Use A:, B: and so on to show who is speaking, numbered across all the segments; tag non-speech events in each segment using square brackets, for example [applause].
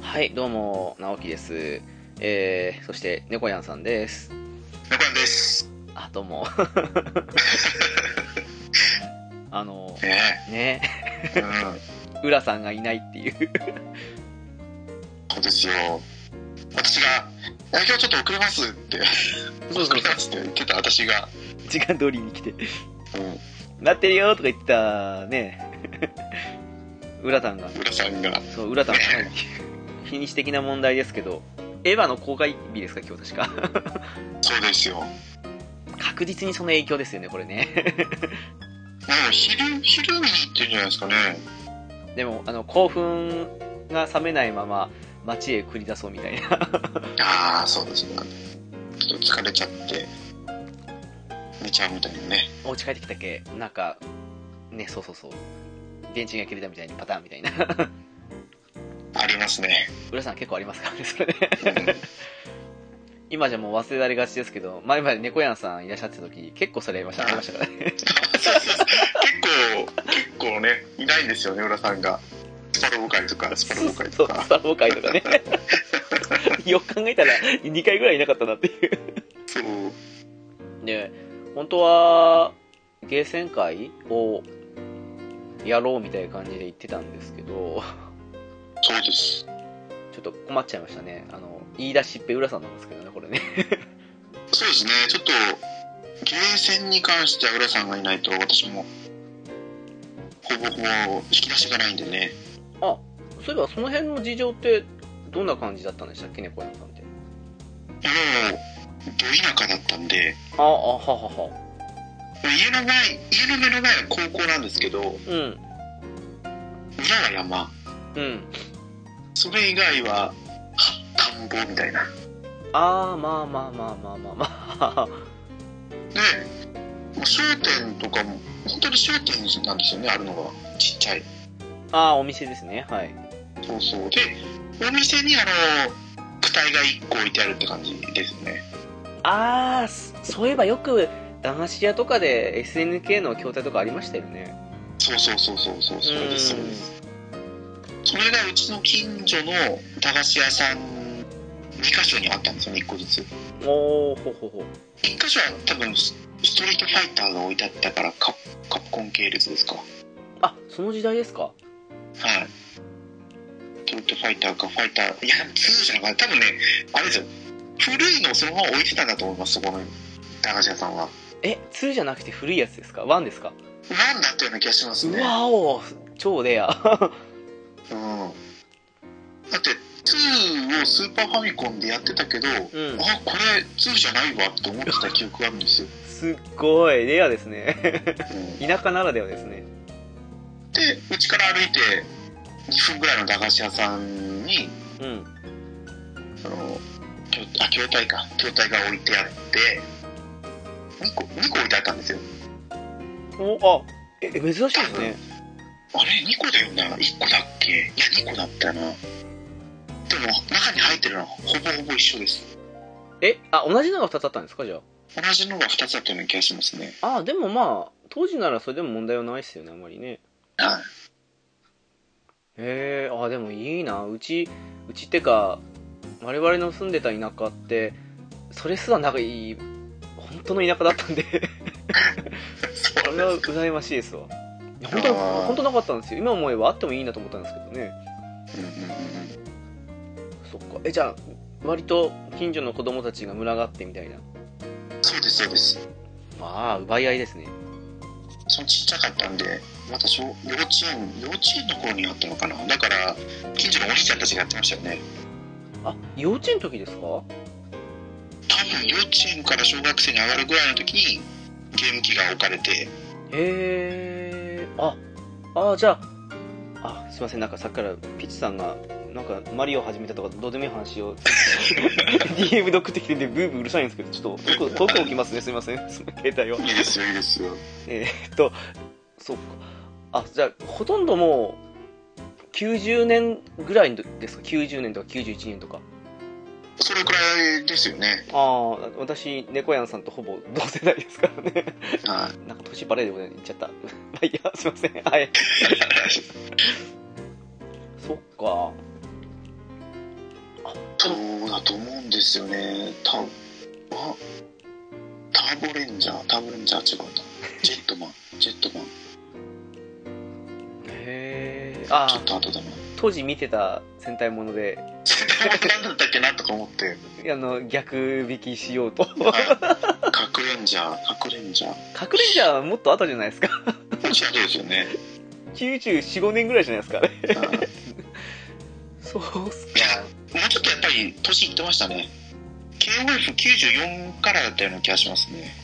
A: はい、どうも、直樹です。えー、そして、猫やんさんです。
B: 中山です。
A: あ、どうも。 [laughs] あの、
B: ね
A: ね、
B: え、うん、
A: 浦さんがいないっていう。
B: そうですよ。私が、あ今日ちょっと遅れますって、
A: そう
B: 遅
A: そう
B: れますって言ってた私が、
A: 時間通りに来て、
B: う
A: なってるよとか言ってたね。浦さんが、
B: ん、浦さんが、
A: そう、浦さんが来ないっていう。日にち的な問題ですけど、エヴァの公開日ですか、今日確か。 [laughs]
B: そうですよ。も
A: 確実にその影響ですよね、これね。
B: う昼、昼見に行ってるんじゃないですかね。
A: でも、あの、興奮が冷めないまま、街へ繰り出そうみたいな。
B: ああ、そうですね。ちょっと疲れちゃって、寝ちゃうみたいなね。
A: お家帰ってきたっけなんかねそうそうそう電池が切れたみたいにパターンみたいな [laughs]
B: ありますね。
A: 浦さん結構ありますからね [laughs] それね
B: うん、
A: 今じゃもう忘れられがちですけど前まで猫やんさんいらっしゃってた時結構それありましたありましたからね
B: 結構、結構ね、いないんですよね、浦さんが。スパロボ会とか、スパロボ会
A: そ
B: と
A: う
B: か
A: ス。タロー会とかね [laughs] よく考えたら2回ぐらいいなかったなっていう
B: そう。
A: で本当はゲーセン会をやろうみたいな感じで言ってたんですけど
B: そうです。
A: ちょっと困っちゃいましたねあの言い出しっぺ浦さんなんですけどねこれね
B: そうですね、ちょっと、ゲーセンに関しては浦さんがいないと、私も、ほぼほぼ引き出しがないんでね。
A: あそういえばその辺の事情ってどんな感じだったんでしたっけね小山さんって
B: もう、ど田舎だったんで、
A: ああははは
B: 家の前、家の目の前は高校なんですけど、
A: うん
B: 裏は山、
A: うん
B: それ以外は、田んぼみたいな。
A: ああまあまあまあまあまあまあ
B: で、もう商店とかも、本当に商店なんですよね、あるのが。ちっちゃい。
A: [laughs] ああお店ですねはい
B: そうそう。で、お店にあの、躯体が1個置いてあるって感じですね。
A: ああそういえばよく駄菓子屋とかで SNK の筐体とかありましたよね
B: そうそうそうそうそう、それです、それです。それがうちの近所の駄菓子屋さん2箇所にあったんですよね1個ずつ
A: おおほほほ
B: 1箇所は多分スストリートファイターが置いてあったからカカプコン系列ですかはい
A: あその時代ですか
B: ストリートファイターかファイターいや2じゃなかった多分ねあれですよ古いのをそのまま置いてたんだと思いますそこの駄菓子屋さんは
A: え2じゃなくて古いやつですか1ですか
B: なんだったような気がします
A: う
B: ね
A: わお超レア
B: うんだって2をスーパーファミコンでやってたけど、
A: うん
B: あこれ2じゃないわって思ってた記憶があるんですよ、
A: [laughs] すっごいレアですね [laughs]
B: うん
A: 田舎ならではですね
B: でうちから歩いて2分ぐらいの駄菓子屋さんに
A: うん
B: そのきょあ筐体か筐体が置いてあって2個2個置いてあったんですよ
A: おあえ珍しいですね
B: あれ2個だよな1個だっけいや2個だったよなでも中に入ってるのはほぼほぼ一緒です
A: [laughs] えあ同じのが2つあったんですかじゃ
B: 同じのが2つだったような気がしますね
A: ああでもまあ当時ならそれでも問題はないですよねあんまりね
B: [laughs] はい
A: へえあでもいいなうちうちってか我々の住んでた田舎ってそれすらなんかいい本当の田舎だったんで [laughs] あれは羨ましいですわいや本当
B: あー
A: 本当なかったんですよ今思えばあってもいいなと思ったんですけどね
B: うんうんうんうん
A: そっかえじゃあ割と近所の子供たちが群がってみたいな
B: そうですそうです
A: まあ奪い合いですね
B: そのちっちゃかったんでまた小幼稚園幼稚園の頃にあったのかなだから近所のお兄ちゃんたちがやってましたよね
A: あ幼稚園の時ですか
B: 多分幼稚園から小学生に上がるぐらいの時にゲーム機が置かれて
A: へえああじゃああすいませんなんかさっきからピッチさんがなんかマリオ始めたとかどうでもいい話 [laughs] を DM で送ってきててブーブーうるさいんですけどちょっと遠く遠く置きますねすいませんその携帯を
B: いいですよいいですよ
A: そっかあじゃあほとんどもう90年ぐらいですか90年とか91年とか
B: それくらいですよね
A: ああ私猫やんさんとほぼ同世代ですからね
B: はい
A: なんか年バレるように言っちゃったま [laughs] あいいやすいませんはい [laughs] そっか
B: そうだと思うんですよねタあターボレンジャーターボレンジャー違うなジェットマンジェットマン
A: へえあ
B: ちょ
A: あ
B: っと後だな
A: 当時見てた戦隊もので
B: 何だったっけなとか思って
A: あの逆引きしようと [laughs]
B: [laughs] はいカクレンジャーカクレンジャー
A: 隠れじゃもっと後じゃないですか [laughs]
B: 面白そうですよね
A: 945年ぐらいじゃないですかあれ
B: うん [laughs] もう
A: そうっす
B: ちょっとやっぱり年いってましたね KOF94 からだったような気がしますね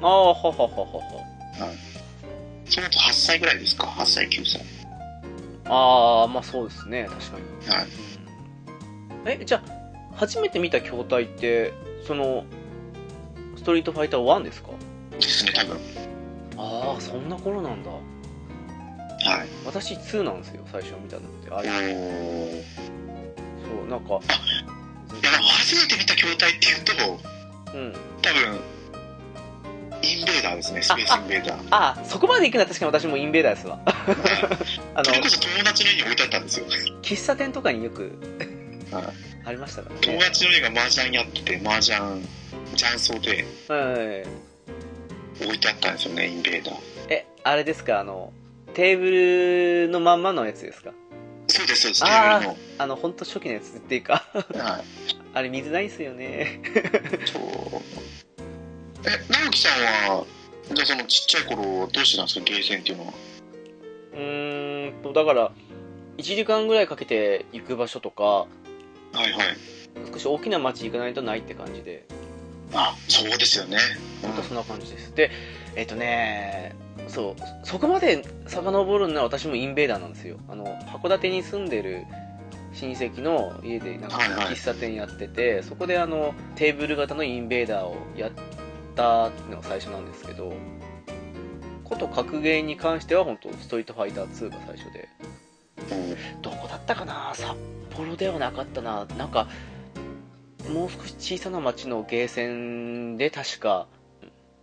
A: ああはははは
B: その後8歳ぐらいですか8歳9歳
A: はああまあそうですね確かに
B: はい
A: うんえじゃあ初めて見た筐体ってそのストリートファイター1ですか
B: ですね多分
A: ああそんな頃なんだ
B: はい
A: 私2なんですよ最初見たのってあ
B: お
A: れ
B: ー
A: そうなんか
B: いや初めて見た筐体っていうと
A: うん
B: 多分インベーダーですねスペースインベーダー
A: ああそこまで行くのは確かに私もインベーダーですわ [laughs] あ
B: それこ
A: の
B: そ友達の家に置いてあったんですよ
A: 喫茶店とかによく
B: はい
A: ありましたから
B: 友
A: ね
B: 達の家が麻雀やってて麻雀雀荘で
A: はい
B: 置いてあったんですよねインベーダー
A: えあれですかあのテーブルのまんまのやつですか
B: そうですそうですテ
A: あー
B: ーブルの
A: あの本当初期のやつっていうか [laughs]
B: はい
A: あれ水ないっすよね
B: そうえ直樹さんはじゃあそのちっちゃい頃どうしてたんですかゲーセンっていうのは
A: [laughs] うーんとだから1時間ぐらいかけて行く場所とか
B: はいはい
A: 少し大きな町行かないとないって感じで
B: あそうですよね、う
A: ほ
B: ん
A: んとそんな感じですでえっとねそうそこまで遡るんなら私もインベーダーなんですよあの函館に住んでる親戚の家でなんか
B: はいはい
A: 喫茶店やってて、そこであのテーブル型のインベーダーをやったのが最初なんですけどこと格ゲーに関しては本当ストリートファイター2が最初で
B: うん
A: どこだったかな札幌ではなかったななんかもう少し小さな町のゲーセンで確か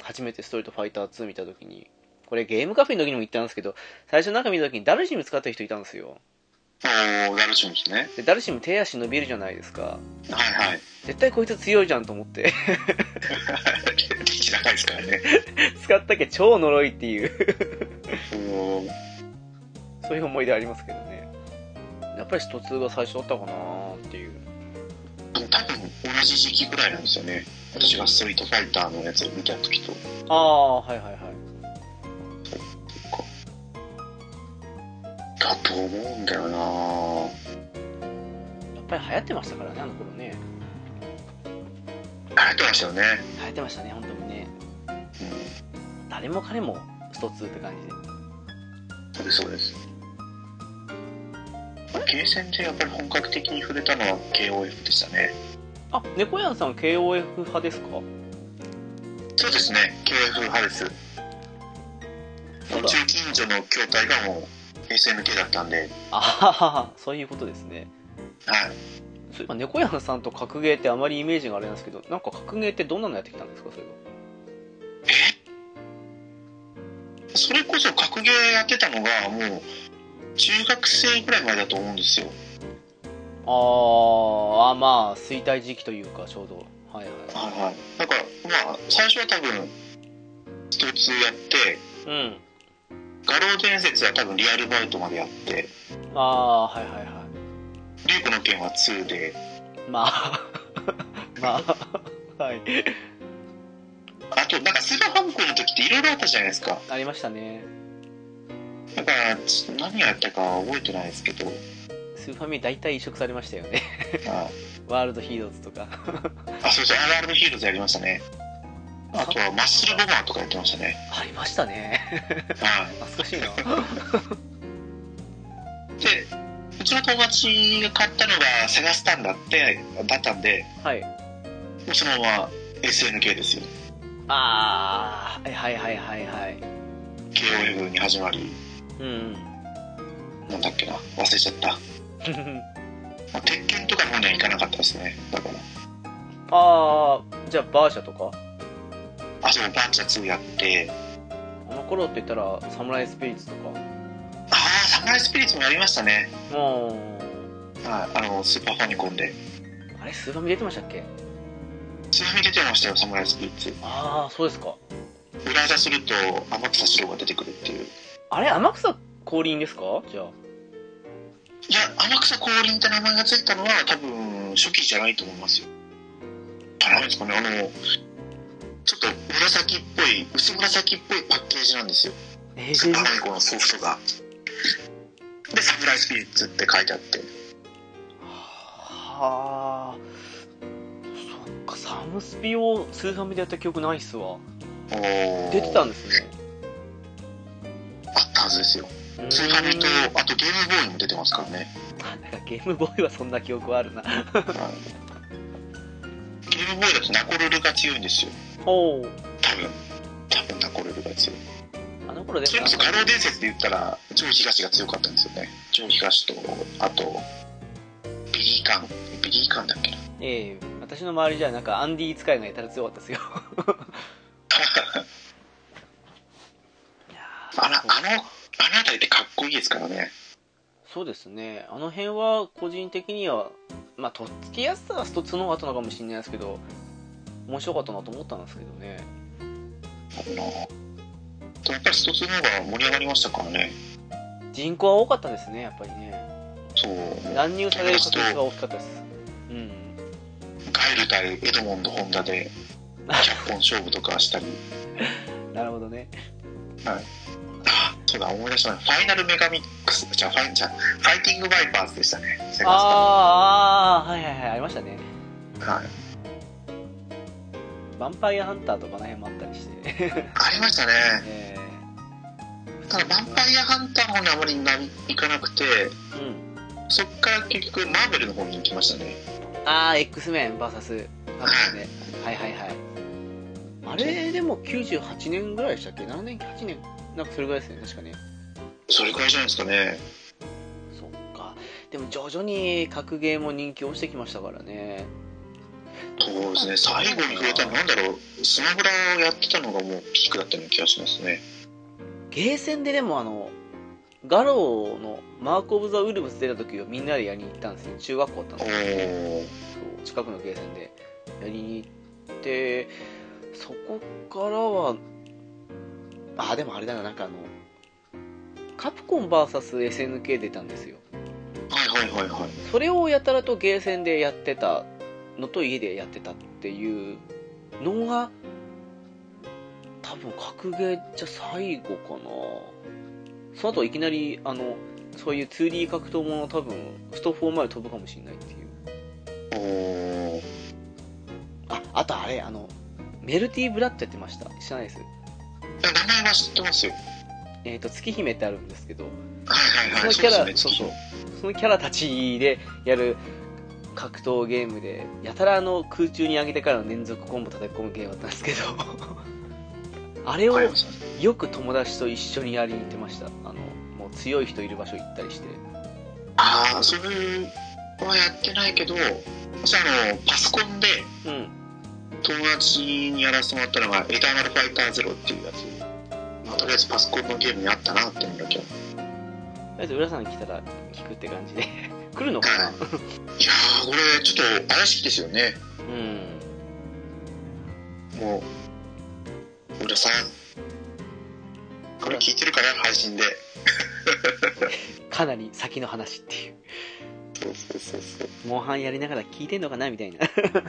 A: 初めて「ストリートファイター2」見た時にこれゲームカフェの時にも言ったんですけど最初なんか見た時にダルシム使ってる人いたんですよ
B: おおダルシムですね
A: でダルシム手足伸びるじゃないですか
B: はいはい
A: 絶対こいつ強いじゃんと思って [laughs]
B: リーチ高いですからね
A: 使ったけ超呪いっていう
B: おおー
A: そういう思い出ありますけどねやっぱりスト2が最初だったかなっていう
B: でも多分同じ時期ぐらいなんですよね私がストリートファイターのやつを見た時と
A: ああはいはいはい
B: だと思うんだよな
A: やっぱり流行ってましたからねあの頃ね
B: 流行ってましたよね、
A: 流行ってましたね本当にね
B: う
A: 誰も彼もスト2って感じで
B: ん、そうですそうですゲーセンでやっぱり本格的に触れたのは KOF でしたね
A: あ猫やんさん KOF 派ですか
B: そうですね、KF 派です。う
A: そうだ
B: ちの近所の筐体がもう SNK だったんで、
A: あはははそういうことですね
B: はい。
A: そういえば猫やんさんと格ゲーってあまりイメージがあれなんですけどなんか格ゲーってどんなのやってきたんですかそれ
B: それこそ格ゲーやってたのがもう中学生ぐらいまでだと思うんですよ。
A: あーあまあ衰退時期というかちょうどはいは
B: はいはいなんかまあ最初は多分スト2やって
A: いうん
B: 画廊伝説は多分リアルバイトまでやって
A: ああーはいはいは
B: リュウコの件は2で
A: いまあ [laughs] まあはい
B: あとなんかスーパーファミコンの時っていろいろあったじゃないですか
A: ありましたね
B: だからちょっと何やったかは覚えてないですけど、はい、
A: スーファミ大体移植されましたよねワールドヒーローズとか
B: あそうそう r r ヒーローズやりましたねあとはマッスルボマーとかやってましたね
A: ありましたね
B: はい
A: 懐かしいな
B: でうちの友達が買ったのがセガスタンだってだったんで
A: [laughs] はい
B: もうそのまま SNK ですよ
A: ああはいはいはいはいはい
B: KOF に始まり
A: うん [laughs]
B: なんだっけな忘れちゃった、まあ、鉄拳とかの方にはいかなかったですねだから
A: ああじゃあバーシャとか
B: あそうパンチャ2やって
A: あの頃って言ったらサムライスピリッツとか
B: ああサムライスピリッツもやりましたね
A: も
B: はいあのスーパーファミコンで
A: うあれスーファミ出てましたっけ
B: ちなみに出てましたよサムライスピリッツ
A: ああそうですか
B: 裏技すると天草四郎が出てくるっていう
A: あれ天草降臨ですかじゃあ
B: いや天草降臨って名前がついたのは多分初期じゃないと思いますよあなんですかねあのちょっと紫っぽい薄紫っぽいパッケージなんですよ
A: え
B: スーパーファ
A: ー、
B: ミコンのソフトがでサムライスピリッツって書いてあって
A: はあそっかサムスピをスーファミでやった記憶ないっすわ出てた
B: あ
A: んですね
B: ったはずですよ
A: うーん
B: スーファミとあとゲームボーイも出てますからね
A: あ [laughs] なんかゲームボーイはそんな記憶はあるな
B: ゲームボーイだとナコルルが強いんですよ
A: おお
B: 多分多分ナコルルが強い
A: あの頃で
B: それ
A: も
B: こ
A: なんか
B: そ画廊伝説で言ったら超東が強かったんですよね超東とあとビリーカンビリーカンだっけな
A: ええ私の周りじゃなんかアンディ使いがやたら強かったですよいやー
B: あのあ
A: そう
B: のあの辺りってかっこいいですからね
A: そうですねあの辺は個人的にはまあとっつきやすさはストツの方があったのかもしれないですけど面白かったなと思ったんですけどね
B: あのやっぱりスト2の方が盛り上がりましたからね
A: 人口は多かったですねやっぱりね
B: そう
A: 乱入される確率が大きかったですうん
B: ガイル対エドモンド・ホンダで100本勝負とかしたり
A: なるほどね
B: あそうだ思い出したなファイナルメガミックスじゃあファイじゃあファイティング・バイパーズでしたねセガスタ
A: あーあーはいはいはいありましたね
B: はい、
A: ヴァンパイアハンターとかあの辺もあったりして
B: ありましたね
A: え
B: ただヴァンパイアハンターの方にあまりな行かなくて
A: えうん
B: そっから結局マーベルの方に行きましたね
A: ああ X メン VS あったねはいはいはいあれでも98年ぐらいでしたっけ7年8年なんかそれぐらいですね確かね
B: それくらいじゃないですかね
A: そっかでも徐々に格ゲーも人気落ちてきましたからね
B: そうですね最後に触れたのなんだろうスマブラをやってたのがもうピークだったような気がしますね
A: ゲーセンででもあのガローのマーク・オブ・ザ・ウルブス出た時をみんなでやりに行ったんですね中学校だったん
B: お
A: です
B: お
A: そう近くのゲーセンでやりに行ってそこからはあでもあれだななんかあのカプコン VSSNK 出たんですよ
B: はいはいはいはい
A: それをやたらとゲーセンでやってたのと家でやってたっていうのが多分格ゲーじゃ最後かなその後いきなりあのそういう 2D 格闘もの多分スト4まで飛ぶかもしれないっていう
B: おお
A: ああとあれあのメルティーブラッドやってました知らないです
B: 名前は知ってますよ
A: えっ、と月姫ってあるんですけど
B: はいは
A: その
B: いはい
A: キャラ、
B: です
A: そうそうそのキャラたちでやる格闘ゲームでやたらあの空中に上げてからの連続コンボ叩き込むゲームだったんですけど [laughs] あれを
B: わかりました
A: よく友達と一緒にやりに行ってましたあのもう強い人いる場所行ったりして
B: ああそれはやってないけど私あのパソコンで
A: うん
B: 友達にやらせてもらったのが「エターナルフ [laughs] ァイターゼロっていうやつ、まあ、とりあえずパソコンのゲームにあったなっていうのだけ
A: あえず浦さん来たら聞くって感じで [laughs] 来るのか
B: いや
A: な
B: ー、これ、ちょっと怪しいですよね。
A: うん
B: もう、浦さん。これ聞いてるかな、配信で。
A: かなり先の話っていう
B: そうそうそうそう。
A: モンハンやりながら聞いてんのかなみたいなそうっ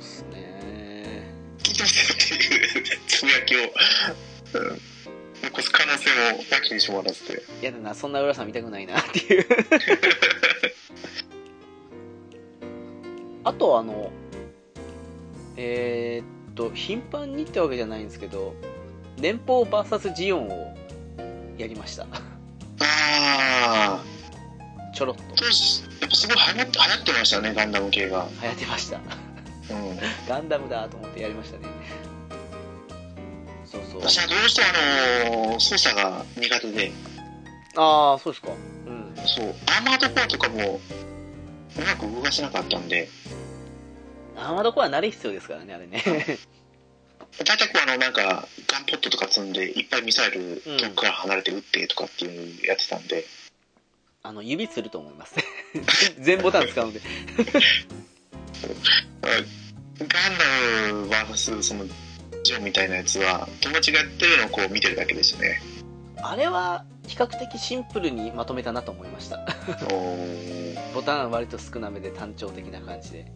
A: すね
B: 聞いてますよっていうつぶやきを、うん残す可能性もなきにしもあらずで。
A: やだなそんな浦さん見たくないなっていう [laughs] あとあのえーっと頻繁にってわけじゃないんですけど年俸 VS ジオンをやりました
B: ああ、
A: ちょろっと
B: 当時、やっぱすごい流行って流行ってましたね、ガンダム系が。
A: 流行ってました [laughs]
B: うん。
A: ガンダムだと思ってやりましたねそうそう
B: 私はどうしてもあのー操作が苦手で、
A: ああそうですかうん
B: そう、アーマードコアとかも、うまく動かせなかったんで、
A: アーマードコア慣れ必要ですからねあれね
B: 大体こうあの、なんか、ガンポットとか積んで、いっぱいミサイル
A: うん
B: 遠くから離れて撃ってとかっていうのやってたんで、
A: あの指つると思います [laughs] 全ボタン使うので
B: ガンダム VS その、ジョンみたいなやつは、友達がやってるのをこう見てるだけでし
A: [laughs]
B: たね。
A: あれは比較的シンプルにまとめたなと思いました
B: おー
A: ボタン割と少なめで単調的な感じで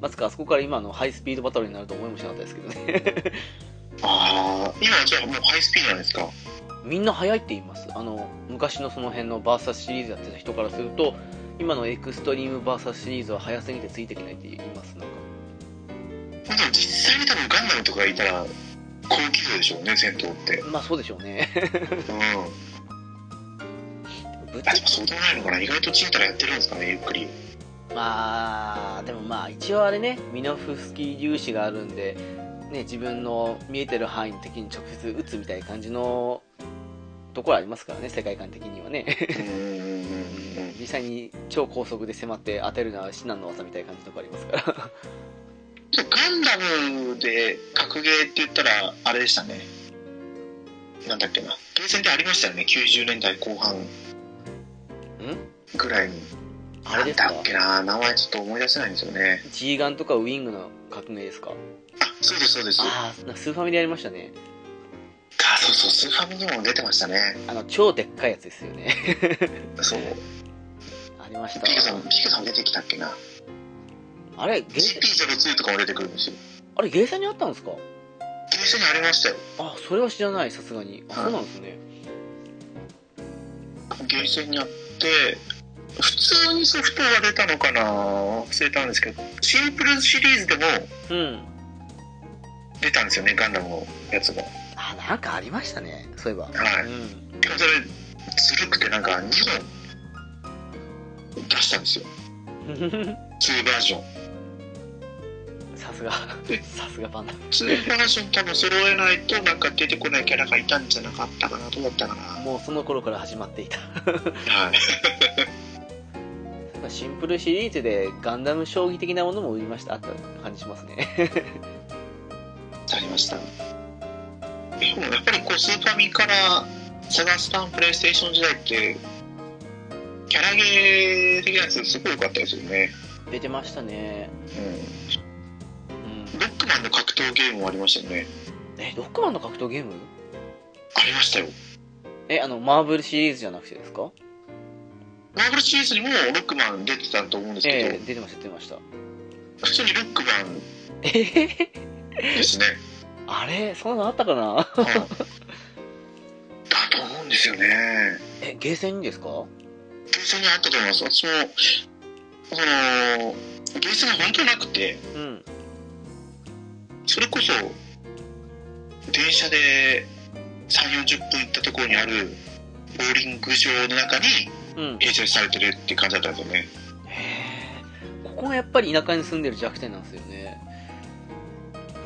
A: まさかあそこから今のハイスピードバトルになると思いもしなかったですけどね [laughs]
B: ああ、今はじゃあもうハイスピードなんですか
A: みんな早いって言いますあの昔のその辺のバーサスシリーズやってた人からすると今のエクストリームバーサスシリーズは早すぎてついていけないって言いますなんか
B: まあでも実際に多分ガンダムとかいたら、高機動でしょうね、戦
A: [laughs]
B: 闘って。
A: まあそうでしょうね
B: うん。
A: ぶっち
B: あ
A: ゃ
B: でもそうでもないのかな意外とチンタラやってるんですかねゆっくり
A: まあでもまあ一応あれねミノフスキー粒子があるんで、ね、自分の見えてる範囲の敵に直接撃つみたいな感じのところありますからね世界観的にはね [laughs]
B: うんうんうんうん
A: 実際に超高速で迫って当てるのは至難の技みたいな感じのとこありますから
B: ガンダムで格ゲーって言ったらあれでしたねなんだっけなゲーセンでありましたよね90年代後半ぐらいに
A: [laughs] あれです
B: な
A: か
B: んだっけな名前ちょっと思い出せないんですよね
A: G ガンとかウィングの革命ですか
B: あそうですそうですあ
A: ああなんかスーファミでやりましたね
B: そうそうスーファミにも出てましたね
A: あの超でっかいやつですよね [laughs]
B: そう
A: ありました
B: ピカさんピカさん出てきたっけな
A: あれゲー
B: GP02 とかも出てくるんですよ
A: あれゲーセンにあったんですか
B: ゲーセンにありましたよ
A: あそれは知らないさすがにあそうなんですね
B: ゲーセンにあって普通にソフトが出たのかな忘れたんですけどシンプルシリーズでも
A: うん
B: 出たんですよねガンダムのやつがは
A: あなんかありましたねそういえば、
B: い
A: うん、
B: でもそれずるくてなんか2本出したんですよ2バージョン
A: さ [laughs] すがさすがバンダム
B: 2バージョン多分揃えないとなんか出てこないキャラがいたんじゃなかったかなどうだったかなは
A: もうその頃から始まっていた
B: い
A: シンプルシリーズでガンダム将棋的なものも売りましたあった感じしますね
B: ありましたでもやっぱりこうスーパーミンからサガスタンプレイステーション時代ってキャラゲー的なやつすごい良かったですよね、
A: [laughs] 出てましたね
B: う
A: うん
B: ん、ロックマンの格闘ゲームもありましたよね
A: えロックマンの格闘ゲーム
B: ありましたよ
A: えあのマーブルシリーズじゃなくてですか
B: マーブルシリーズにもロックマン出てたと思うんですけど、
A: ええ出てました出てました
B: 普通にロックマン
A: えへへ
B: ですね、
A: あれそんなのあったかな
B: うん、だと思うんですよね
A: えゲーセンにですか
B: ゲーセンにあったと思います私もそのゲーセンが本当なくて
A: うん
B: それこそ電車で3 4 0分行ったところにあるボーリング場の中に
A: うん
B: 併設されてるって感じだったんですよね
A: へえここがやっぱり田舎に住んでる弱点なんですよね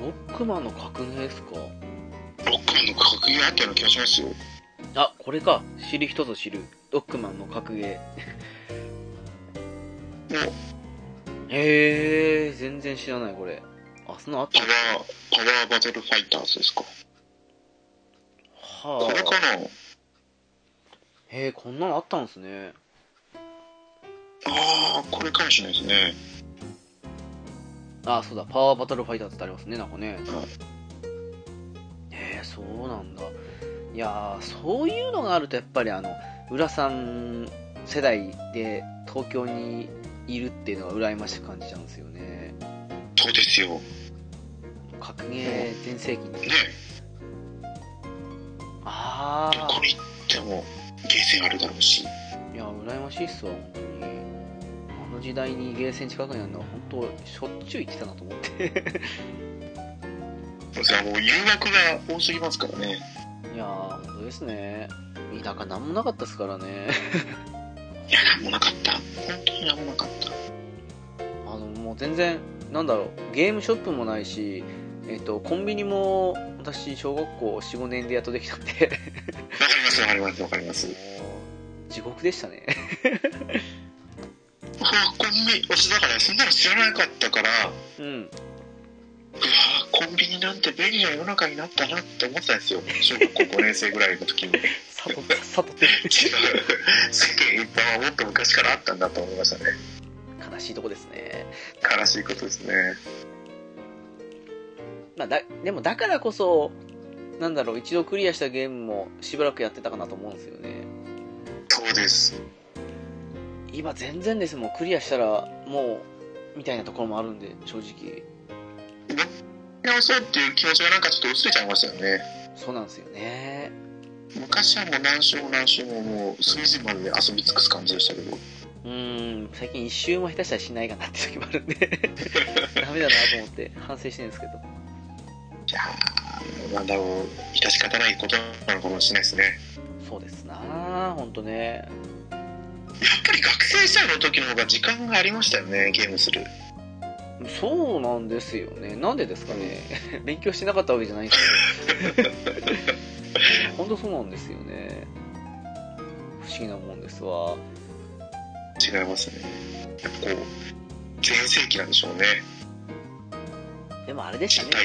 A: ロックマンの革命ですか
B: ロックマンの格ゲーあったような気がしますよ
A: あこれか知る人ぞ知るロックマンの格ゲーへえ全然知らないこれあそのあっ
B: パ
A: た
B: ワーパワーバトルファイターズですかこ
A: は
B: れかな
A: へえこんなのあったんですね
B: ああ、これかもしれないですね。
A: あそうだパワーバトルファイターズってありますねなんかねへえそうなんだいやーそういうのがあるとやっぱりあの浦さん世代で東京にいるっていうのは羨ましく感じちゃうんですよね
B: そうですよ。ね
A: 格ゲー全盛期って
B: え
A: あ
B: ど
A: あ
B: こに行ってもゲーセンあるだろうし。
A: いや羨ましいっすわ本当にあの時代にゲーセン近くにあるのは本当しょっちゅう行ってたなと思って
B: それはもう誘惑が多すぎますからね。
A: いやー本当ですね田舎なんもなかったっすからね
B: いや、なんもなかった。本当になんもなかった。
A: あのもう全然なんだろうゲームショップもないし、えっとコンビニも私小学校45年でやっとできたんで
B: わかります、わかります、わかります。
A: 地獄でしたね
B: うわコンビ私だからそんなの知らなかったからうわ
A: うん
B: コンビニなんて便利な世の中になったなって思ってたんですよ小学校5年生ぐらいの時に違う
A: さとさとて
B: 世間一般はもっと昔からあったんだと思いましたね
A: 悲しいとこですね、
B: 悲しいことですね
A: まあ、だでもだからこそなんだろう一度クリアしたゲームもしばらくやってたかなと思うんですよね
B: そうです
A: 今全然ですもうクリアしたらもうみたいなところもあるんで正直
B: やり直そうっていう気持ちがなんかちょっと薄れちゃいましたよね
A: そうなんですよね
B: 昔はもう何周も何周ももう数時まで遊び尽くす感じでしたけど
A: うーん最近一周も下手したらしないかなって時もあるんでダメだなと思って反省してるんですけど
B: いやーなんだろう致し方ないことなのかもしれないですね
A: そうですなあほんとね
B: やっぱり学生時代の時の方が時間がありましたよねゲームする
A: そうなんですよねなんでですかね [laughs] 勉強してなかったわけじゃないんです [laughs] けどほんとそうなんですよね不思議なもんですわ
B: 違いますねやっぱこう全盛期なんでしょうね
A: でもあれでし
B: 身
A: たね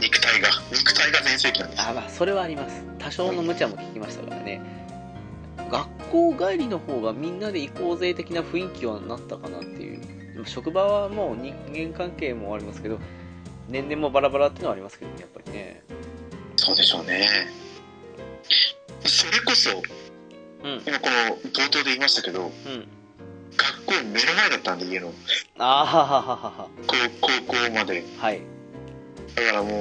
B: 体肉体が肉体が全盛期なんです
A: あまあそれはあります多少の無茶も聞きましたからね学校帰りの方がみんなで行こうぜ的な雰囲気はなったかなっていうでも職場はもう人間関係もありますけど年々もバラバラっていうのはありますけどねやっぱりね
B: そうでしょうねそれこそ
A: うん
B: 今この冒頭で言いましたけ
A: う
B: ど
A: ん
B: 学校目の前だったんで家の
A: ああはははは
B: 高高校まで
A: はい
B: だからもう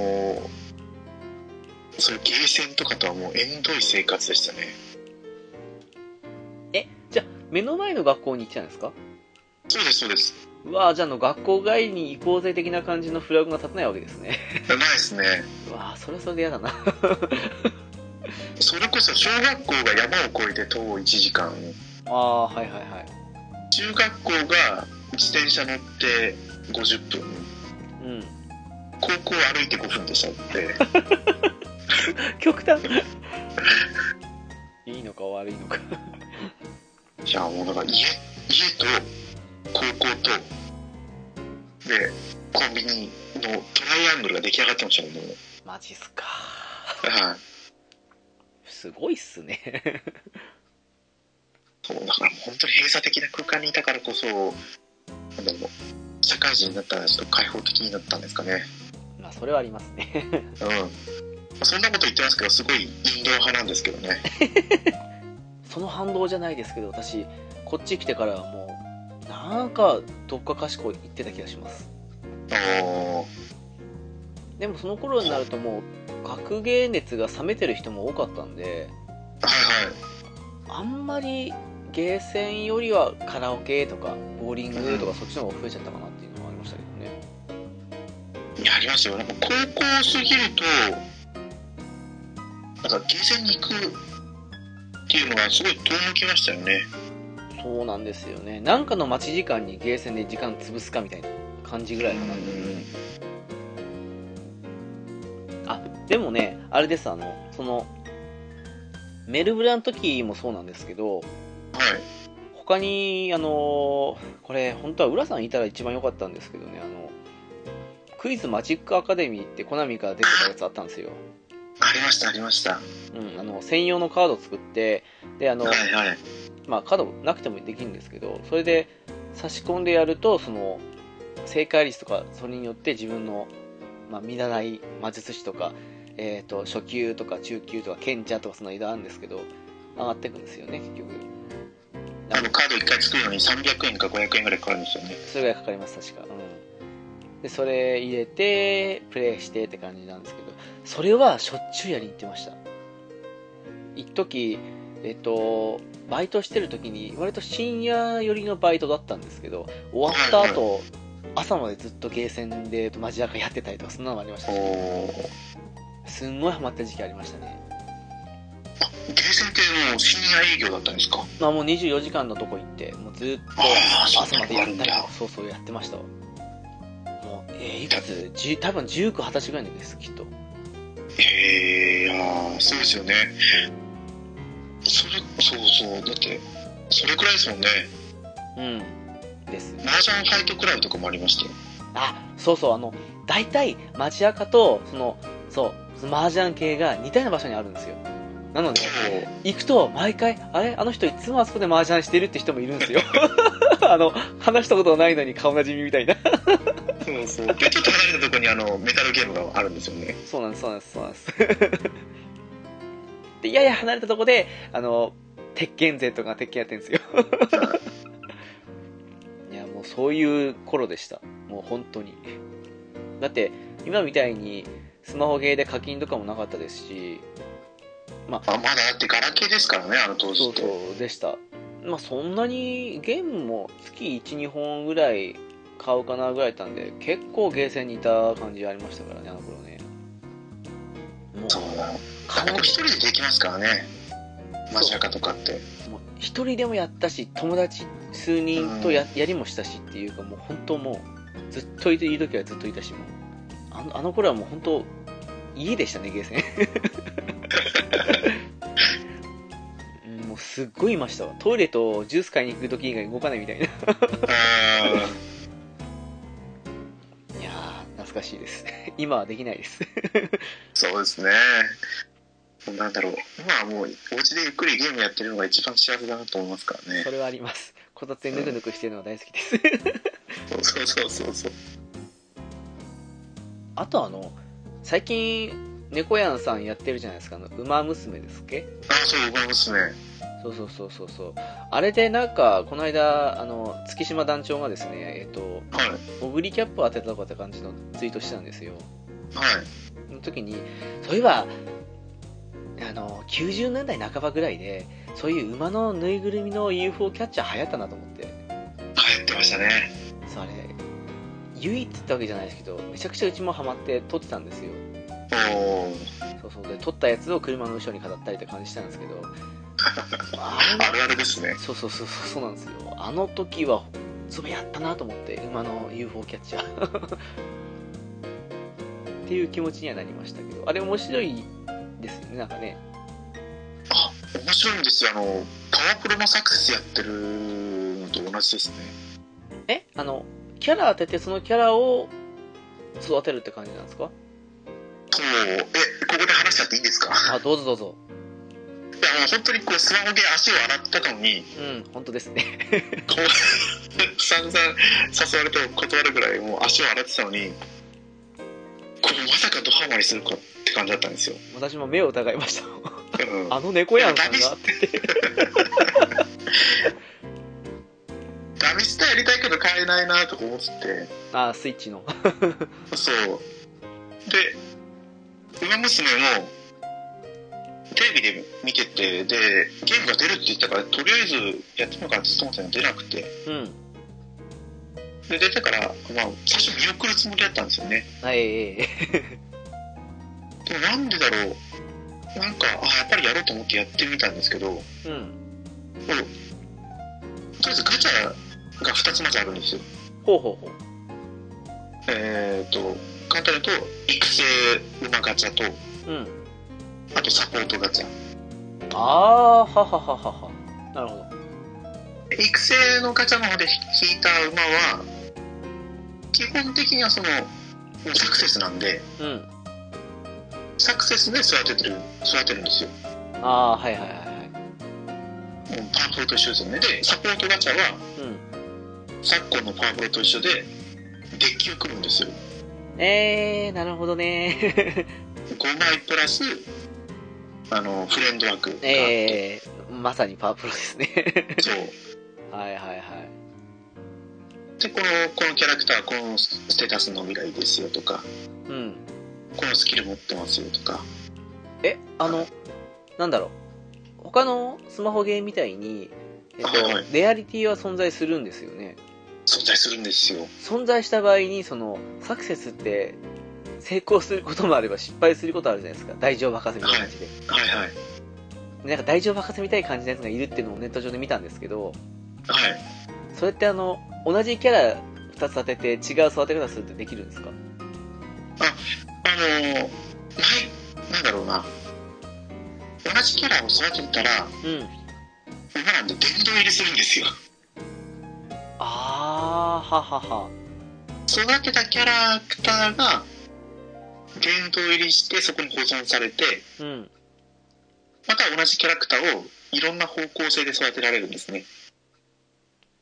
B: そういうゲーセンとかとはもう縁遠い生活でしたね
A: えじゃあ目の前の学校に行ってたんですか
B: そうですそうです
A: うわあじゃああの学校帰りに行こうぜ的な感じのフラグが立たないわけですね [laughs]
B: ないですね
A: うわあそれはそれで嫌だな
B: それこそ小学校が山を越えて徒歩1時間
A: あ [laughs] あはいはいはい
B: 中学校が自転車乗って50分
A: うん
B: 高校歩いて5分でしたって
A: 極端 [laughs] いいのか悪いのか
B: いやもうだから家家と高校とでコンビニのトライアングルが出来上がってましたもんねも
A: [laughs] マジっすか
B: うはい
A: すごいっすね
B: そうだからもう本当に閉鎖的な空間にいたからこそなんだろう社会人になったらちょっと開放的になったんですかね
A: [laughs] まあそれはありますね
B: うんまあそんなこと言ってますけどすごい陰動派なんですけどね
A: [laughs] その反動じゃないですけど私こっち来てからはもうなんかどっかかしこ行ってた気がします
B: おー
A: でもその頃になるともう格ゲー熱が冷めてる人も多かったんで
B: はいはい
A: あんまりゲーセンよりはカラオケとかボーリングとかそっちの方が増えちゃったかなっていうのはありましたけどね
B: いやありますよなんか高校を過ぎるとなんかゲーセンに行くっていうのがすごい遠のきましたよね
A: そうなんですよねなんかの待ち時間にゲーセンで時間潰すかみたいな感じぐらいかなあでもねあれですあのそのメルブラの時もそうなんですけど
B: はい
A: 他にあのこれ本当は浦さんいたら一番良かったんですけどねあのクイズマジックアカデミーってコナミから出てたやつあったんですよ
B: ありました、ありました。
A: うん、あの専用のカード作ってであの、
B: はいはい。
A: まあ、カードなくてもできるんですけどそれで差し込んでやるとその正解率とかそれによって自分の、まあ、見習い魔術師とか、えー、と初級とか中級とか賢者とかその間あるんですけど上がっていくんですよね結局
B: 多分カード1回作るのに300円か500円ぐらいかかるんですよね。
A: それぐらいかかります確かうんでそれ入れてプレイしてって感じなんですけどそれはしょっちゅうやりに行ってました一時えっとバイトしてる時に割と深夜寄りのバイトだったんですけど終わった後朝までずっとゲーセンでマジアカやってたりとかそんなのもありました
B: お
A: し
B: お。
A: すんごいハマった時期ありましたね
B: ゲーセンってもう深夜営業だったんですか
A: まあもう24時間のとこ行ってもうずっと
B: ああ、そ
A: 朝
B: ん
A: までや
B: なのがあ
A: っ
B: るん
A: たりと
B: だ
A: か。そうそうやってましたわもうえーいくつじゅ多分19、20歳ぐらいの時ですきっと
B: へえ、ああ、そうですよね。それ、そうそう。だって、それくらいですもんね。
A: うんです
B: マージャンファイトクラブとかもありましたよ。
A: あそうそうあの大体町アカとそのそうその麻雀系が似たような場所にあるんですよなので行くと毎回あれあの人いつもあそこで麻雀してるって人もいるんですよ [laughs] あの話したことないのに顔なじみみたいな
B: そうそう。で、ちょっと離れたところにあの、メタルゲームがあるんですよね。
A: そうなんですそうなんですそうなんです [laughs] でやや離れたとこであの鉄拳勢とかが鉄拳やってるんですよ [laughs] いやもうそういう頃でしたもう本当にだって今みたいにスマホゲーで課金とかもなかったですし
B: あまだだってガラケーですからね、あの当時
A: そ
B: っ
A: う
B: て。
A: そうでしたまあそんなにゲームも月12本ぐらい買うかなぐらいだったんで結構ゲーセンにいた感じありましたからねあの頃ねもう
B: そうだ。
A: かなり
B: 僕一人でできますからね。マジアカとか [laughs] って。
A: もう一人でもやったし友達数人とや,、やりもしたしっていうかもう本当もうずっといている時はずっといたしもうあのあの頃はもう本当家でしたねゲーセンうんもうすっごいいましたわトイレとジュース買いに行く時以外動かないみたいない
B: あ
A: やー懐かしいです今はできないです
B: ーそうですね。もうなんだろう。まあもう、お家でゆっくりゲームやってるのが一番幸せだなと思いますからね
A: そ。れはありますこたつでぬくぬくしてるのが大好きです
B: そうそうそうそうそう。
A: あとあの最近猫やんさんやってるじゃないですかあの馬娘ですっけ
B: あそう、馬娘。
A: そうそうそうそうそうあれでなんかこの間あの月島団長がですねえっと
B: はい。
A: モグリキャップを当てたとかって感じのツイートしてたんですよ
B: はい。
A: その時にそういえばあの90年代半ばぐらいでそういう馬のぬいぐるみの UFO キャッチャー流行ったなと思って
B: 流行ってましたね。
A: そうあれ唯一ってわけじゃないですけどめちゃくちゃうちもハマって撮ってたんですよ
B: おー。
A: そうそうで撮ったやつを車の後ろに飾ったりって感じしたんですけどあれ
B: あるあるですね。
A: そうそうそうそうそうなんですよあの時はそれやったなと思って馬の UFO キャッチャー [laughs] っていう気持ちにはなりましたけどあれ面白いですよねなんかね
B: あ、面白いんですよ。あの、パワプロのサクセスやってるのと同じですね。
A: えあのキャラ当ててそのキャラを育てるって感じなんですか
B: そう、え、ここで話しちゃっていいんですか
A: あどうぞどうぞ
B: いやもう本当にこうスマホで足を洗ったのに
A: うん本当ですね [laughs]
B: こう散々誘われても断るぐらいもう足を洗ってたのにこれまさかドハマりするかって感じだったんですよ、
A: 私も目を疑いました [laughs]
B: うん
A: あの猫やんさんがって
B: ダメスタやりたいけど買えないなとか思って
A: あスイッチの
B: てそうで「ウマ娘」もテレビで見ててでゲームが出るって言ったからとりあえずやってみようかなって思ったの出なくて
A: うん
B: で出てから、まあ、最初見送るつもりだったんですよね
A: はいええ
B: でもなんでだろうなんかあやっぱりやろうと思ってやってみたんですけどもう
A: ええうん
B: とりあえずガチャが2つまずあるんですよ
A: ほうほうほう
B: えっ、と簡単に言うと育成馬ガチャと
A: うん
B: あとサポートガチャ
A: ああはははははなるほど
B: 育成のガチャの方で引いた馬は基本的にはそのもうサクセスなんで
A: うん
B: サクセスで育ててる、育てるんですよ。
A: ああーはいはいはいはい
B: うんパワープロと一緒ですよね。で、サポートガチャは、
A: うん
B: 昨今のパワープロと一緒で、デッキを組むんですよ。
A: えー、なるほどね [laughs]
B: 5枚プラス、あの、フレンド枠があって、
A: えー、まさにパワープロですね [laughs]
B: そう。
A: はいはいはい
B: で、この、このキャラクター、このステータスの未来ですよとか、
A: うん
B: このスキル持ってますよとか、
A: えあのなんだろう他のスマホゲーみたいに、えっと
B: はいはい
A: レアリティは存在するんですよね
B: 存在するんですよ。
A: 存在した場合にそのサクセスって成功することもあれば失敗することあるじゃないですか大乗任せみたいな感じで、
B: はいはい。
A: なんか大乗任せみたいな感じのやつがいるっていうのをネット上で見たんですけど
B: はい。
A: それってあの同じキャラ2つ当てて違う育て方するってできるんですか
B: あのー、前、なんだろうな。同じキャラを育てたら、
A: うん
B: 馬なんで殿堂入りするんですよ。
A: あーははは
B: 育てたキャラクターが、殿堂入りして、そこに保存されて、
A: うん
B: また同じキャラクターをいろんな方向性で育てられるんですね。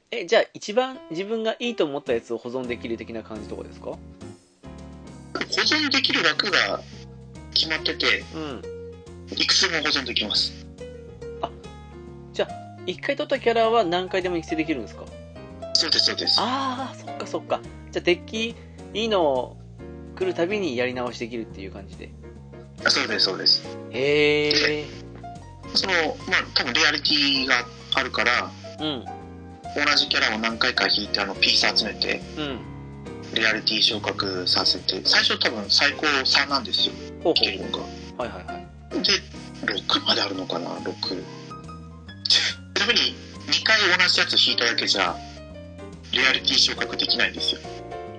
A: えじゃあ一番自分がいいと思ったやつを保存できる的な感じとかですか
B: 保存できる枠が決まってて、
A: うん
B: いくつも保存できます。
A: 一回取ったキャラは何回でも育成できるんですか
B: そうです、そうです。
A: ああそっかそっかじゃあデッキいいの来るたびにやり直しできるっていう感じで
B: そうです、そうです。
A: へえ
B: その、まあ、多分レアリティがあるから、
A: うん
B: 同じキャラを何回か引いて、あの、ピース集めて、
A: うん
B: レアリティ昇格させて、最初多分最高3なんですよ、
A: ほうほ
B: 来てるのが。
A: うはいはいはい
B: で、6まであるのかな、6。ちなみに、2回同じやつ引いただけじゃ、レアリティ昇格できないんですよ。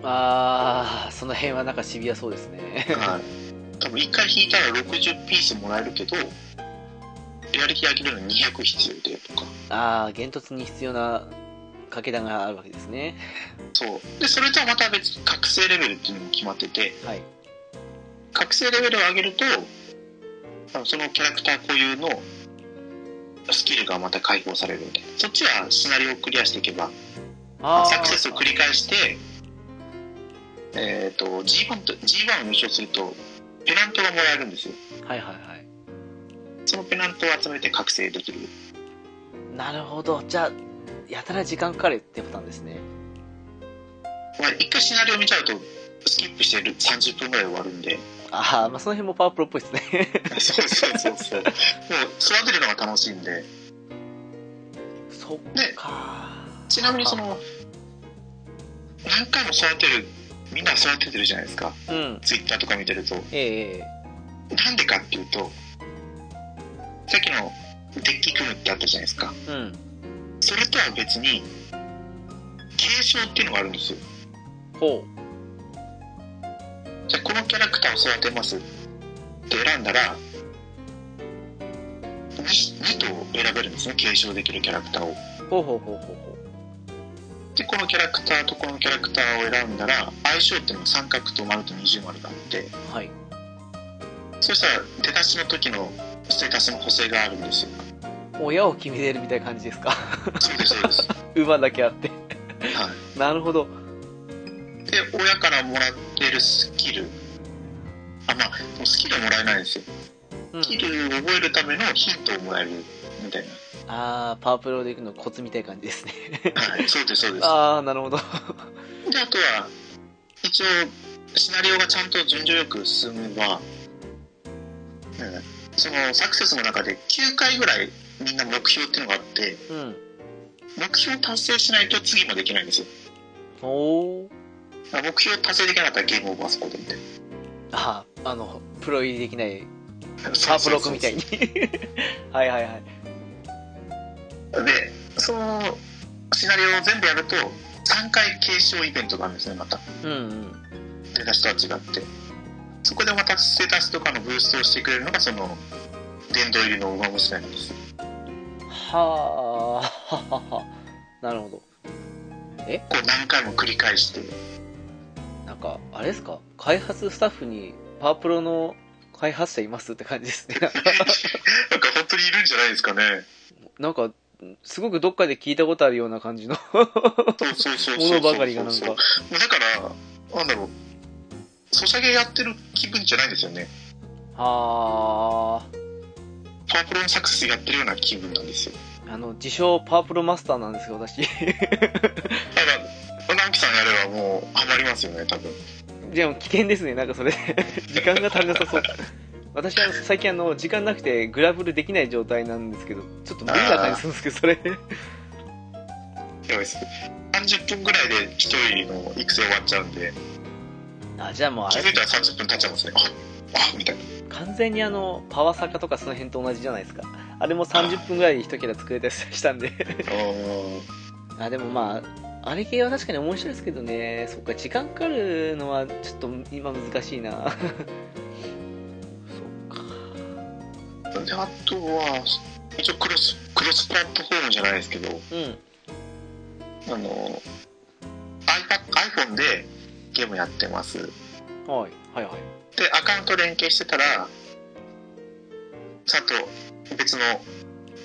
A: ああその辺はなんかシビアそうですね [laughs]
B: はい。多分1回引いたら60ピースもらえるけど、レアリティ上げるのに200必要でとか。
A: ああ幻突に必要な掛け段があるわけですね
B: そう。で、それとはまた別に覚醒レベルっていうのも決まってて、
A: はい
B: 覚醒レベルを上げると、あのそのキャラクター固有のスキルがまた解放されるみたいな。そっちはシナリオをクリアしていけば、
A: あ
B: サクセスを繰り返して、えっ、と、G1 と、G1 を優勝すると、ペナントがもらえるんですよ。
A: はいはいはい
B: そのペナントを集めて覚醒できる。
A: なるほどじゃあやたら時間かかるってパターンですね
B: まあ、一回シナリオ見ちゃうと、スキップしてる30分ぐらいで終わるんで。
A: ああまあその辺もパワープロっぽいですね
B: そうそうそうそう。もう、育てるのが楽しいんで。
A: [laughs] そっか
B: ちなみにその、何回も育てる、みんな育ててるじゃないですか。
A: うん
B: ツイッターとか見てると。
A: ええ
B: なんでかっていうと、さっきのデッキ組むってあったじゃないですか。
A: ええうん
B: それとは別に、継承っていうのがあるんですよ。
A: ほ
B: じゃあ、このキャラクターを育てますって選んだら、2, 頭選べるんですね、継承できるキャラクターを。
A: うほうほうほうほうほ
B: で、このキャラクターとこのキャラクターを選んだら、相性っていうのが三角と丸と二重丸があって、
A: うはい
B: そしたら出だしの時のステータスの補正があるんですよ。
A: 親を決めれるみたいな感じですか [laughs]
B: そうです、そうです。は
A: 馬だけあってなるほど
B: い。で、親からもらってるスキル。あ、まあ、もうスキルはもらえないんですよ。
A: うん
B: スキルを覚えるためのヒントをもらえるみたいな。
A: ああパワープロでいくのコツみたいな感じですね [laughs]
B: はい、そうです、そうです。
A: ああなるほど [laughs]
B: で、あとは、一応、シナリオがちゃんと順序よく進めば、なんだそのサクセスの中で9回ぐらいみんな目標っていうのがあって、
A: うん
B: 目標を達成しないと次もできないんですよ。
A: おお
B: だから目標達成できなかったらゲームオーバーそこでみたい
A: あああのプロ入りできない
B: な。
A: パワープロ君みたいに [laughs] はいはいはい
B: で、そのシナリオを全部やると、3回継承イベントがあるんですね、また。
A: うんうん
B: 出だしとは違って。そこでまたステータスとかのブーストをしてくれるのが、その、殿堂入りの馬娘なんですよ。
A: はあはははなるほど
B: こう何回も繰り
A: [laughs]
B: 返して。
A: なんかあれですか開発スタッフにパワープロの開発者いますって感じですね。 [laughs]
B: なんか本当にいるんじゃないですかね。
A: なんか、すごくどっかで聞いたことあるような感じの
B: そうそうそ
A: も
B: うそうそ
A: の
B: う
A: ばかりがなんか。
B: だから、なんだろう、ソシャゲやってる気分じゃないですよね。
A: あ
B: パワープロのサクセスやってるような気分なんですよ。
A: ー、あの、自称パープロマスターなんですよ、私。 [laughs]
B: だから、直樹さんやればもうハマりますよね、多分。
A: でも危険ですね、なんかそれ。時間が足りなさそう。私は最近あの、時間なくてグラブルできない状態なんですけど、ちょっと無理な感じするんですけど、それ。
B: やばいです。30分ぐらいで一人の育成終わっちゃうんで、
A: あ、じゃあもうあ
B: 気
A: れ
B: づいたら30分経っちゃいますね。ああみたいな。
A: 完全にあのパワサカとかその辺と同じじゃないですかあれも30分ぐらいで一キャラ作れたりしたんで [laughs] あでもまああれ系は確かに面白いですけどねそっか時間かかるのはちょっと今難しいなそっか
B: あーで、あとは、一応クロス、クロスプラットフォームじゃないですけど、
A: うん
B: あの、iPad、iPhone でゲームやってます。
A: はいはいはい
B: でアカウント連携してたらちゃんと別の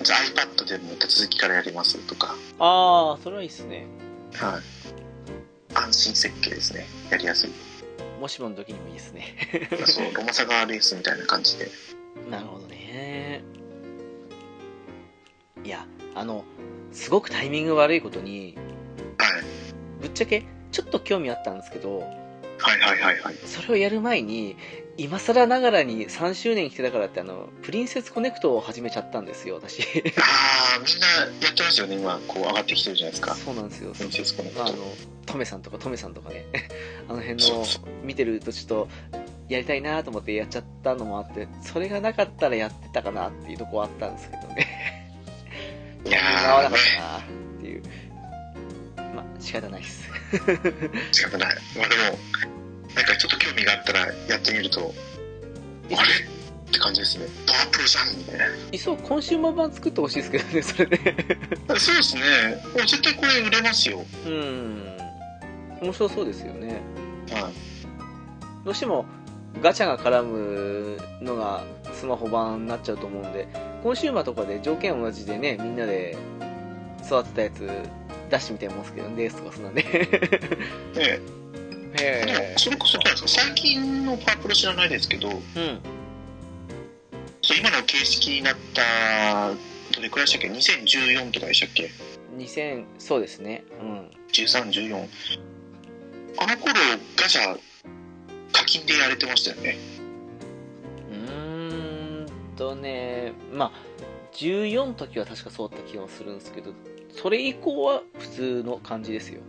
B: じゃあ iPad でも手続きからやりますとか、
A: ああそれはいいっすね
B: はい、安心設計ですねやりやすい
A: もしもの時にもいいですね
B: そうロマサガーレースみたいな感じで
A: [laughs] なるほどねいやあのすごくタイミング悪いことに
B: はい
A: ぶっちゃけちょっと興味あったんですけど、
B: はいはいはいはい
A: それをやる前に今更ながらに3周年来てたからってあのプリンセスコネクトを始めちゃったんですよ私
B: ああみんなやってますよね今こう上がってきてるじゃないですか
A: そうなんですよ
B: プリンセスコネク
A: まああ
B: ト
A: のトメさんとかトメさんとかねあの辺
B: そ
A: の
B: うそ
A: 見てるとちょっとやりたいなと思ってやっちゃったのもあってそれがなかったらやってたかなっていうとこはあったんですけどね
B: いや
A: 合わな
B: ー
A: か
B: ね
A: ったなっていうまあ仕方ないです
B: 仕方ないまあでもなんかちょっと興味があったらやってみるとあれって感じですねパワープロじゃんみたいない
A: っそコンシューマー版作ってほしいですけどねそれね
B: そうですねもう絶対これ売れますよ
A: うん面白そうですよね
B: はい
A: どうしてもガチャが絡むのがスマホ版になっちゃうと思うんでコンシューマーとかで条件同じでねみんなで育てたやつ出してみたいもんですけどレースとかそんなんで
B: ねでも
A: へ
B: それこそどうなんですか最近のパワープロ知らないですけど
A: えうん
B: そう今の形式になったどれくらいでしたっけ2014とかでしたっけ
A: 2000そうですねうん
B: 1314あの頃ガチャ課金でやれてましたよね
A: うーんとねまあ14の時は確かそうだった気がするんですけどそれ以降は普通の感じですよ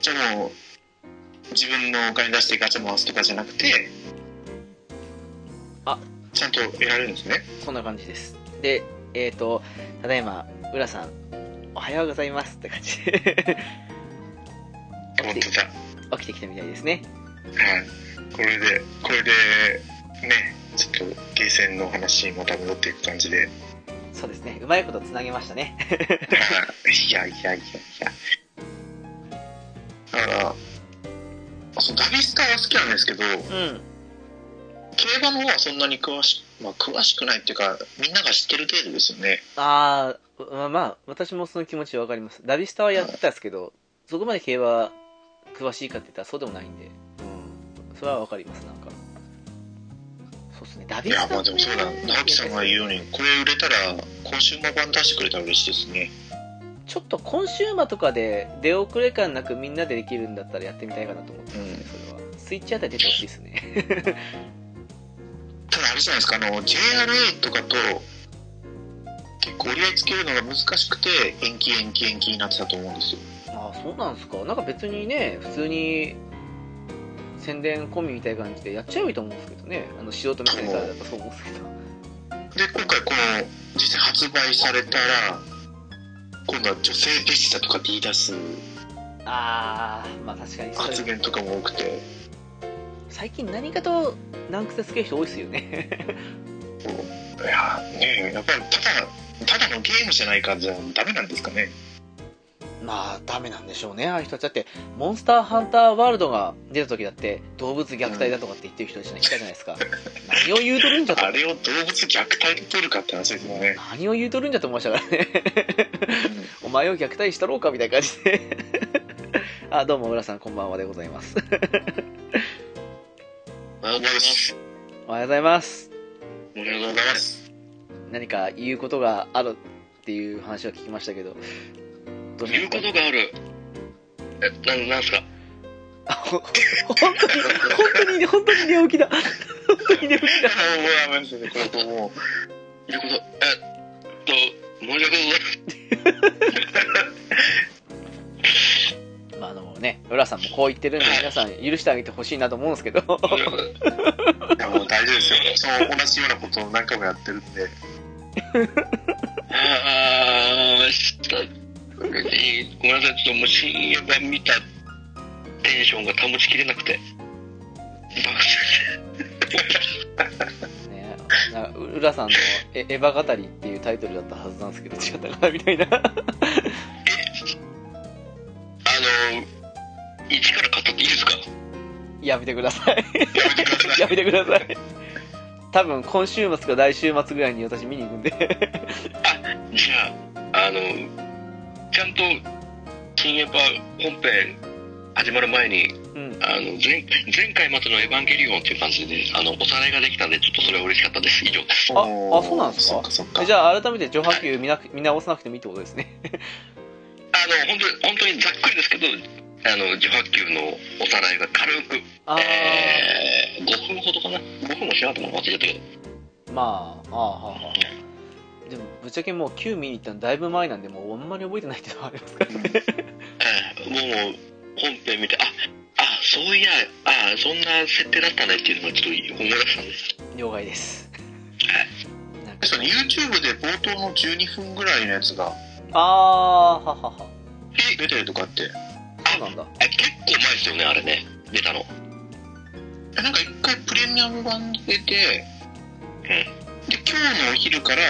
B: じゃあもう自分のお金出してガチャ回すとかじゃなくて
A: あ
B: ちゃんと得られるんですね
A: そんな感じです。で、えっ、と、ただいま、浦さん、おはようございますって感じ [laughs] で
B: 思ってた
A: 起きてきたみたいですね。
B: はいこれでこれでねちょっとゲーセンの話にまた戻っていく感じで
A: そうですね。うまいことつなげましたね。
B: いやいやいやいや。だから、そのダビスタは好きなんですけど、
A: うん。
B: 競馬の方はそんなに詳し,、まあ、詳しくないっていうか、みんなが知ってる程度ですよね。
A: [laughs] あー、まあ、まあ、私もその気持ちわかります。ダビスタはやってたんですけど、そこまで競馬詳しいかって言ったらそうでもないんで、うん。それはわかります、なんか。そうですね。ダ
B: い
A: ビス
B: や、
A: タ
B: まあでもそうだ、直樹さんが言うように、これ売れたら、コンシューマー版出してくれたら嬉しいですね。
A: ちょっとコンシューマーとかで出遅れ感なくみんなでできるんだったらやってみたいかなと思ってますね、それは。スイッチあたり出てほしいですね。
B: ただあれじゃないですか、あの、JRA とかと、結構折り合いつけるのが難しくて、延期延期延期になってたと思うんですよ。
A: ああ、そうなんですか。なんか別にね、普通に宣伝込みみたいな感じでやっちゃえばいいと思うんですけどね。あの、素人目線からだとそう思うんですけど。
B: で今回この実際発売されたら今度は女性デジタとか言い出す
A: ああ、まあ確かにそれ
B: 発言とかも多くて
A: 最近何かと難癖つける人多いですよね。
B: いやねえやっぱりただただのゲームじゃないからじゃダメなんですかね
A: [laughs] まあダメなんでしょうねああいう人たちだってモンスターハンターワールドが出た時だって動物虐待だとかって言ってる人たちがいたじゃない [laughs] ですか何を言うとるんじゃと
B: あれを動物虐待で取るかって話ですよね。
A: 何を言うとるんじゃと思いましたからね [laughs] お前を虐待したろうかみたいな感じで [laughs] あどうも浦さんこんばんはでございます
B: おはようございます。
A: おはようございます
B: おはようございます。
A: 何か言うことがあるっていう話は聞きましたけどどうし
B: 言う
A: ま
B: こ
A: す
B: と
A: か
B: がある。え、なんなんすか
A: あほほ本当に本当に本当に寝起きだ本当に寝起きだ
B: もうやめますね、これともう。言うこと、えっと、申し訳ございま
A: まああのね、浦さんもこう言ってるんで、皆さん許してあげてほしいなと思うんですけど、
B: いやもう大丈夫ですよ。そう同じようなことを何回もやってるんで。ああ、ちょっと、ごめんなさい、ちょっともう深夜版見たテンションが保ちきれな [laughs] くて。
A: ね、な浦さんのエエヴァ語りっていうタイトルだったはずなんですけど、違ったかなみたいな。 [laughs]
B: あの、一から語っていい [laughs] ですか
A: やめてください。 [laughs] やめてください。多分今週末か来週末ぐらいに私見に行くんで。
B: じゃあ、あの、ちゃんと、新エヴァ本編始まる前に、
A: うん。
B: あの前前回までの「エヴァンゲリオン」っていう感じであのおさらいができたんでちょっとそれは嬉しかったです以上です
A: ああそうなんですか
B: そっそっか
A: えじゃあ改めて上波球見なく見直さなくてもいいってことですね。
B: あの本当に本当にざっくりですけどあの受発球のおさらいが軽く、
A: あー、
B: えー、5分ほどかな5分もしなかったのか忘れちゃったけど
A: まあ、ああ、はあ、はあ。でもぶっちゃけもう9見に行ったのだいぶ前なんで、もうあんまり覚えてないっていうのはありますからね。
B: えーもう本編見てああそういやあそんな設定だったねっていうのがちょっと思い出したんです
A: 了解です。なんか
C: 確かに YouTube で冒頭の12分ぐらいのやつが
A: あーははは
C: 出たりとかって
A: そうなんだ
B: あ結構前ですよねあれね出たの
C: えなんか一回プレミアム版出て、
B: ん
C: で今日のお昼から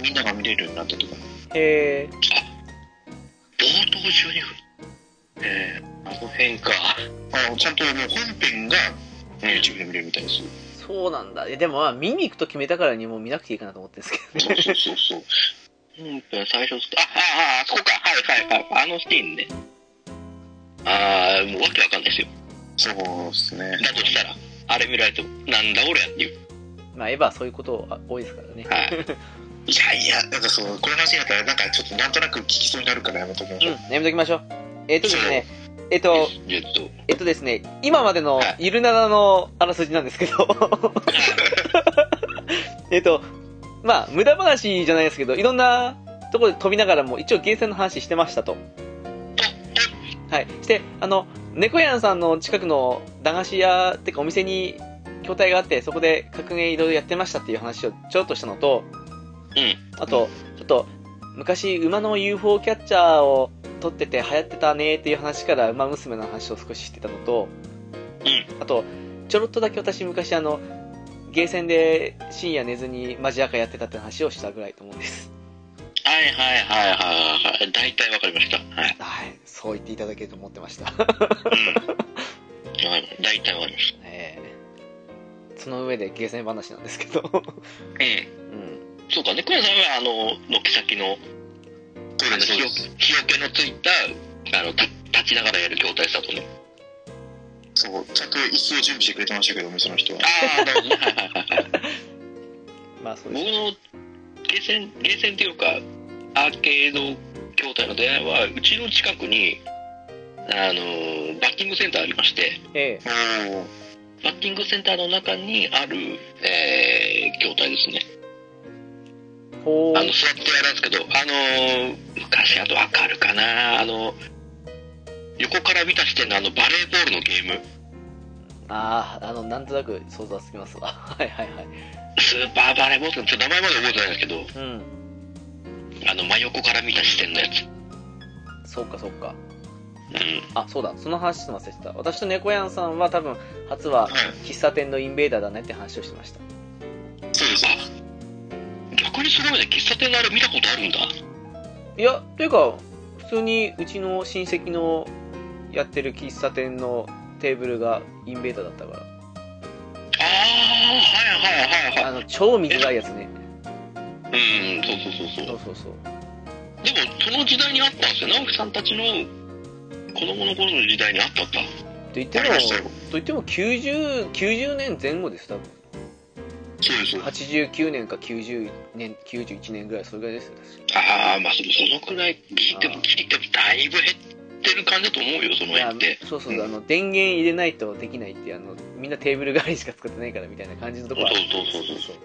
C: みんなが見れるようになったとか
A: へえ
B: 冒頭12分えー、あの辺か
C: あのちゃんともう本編が YouTube で見れるみたいですよ
A: そうなんだえでもまあ見に行くと決めたからにもう見なくていいかなと思ってるんですけど
C: そ
A: ね
C: うそうそうそう
B: 本編最初ああああそこかはいはいはいあのシーンねああもうわけわかんないですよ
C: そうですね
B: だとしたらあれ見られてもなんだ俺やっていう
A: [laughs] まあエヴァはそういうことが多いですからね
B: はい
C: いやいやなんかそうこの話になったらなんかちょっとなんとなく聞きそうになるからやめときま
A: [laughs] う
C: しょう、
A: んやめときましょうえっ、とですねえっ、と
B: ジェット
A: えっ、とですね今までのゆるななのあらすじなんですけどえっとまあ無駄話じゃないですけどいろんなところで飛びながらも一応ゲーセンの話してましたとはい、してあの猫やんさんの近くの駄菓子屋ってかお店に筐体があってそこで格ゲーいろいろやってましたっていう話をちょろっとしたのと、
B: う
A: あとちょっと昔馬の UFO キャッチャーを撮ってて流行ってたねっていう話から馬娘の話を少ししてたのと、あとちょろっとだけ私昔あのゲーセンで深夜寝ずにマジアカやってたって話をしたぐらいと思うんです
B: はいはいはいはいはい大体わかりましたはい、
A: はいそう言っていただけると思ってました
C: [laughs]
B: うん、わかりました大体わかりまし
A: [laughs] ええその上でゲーセン話なんですけど、 [laughs]
B: た
A: う、
B: うんそうかねこれさんはあの軒先の
C: そうですそう
B: 日よ
C: です
B: 日よけのついたあのた立ちながらやる筐体したとね
C: そうちゃんと椅子を準備してくれてましたけどお店の人は
B: ああなるほどねはいはいはいはい
A: まあ
B: [laughs]
A: そう
B: 僕
A: です
B: のゲーセンゲーセンっていうかアーケード筐体の出会いはうちの近くにあのバッティングセンターありまして
A: ええ
C: おお
B: バッティングセンターの中にある、えー、筐体ですね
A: ほう
B: あの座ってやるんですけどあのー昔あとわかるかなあの横から見た視点のあのバレーボールのゲーム
A: あああのなんとなく想像はつきますわ [laughs] はいはいはい
B: スーパーバレーボールって名前まで覚えてないんですけど
A: うん
B: あの真横から見た視点のやつ
A: そうかそうか
B: うん
A: あそうだその話して忘れてた私と猫やんさんは多分初は
C: はい
A: 喫茶店のインベーダーだねって話をしてました
C: そうです
B: あ逆にすごいね喫茶店のあれ見たことあるんだ
A: いやというか普通にうちの親戚のやってる喫茶店のテーブルがインベーダーだったか
B: ああ、はいはいはい
A: らあの超水がいやつね
B: はい。うん、そうそうそうそ。
A: そううそうそう
B: でも、その時代にあったんですよ。直樹さんたちの子供の頃の時代にあったった。
A: と言って
B: あ
A: も
B: りましたよ
A: と。言っても 90, 90年前後です多分
B: そうです。
A: 89年か90年91年ぐらいそれぐらいですよ確か
B: ああ、まあ、そそのくらい、ギリでもギリでもだいぶ減ってる感じだと思うよ、その
A: いや
B: 辺って。
A: そうそうう、
B: ん
A: あの電源入れないとできないっていうあのみんなテーブル代わりしか使ってないからみたいな感じのとこは
B: そうそうそう
A: そう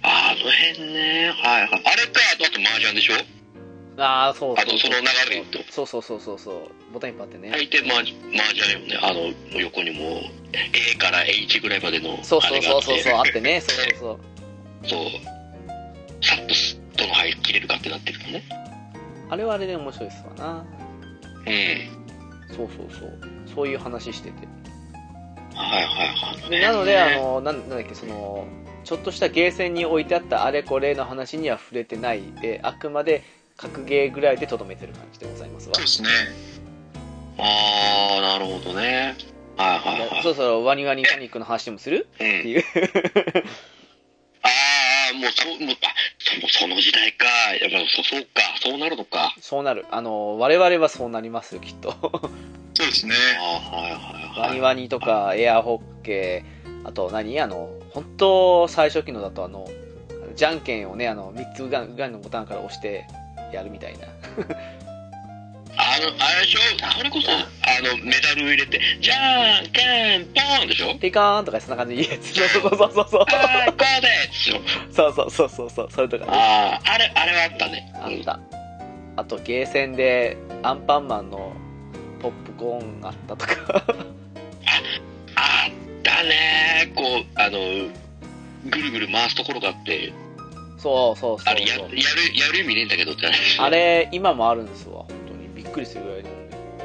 B: ああ、その辺ね。はいはい。あれか、あと、あと麻雀でしょ
A: ああそうそう
B: あとその流れで言う
A: そうそうそうそうそうボタンいっぱいあってね、
B: 大抵麻麻雀よね。あの、横にもう、A から H ぐらいまでの、
A: そう
B: あ
A: そ
B: れ
A: う
B: があ
A: そうそ
B: っ
A: う
B: て
A: そうあってねそうそうそう
B: そう。サッとスッとの入り切れるかってなってるからね。
A: あれはあれで面白いですわな
B: うん。
A: そうそうそうそういう話してて
B: はいはいはい。
A: でなのであのなんなんだっけそのちょっとしたゲーセンに置いてあったあれこれの話には触れてないであくまで格ゲーぐらいでとどめてる感じでございますわ
C: そうですね。
B: ああ、なるほどね。はいはい
A: いや
B: は
A: そろそろワニワニパニックの話でもする
B: い。
A: って
B: うん。
A: いう
B: あ [laughs] あ、もうそう、もう、あ、そその時代か。やっぱそそうか。そうなるのか。
A: そうなるあの我々はそうなりますよきっと
C: そうですね。
B: ああ、はいはい
A: ワ
B: は
A: ニ
B: い。
A: ワニとかエアホッケーあと何あの本当最初期のだとあのじゃんけんをねあの3つぐらいぐらいのボタンから押してやるみたいな
B: あの、あれでしょそれこそ、あの、メダル入れて、じゃんけんぽんでしょ
A: ピカーンとかそんな感じでいいやつそうそうそうそう
B: ああ、こうですよ。
A: そうそうそうそうそうそれとかね
B: ああ、あれ、あれはあったね。
A: あったあとゲーセンでアンパンマンのポップコーンあったとか
B: あったねこうあのぐるぐる回すところがあって
A: そうそうそうそう
B: あれややるやる意味ねえんだけどって話
A: あれ今もあるんですわ本当にびっくりするぐらいの、ね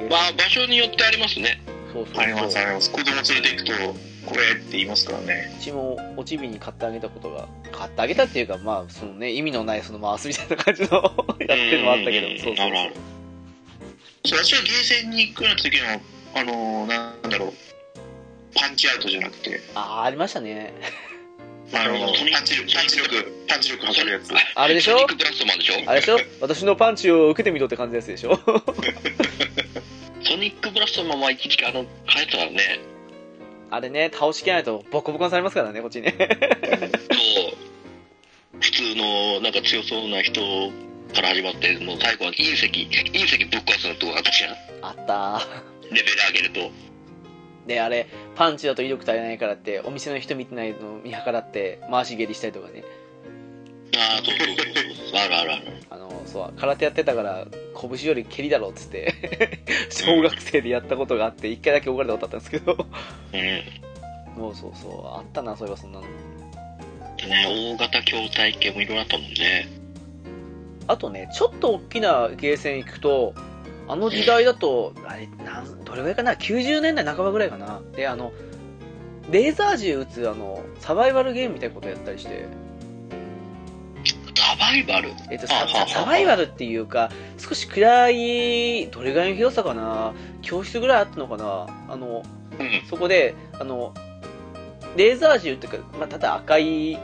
B: まあ場所によってありますね
A: そうそうそう
C: ありますあります。子供連れて行くと、これって言いますからね。
A: うちもおちびに買ってあげたことが買ってあげたっていうかまあそのね意味のないその回すみたいな感じのやってるのもあったけど
B: うん
A: そうそう
B: あるある
C: そう私はゲーセンに行くような時の、あのー、なんだろう、パンチアウトじゃなくて、
A: ああありましたね
C: あの
B: なるほど
C: ー、パンチ力、パンチ力、パンチ力測るやつ。
A: あれでしょ
B: ソニックブラストマンでしょ
A: あれでしょ私のパンチを受けてみろって感じのやつでしょ
B: ソニックブラストマンは一時期あの流行ってたからね
A: あれね倒しきらないとボコボコにされますからねこっちね
B: そう普通のなんか強そうな人から始まってもう最後は隕石隕石ぶっ壊すのとこがあったじゃん
A: あった
B: レベル上げると
A: であれパンチだと威力足りないからってお店の人見てないのを見計らって回し蹴りしたりとかね
B: ああそうそうそうそうあるあるある
A: あのそう空手やってたから拳より蹴りだろっつって [laughs] 小学生でやったことがあって一回だけ怒られたことあったんですけど
B: うん
A: もうそうそうあったなそういえばそんなの
B: ね、大型筐体系もいろいろあったもんね。
A: あとねちょっと大きなゲーセン行くとあの時代だとあれなんどれぐらいかな90年代半ばぐらいかなであのレーザー銃撃つあのサバイバルゲームみたいなことやったりして、
B: サバイバル
A: えっと、
B: は
A: サ
B: あはあはあ
A: サバイバルっていうか少し暗いどれぐらいの広さかな教室ぐらいあったのかなあの
B: うん。
A: そこで、あの、レーザー銃っていうか、まあ、ただ赤い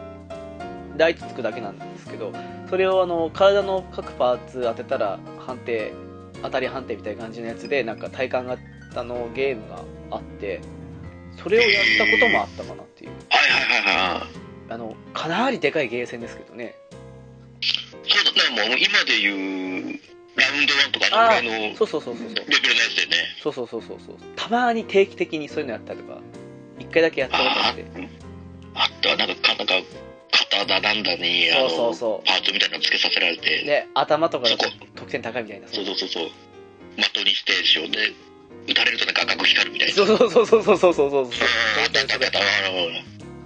A: ライトつくだけなんですけど、それをあの、体の各パーツ当てたら判定、当たり判定みたいな感じのやつで、なんか体感型のゲームがあって、それをやったこともあったかなっていう。
B: はいはいはいはい。
A: あの、かなりでかいゲーセンですけどね。
B: そうだね、もう今でいう、ラウンドワンとかあのぐらいのレ
A: そうそうそうそうそう。
B: ベルのやつでね。
A: そうそうそうそうそう。たまに定期的にそういうのやったりとか、一回だけやったことあ
B: あ
A: っ
B: ー
A: て。
B: あ、あったわなんか、なんか、肩だなんだに、あ
A: そ
B: の、
A: うそうそ
B: パーツみたいなのつけさせられ
A: う。
B: て、
A: で、頭とかだと
B: そ
A: 得点高いみたいな。
B: そうそうそうそう、的にしてでしょ。で、撃たれるとなんか赤く光るみたいな。
A: そう
B: う。
A: そうそうそうそうそうそうそう
B: あったあったあったあった。わわわ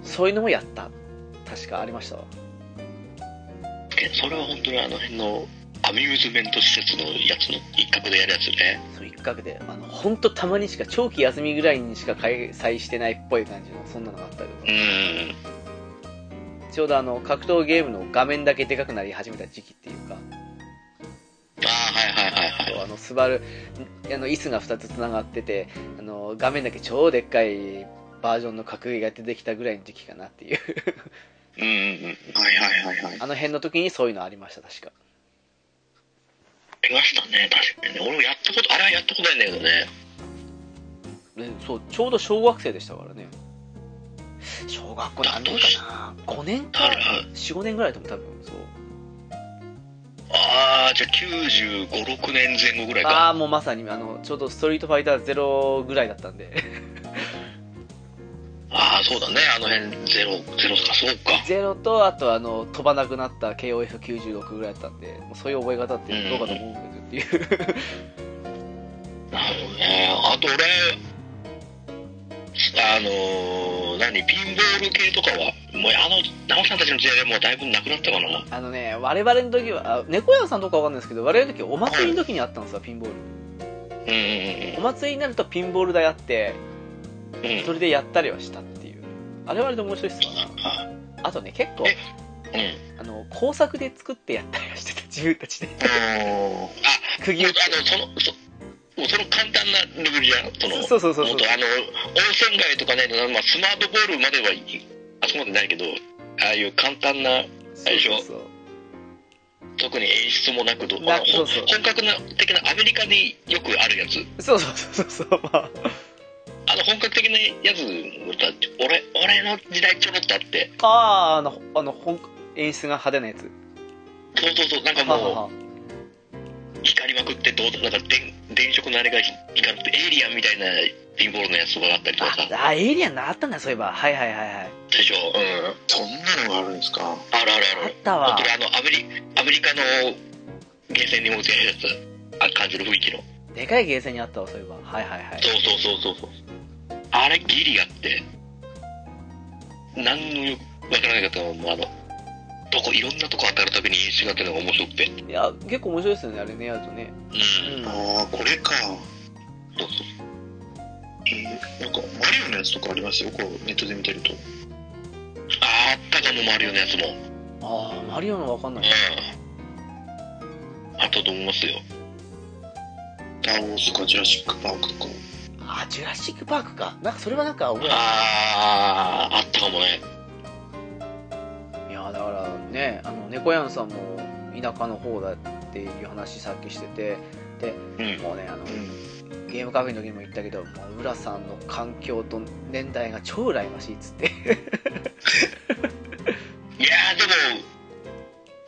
A: そういうのもやった確かありましたわ
B: えそれは本当にあの辺の、アミューズメント施設のやつの一角でやるやつね。
A: そう一角であの本当たまにしか長期休みぐらいにしか開催してないっぽい感じのそんなのがあったり
B: う
A: とか
B: ん。
A: ちょうどあの格闘ゲームの画面だけでかくなり始めた時期っていうか
B: ああ、はいはいはいはい
A: あのスバルあの椅子が2つつながっててあの画面だけ超でっかいバージョンの格ゲーが出てきたぐらいの時期かなっていう
B: うんうんうん
C: はいはいはいはい。
A: あの辺の時にそういうのありました確か
B: 出ましたね確かにね俺もやったことあれはやったことないんだけどね
A: でそうちょうど小学生でしたからね小学校何年かな5年か45年ぐらいだと思う多分そう
B: ああじゃあ9 5 6年前後ぐらいか
A: ああもうまさにあのちょうど「ストリートファイターゼロぐらいだったんで [laughs]
B: ああそうだねあの辺ゼロゼロかそうか
A: ゼロとあとあの飛ばなくなった KOF96 ぐらいだったんでもうそういう覚え方ってどうかと思うんですけどっていう
B: なるほどねあと俺あのー、何ピンボール系とかはもうあの直さんたちの時代でもうだいぶなくなったかな
A: あのね我々の時はあ猫屋さんとかわかんないですけど我々の時お祭りの時にあったんですよピンボール
B: うんうん
A: お祭りになるとピンボール台あって
B: うんうん
A: それでやったりはしたっていうあれはあれで面白いっすよな
B: あ
A: あとね結構
B: えうん
A: あの工作で作ってやったりはしてた自分たちで
B: あ
A: 釘打
B: もう
A: って
B: あのそのそもうその簡単なレベルじゃんそ
A: [laughs]
B: の
A: そうそうそうそ
B: も
A: う
B: っとあの温泉街とかね、まあ、スマートボールまではいあそこまでないけどああいう簡単な
A: そうそうそう
B: 特に演出もなくど
A: な
B: あのほ
A: そうそう
B: 本格な的なアメリカによくあるやつ
A: そうそうそうそう、まあ、
B: あの本格的なやつだって俺俺の時代ちょろっとあって
A: あーあのあの本演出が派手なやつ
B: そうそうそうなんか
A: はは
B: も
A: は
B: う光りまくってどうなんか電電飾のあれが光ってエイリアンみたいなピンボールのやつとかがあったりとかさ
A: ああエイリアンなあったんだそういえばはいはいはいはい
B: でしょうん
C: そんなのがあるんですか
B: あるあるあ
A: あっ
B: る
A: たわ
B: 本当にあのアメリアメリカのゲーセンに持ち上げるやつあ感じる雰囲気の
A: でかいゲーセンにあったわそういえばはいはいはい
B: そうそうそうそうそうあれギリやって何のよくわからなかったのもうあのどこいろんなとこ当たるたびに演出があってのが面白くて
A: いや結構面白いですよねあれねやるとね
B: うん
A: うん
C: ああ、これか。
B: そうそう
C: えーなんか、マリオのやつとかありますよ。こう、ネットで見てると。
B: ああったかもマリオのやつも
A: ああマリオのわかんない
B: うんあったと思いますよ
C: ター・ウォーズか、ジュラシック・パークか。
A: あージュラシック・パークかなんかそれはなんか覚え
B: あああったかもね
A: いやだからねあの猫やんさんも田舎の方だっていう話さっきしててで、
B: うん
A: もうねあの
C: うん。
A: ゲームカフェの時にも言ったけどもう浦さんの環境と年代が超羨ましいっつ
B: [laughs]
A: って
B: いやーでも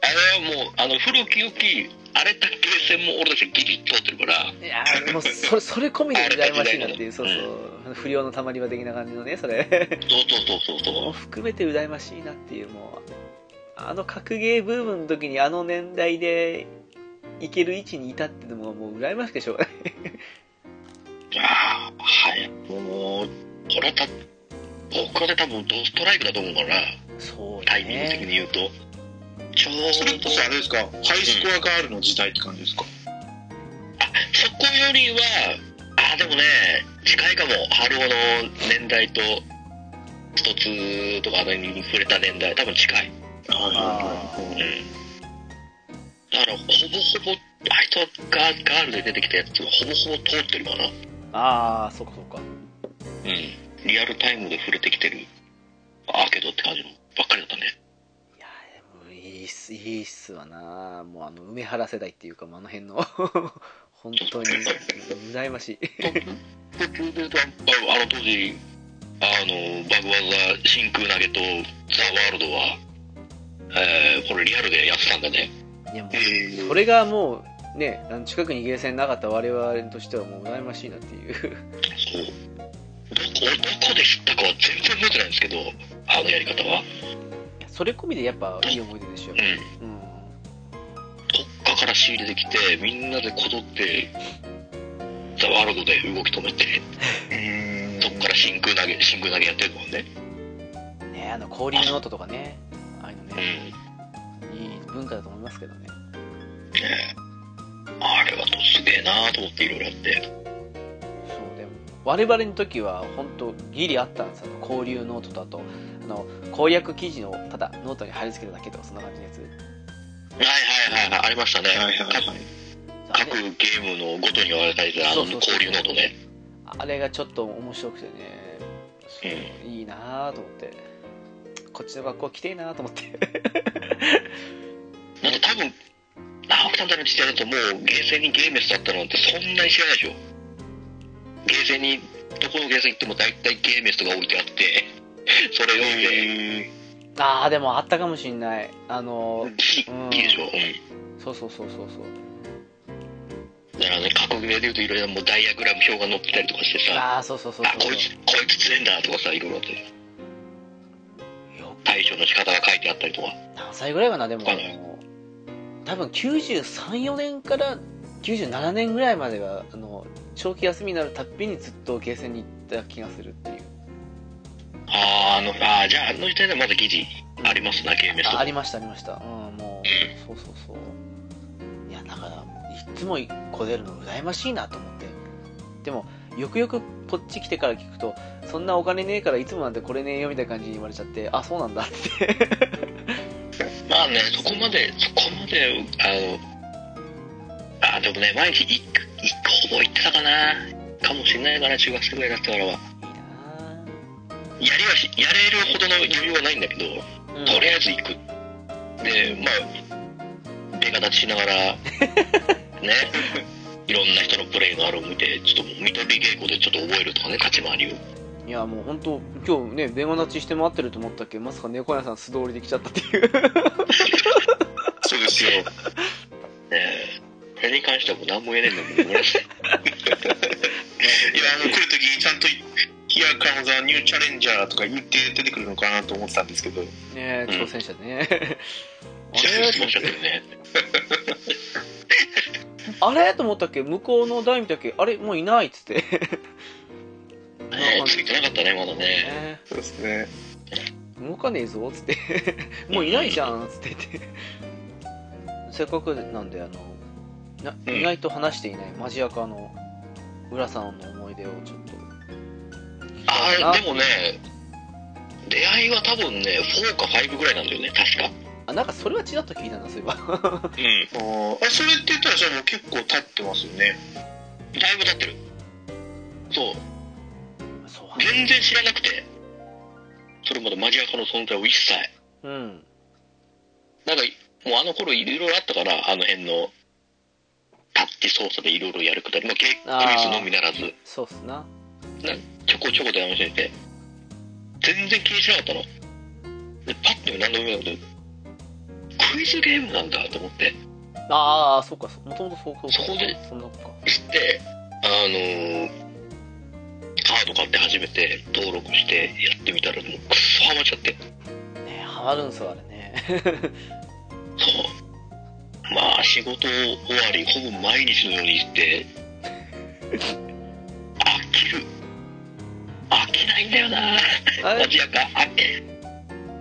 B: あれはもうあの古き良き荒れたゲーセンも俺たちギリ通ってるから
A: いやーもうそれそれ込みで羨ましいなっていうそうそう不良のたまり場的な感じのねそれ
B: そうそうそうそう
A: も
B: そう
A: 含めて羨ましいなっていうもうあの格ゲーブームの時にあの年代でいける位置にいたってのももう羨ましくてしょうがない
B: うああはいもうこれはた僕はね多分ドストライクだと思うから
A: そう
B: タイミング的に言うと、ちょう
C: それこ
B: ど
C: そあれですか、ハイスコアガールの時代って感じですか。
B: そこよりはああでもね近いかも春尾の年代とスト2とかあの辺に触れた年代多分近い
C: はい
B: うん
C: はいはい。
B: だからほぼほぼあいつはガーガールで出てきたやつはほぼほぼ通ってるかな
A: ああそっかそっか
B: うんリアルタイムで触れてきてるアーケードって感じのばっかりだったね
A: いやーでもいいっすいいっすわなもうあの梅原世代っていうかもうあの辺の [laughs] 本当に羨ましい
B: 途中でああの当時あのバグ技真空投げとザ・ワールドは、えーこれリアルでやってたんだね
A: いやも
C: え
A: う
C: ー
A: それがもうねあの近くにゲーセンなかった我々としてはもう羨ましいなっていう
B: そうどこどこで知ったかは全然覚えてないんですけどあのやり方は
A: それ込みでやっぱいい思い出でしょ
B: うん
A: うん
B: どっかから仕入れてきてみんなでこぞってザ・ワールドで動き止めて
C: うん
B: どっから真空投げ真空投げやってるもんね
A: ねあの氷のノートとかねああいうの
B: う
A: ね
B: ん
A: いい文化だと思いますけどね
B: ねあれはすげえなと思っていろいろあって
A: そうでも我々の時は本当ギリあったんですよ交流ノートとあとあの公約記事のただノートに貼り付けただけとかそんな感じのやつ
B: はいはいはいはいありましたね
C: はいはいはい。
A: あ
B: 各ゲームのごとに分かれてたあの
A: そうそうそう
B: 交流ノートね
A: あれがちょっと面白くてねそういいなぁと思ってこっちの学校来てえなぁと思って
B: だって多分直樹さんたちの時代だともうゲーセンにゲームスだったのってそんなに知らないでしょゲーセンにどこのゲーセン行っても大体ゲームスとか置いてあって [laughs] それ読んで
C: へ
A: ああでもあったかもしんないあのうん
B: いいでしょ、うん
A: そうそうそうそうそう
B: だからね格ゲーでいうといろいろもうダイヤグラム表が載ってたりとかしてさあ
A: ああそうそうそうそう
B: こいつこいつ強いんだとかさいろいろあって
A: よ
B: 対処の仕方が書いてあったりとか
A: 何歳ぐらいかなでも
B: はい
A: 多分934年から97年ぐらいまではあの長期休みになるたっびにずっとゲーセンに行った気がするっていう
B: あーあのあーじゃああの時代ではまだ記事ありますなゲームスと
A: ああ
B: か
A: りましたありましたうんもうそうそうそういやだからいつもこ出るの羨ましいなと思ってでもよくよくこっち来てから聞くとそんなお金ねえからいつもなんてこれねえよみたいな感じに言われちゃってあそうなんだって
B: まあね、そこまで、そこまで、あの、あ、でもね、毎日一個、一個も行ってたかな。かもしれないかな、中学生ぐらいだったからは。や
A: いいな
B: りはし、やれるほどの余裕はないんだけど、
A: ぁ、うん
B: とりあえず行く。で、まあ、出方しなが
A: [laughs]
B: ら、ね、いろんな人のプレイのあるを見て、ちょっと見取り稽古でちょっと覚えるとかね、立ち回りを。
A: いやもう本当今日ね電話立ちして待ってると思ったっけまさか猫屋さん素通りできちゃったって [laughs] いう
C: そうですよ。
B: ねそれに関してはもう何も言えねえんだ
C: [laughs]
B: もんね。
C: いや、あの、来るときにちゃんと、ヒアカムザニューチャレンジャーとか言って出てくるのかなと思ってたんですけど、
A: ねえ
B: うん
A: 挑戦者でね
B: 失礼しましたけどね。
A: [laughs] あれと思ったっけ向こうの台見たっけあれもういないっつって
B: ねついてなかったね、まだね。
A: ね
C: そうですね。
A: 動かねえぞっつって [laughs] もういないじゃんっつって言ってせっかくなんであのな
C: うん
A: 意外と話していないマジアカの浦さんの思い出をちょっと
B: あれでもね出会いは多分ね4か5ぐらいなんだよね確か
A: あなんかそれはちらっと聞いたなそういえば
B: うん
C: あーあ、それって言ったら、じゃあもう結構経ってますよね。
B: だいぶ経ってるそう
A: [laughs] そう
B: 全然知らなくてそれまでマジアカの存在を一切
A: うん
B: なんかもうあの頃いろいろあったからあの辺のタッチ操作でいろいろやるくだりまあゲ
A: あー
B: ークイズのみならず
A: そうっすな
B: ちょこちょことやめてて全然気にしなかったのでパッと見何度も見なかったクイズゲームなんだと思って
A: ああそうかもともとそうそう
B: そこで
A: そんなことか
B: して、あのーカード買って初めて登録してやってみたら、もうくっそハマっちゃって。
A: ねハマるんすよあれね [laughs]
B: そう。まあ、仕事終わり、ほぼ毎日のように行って、飽きる。飽きないんだよな
A: あれ
B: マジやか、飽き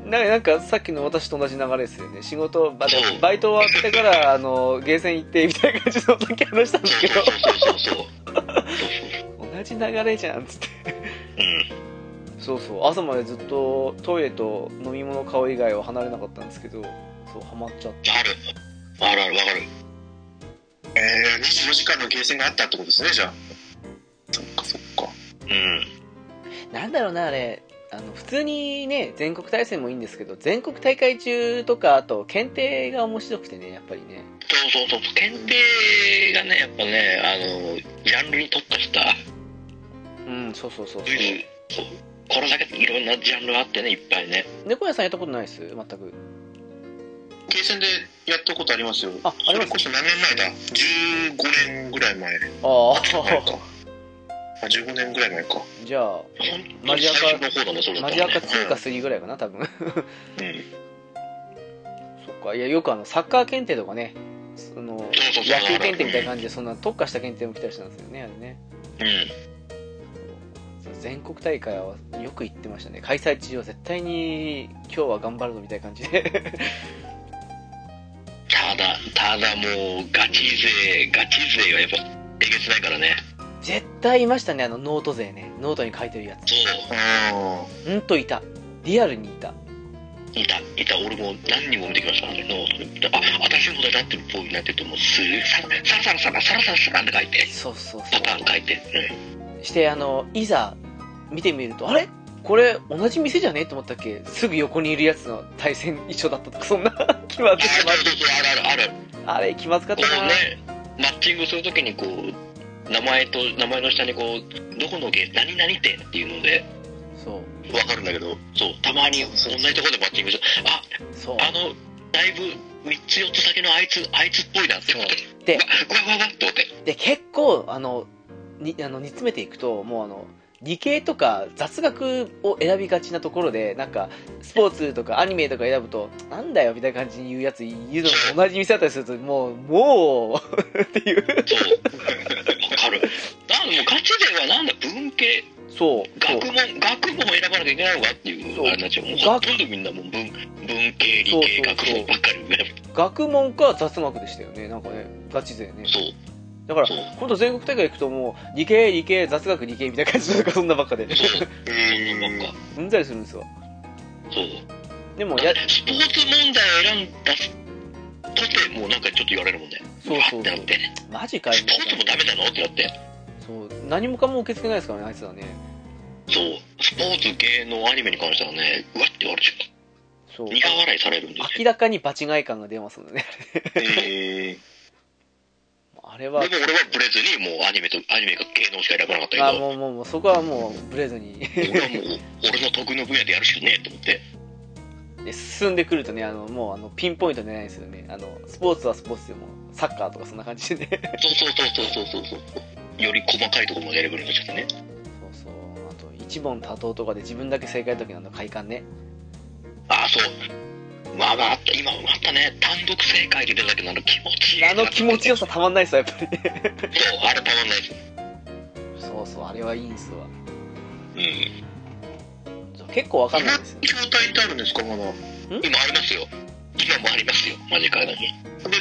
A: なんかなんかさっきの私と同じ流れですよね仕事バで
B: そう
A: バイト終わってからあのゲーセン行ってみたいな感じのさっき話したんですけど
B: そうそうそうそうそう。そうそう
A: 同じ流れじゃんっつって
B: うん。
A: そうそう朝までずっとトイレと飲み物買う以外は離れなかったんですけどそうハマっちゃって
B: ある。あるある、わかる。
C: えー、24時間のゲーセンがあったってことですね、じゃあ。そっかそっか。
B: うん。
A: なんだろうなあれあの普通にね全国大戦もいいんですけど全国大会中とかあと検定が面白くてねやっぱりね
B: そうそうそう。検定がね、やっぱね、あのージャンルに特化した。
A: うんそうそうそうそ
B: クイ
A: う
B: ズそうこれだけいろんなジャンルあってねいっぱいね
A: 猫屋さんやったことないです全く
C: ゲーセンでやったことありますよ。
A: ああり
C: そ
A: ま
C: れ
A: す
C: こそ何年前だ ?15 年ぐらい前。
A: あ
C: 前
A: あ
C: か。あ、15年ぐらい前か。
A: [laughs] じゃあ
B: 本当
A: マ
B: に
A: ジアカ
B: 最初の方だねそれだ
A: マ
B: と
A: ジ
B: ね
A: アカ2か3ぐらいかな多分
C: うん。
A: そっかいやよくあのサッカー検定とかねその野
B: そうそう
A: 球検定みたいな感じでそんな特化した検定も来たりしたんですよねあれね全国大会はよく行ってましたね開催地を絶対に今日は頑張るぞみたいな感じで [laughs]
B: ただただもうガチ勢ガチ勢がやっぱえげつないからね
A: 絶対いましたねあのノート勢ねノートに書いてるやつ
B: そう
C: ああ。
A: うんといたリアルにいた
B: いた、いた、俺も何人も見てきましたね、ノートで。あ、私のことだってるっぽいなって言って、もうすげえ、ささらさらさらさらさらさらって書いて、
A: そうそうそ
B: パ
A: う
B: ターン書いて、
A: [laughs] してあのいざ見てみるとあれこれ同じ店じゃねえと思ったっけすぐ横にいるやつの対戦一緒だったとかそんな気まずい
B: あるあるあるある。
A: あれ気まずかっ
B: こ
A: た
B: う
A: な、
B: ね、マッチングするときにこう、名前と名前の下にこう、どこのゲー、何々店っていうので、
A: そう
B: わかるんだけど、そう、たまに同じところでマッチングして、あ、
A: そう
B: あの、だいぶ3つ4つ先のあいつ、あいつっぽいなって思って、
A: で
B: うわうわうわって思って。
A: で結構あのにあの煮詰めていくともうあの理系とか雑学を選びがちなところでなんかスポーツとかアニメとか選ぶとなんだよみたいな感じに言うやついるのと同じ店だったりするともうもうっていう
B: そう。わかる。なんでもうガチ勢はなんだ、文系、
A: そうそう
B: 学問、学問を選ばなきゃいけないのかってい
A: そう
B: う、あれになっちゃう。もう
A: 学
B: ほとんどみんなもう文、文系、理系、
A: そうそう
B: 学
A: そう
B: 問ばっかり。
A: 学問か雑学でしたよねなんかねガチ勢ね
B: そう、
A: だから
B: そう。
A: 今度全国大会行くともう理系理系雑学理系みたいな感じとかそんなばっかで [laughs]
B: そう。
C: う
B: なん
C: ー
B: か
C: ん、
A: うんざりするんですよ
B: そう。
A: でもや
B: スポーツ問題を選んだとて、もうなんかちょっと言われるもんね。
A: そうそう
B: わってなって。
A: マジかよ
B: スポーツもダメなのってなって。
A: そう何もかも受け付けないですからねあいつらね
B: そう。スポーツ系のアニメに関してはね、うわって言われちゃう。
A: そう
B: 苦笑いされるんです
A: 明
B: よ。
A: らかに場違い感が出ますのでね
C: え
A: あれ
B: でも
A: は
B: 俺はブレずに、もうアニメと、アニメが芸能しか選ばなかったけ
A: あ
B: ど、
A: もうもうもうそこはもうブレずに [laughs]
B: 俺はもう、俺の得意の分野でやるしかねえと思って。
A: で進んでくるとねあのもうあのピンポイントじゃないですよねあのスポーツはスポーツでもサッカーとかそんな感じでね [laughs]
B: そうそうそうそうそうそうそう。より細かいところまで選ぶようになっちゃってね。
A: そうそうあと一問多答とかで自分だけ正解の時のあの快感ね
B: ああ、そう。まあまああった、今もあったね。単独正解で出たけど、あの気持ちいいな
A: あの気持ちよさたまんないっすよやっぱり [laughs] ね
B: そう、あれたまんないです。
A: そうそうあれはいいんすわ
B: うん。
A: そう結構わかんないんですよね
C: [laughs] 今、筐体ってあるんですか、まだ。で、
B: 今ありますよ今もありますよマジカルに
C: どんどん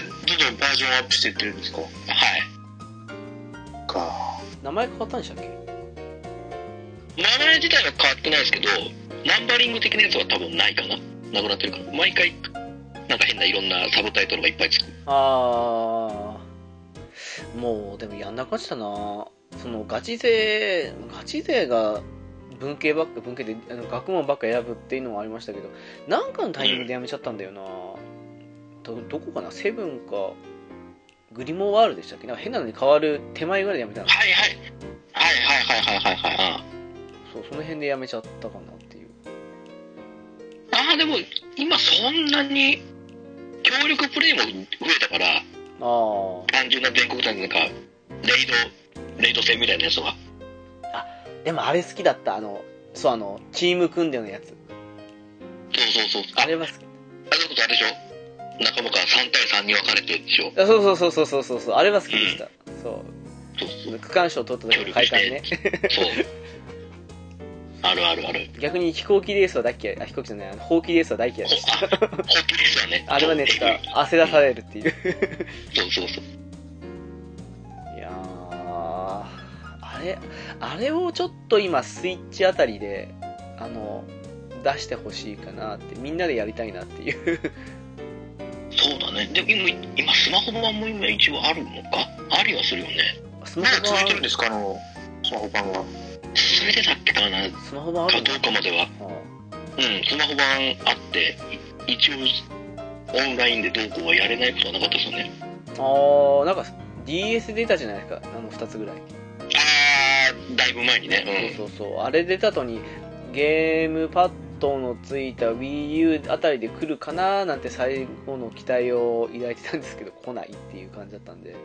C: バージョンアップしていってるんですか。
B: はい
C: か。
A: 名前変わったんでしたっけ
B: 名前自体は変わってないですけどナンバリング的なやつは多分ないかななくなってるから毎回なんか変ないろんなサブタイトルがいっぱいつく
A: あーもうでもやんなかったなそのガチ勢ガチ勢が文系ばっか文系であの学問ばっか選ぶっていうのもありましたけどなんかのタイミングでやめちゃったんだよな、どどこかなセブンかグリモワールでしたっけなんか変なのに変わる手前ぐらいでやめたの
B: はいはいはいはいはいはいはいはい
A: そうその辺でやめちゃったかなっていう
B: ああでも今そんなに協力プレイも増えたから
A: ああ
B: 単純な全国大会なんかレイドレイド戦みたいなやつは
A: でもあれ好きだったあのそうあのチーム組んでのやつ
B: そうそうそうあ
A: あ
B: れ
A: れは好き
B: あれのことあれでしょ仲間から3対3に分かれてるでしょ
A: あそうそうそうそうそうそうそうあれは好きでした、そう区間賞取った時の快感ね
B: そう。あるある
A: [laughs]
B: ある。
A: 逆に飛行機レースは大嫌いあ飛行機じゃないあのほうきレースは大嫌い
B: ほ
A: でし
B: あ、ホッキですよね。
A: たあれはねちょっと汗出されるっていう
B: そうそうそう。
A: いやーあれあれをちょっと今スイッチあたりであの出してほしいかなってみんなでやりたいなっていう
B: そうだね。でも今、今スマホ版も今一応あるのかありはするよね。
A: [laughs] スマ
C: ま
A: ホ
C: だ続いてるん
A: 版
C: ですか、あの、スマホ版は。
B: それでだっけかなか
A: スマホ版あるの
B: どうかまでは。
A: あ
B: うん、スマホ版あって、い一応、オンラインでどうこうはやれないことはなかったですよね。
A: あーなんか DS 出たじゃないですかあの2つぐらい
B: あー、だいぶ前にね。
A: そうそうそうあれ出た後にゲームパッドのついた WiiU あたりで来るかななんて最後の期待を抱いてたんですけど来ないっていう感じだったんで
B: うん。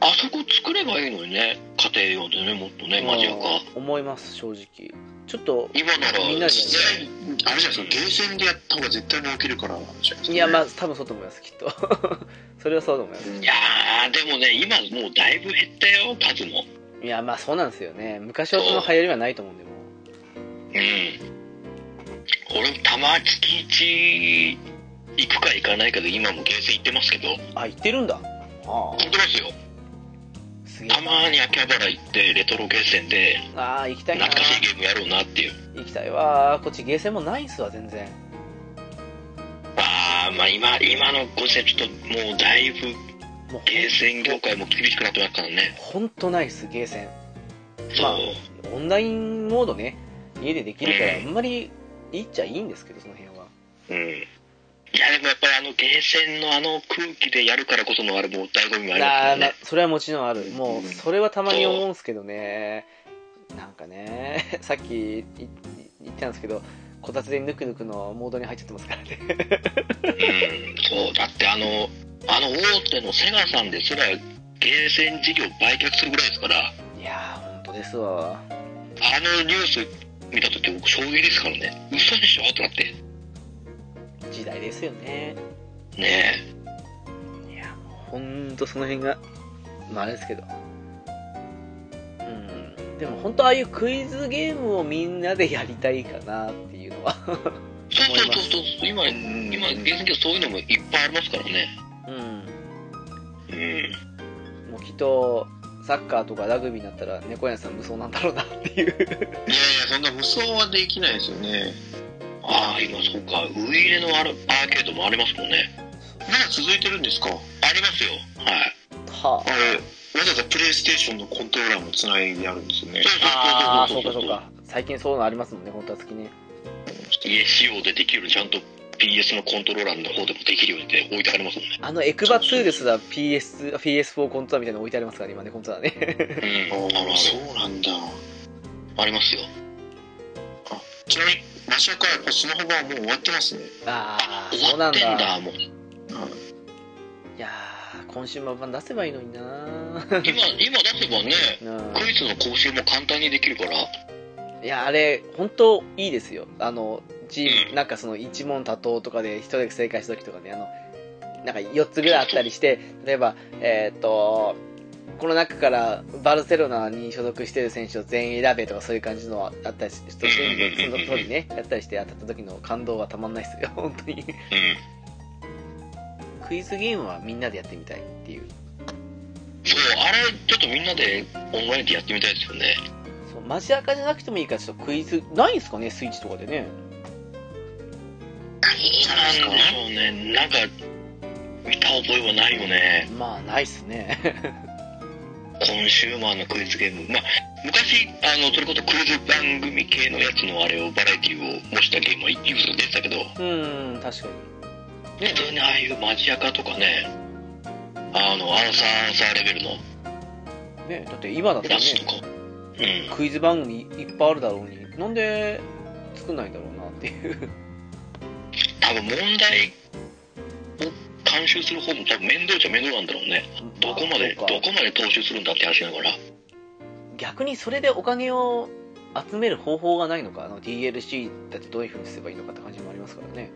B: あそこ作ればいいのにね。家庭用でね、もっとね、マジアカ。
A: うん思います正直ちょっと
B: 今なら、
A: みんなで
C: 実際、あれじゃないですか、ゲーセンでやった方が絶対に起きるから、あれじゃないですか
A: いやまあ多分そうと思いますきっと [laughs] それはそうだと思います
B: いやー、でもね、今もうだいぶ減ったよ、数も。
A: いやまあそうなんですよね昔ほどの流行りはないと思うんでもう
B: うん。俺もたま月1行くか行かないかで今もゲーセン行ってますけど、
A: あ行ってるんだああ
B: 行ってますよ。
A: すげえ
B: たまに秋葉原行って、レトロゲーセンで、
A: ああ行きたいな
B: 懐かしいゲームやろうなっていう。
A: 行きたいわこっちゲーセンもないんすわ全然
C: まあ今今のご時世ちょっともうだいぶ
A: もう
C: ゲーセン業界も厳しくなってますからね
A: ほんとないっすゲーセンま
C: そ
A: あ
C: う
A: オンラインモードね家でできるからあんまりいいっちゃいいんですけどその辺は
C: うんいやでもやっぱりあのゲーセンのあの空気でやるからこそのあれも醍醐味もありま
A: あ
C: すよ
A: あまあ
C: ね
A: それはもちろんあるも
B: うん
A: うそれはたまに思うんすけどねなんかね [laughs] さっきいい言ったんですけどこたつでぬくぬくのモードに入っちゃってますからね
C: うんそうだってあのあの大手のセガさんですらゲーセン事業売却するぐらいですから
A: [laughs] いやーほんとですわ
C: あのニュース見た時僕衝撃ですからね嘘でしょってなって
A: 時代ですよね
C: ね
A: いやもうほんとその辺がまああれですけどうんでもほんとああいうクイズゲームをみんなでやりたいかなっていうのは
C: えそう
A: 思いま
C: そう
A: す
C: そうそう今今ゲーセン業そういうのもいっぱいありますからね
A: うん
C: うん
A: もうきっとサッカーとかラグビーになったら猫屋さん無双なんだろうなっていう
B: いやいや、そんな無双はできないですよね。
C: ああ今そうかウイイレのあるアーケードもありますもんね
B: まだ続いてるんですかあ
C: ありますよはい
A: はあ
B: れ、わざわざプレイステーションのコントローラーもつないであるんですよね。
A: あ [laughs] あそうかそうか最近そういうのありますもんね本当は月ね
C: 家仕様でできるようにちゃんと PS のコントローラーの方でもできるようにって置いてありますもんね
A: あのエクバ2ですら PS PS4 コントローラーみたいなの置いてありますから今ね本当はね [laughs]
C: うんある
B: あ
C: あ
B: あ、そうなんだ。
C: るありますよ
B: ちなみに、マシュアカはやっぱスマホ版はもう終わってますね。
A: ああ [laughs] そう
C: 終
A: な
C: わ
A: ん
C: っ
A: だ
C: てんだもう
A: いやーコンシューマー版出せばいいのにな
C: 今今出せばね
A: [laughs] うん
C: クイズの講習も簡単にできるから
A: いやあれ本当いいですよあのチームなんかその一問多答とかで一人だけ正解した時とかねあのなんか4つぐらいあったりして例えばえーっ、とこの中からバルセロナに所属している選手を全員選べとかそういう感じのあったりしてその通りねやったりして当たった時の感動はたまんないですよ本当に
C: うん
A: クイズゲームはみんなでやってみたいっていう
C: そうあれちょっとみんなでオンラインでやってみたいですよね
A: そうマジアカじゃなくてもいいからちょっとクイズないんすかねスイッチとかでね
C: なんでしょうねなんか見た覚えはないよね
A: まあないっすね
C: コンシューマーのクイズゲームまあ昔あのそれこそクイズ番組系のやつのあれをバラエティを模したゲームはいくつか出てたけど
A: うん確かに
C: 普通にああいうマジアカとかねあのアンサーアンサーレベルの
A: ねだって今だった
C: や
A: らね
C: つとかうん
A: クイズ番組いっぱいあるだろうになんで作んないんだろうなっていう
C: 多分問題を監修する方も多分面倒っちゃ面倒なんだろうねどこまで
A: まあ
C: ど
A: そうか
C: こまで踏襲するんだって話だから
A: 逆にそれでお金を集める方法がないのかあの DLC だってどういうふうにすればいいのかって感じもありますからね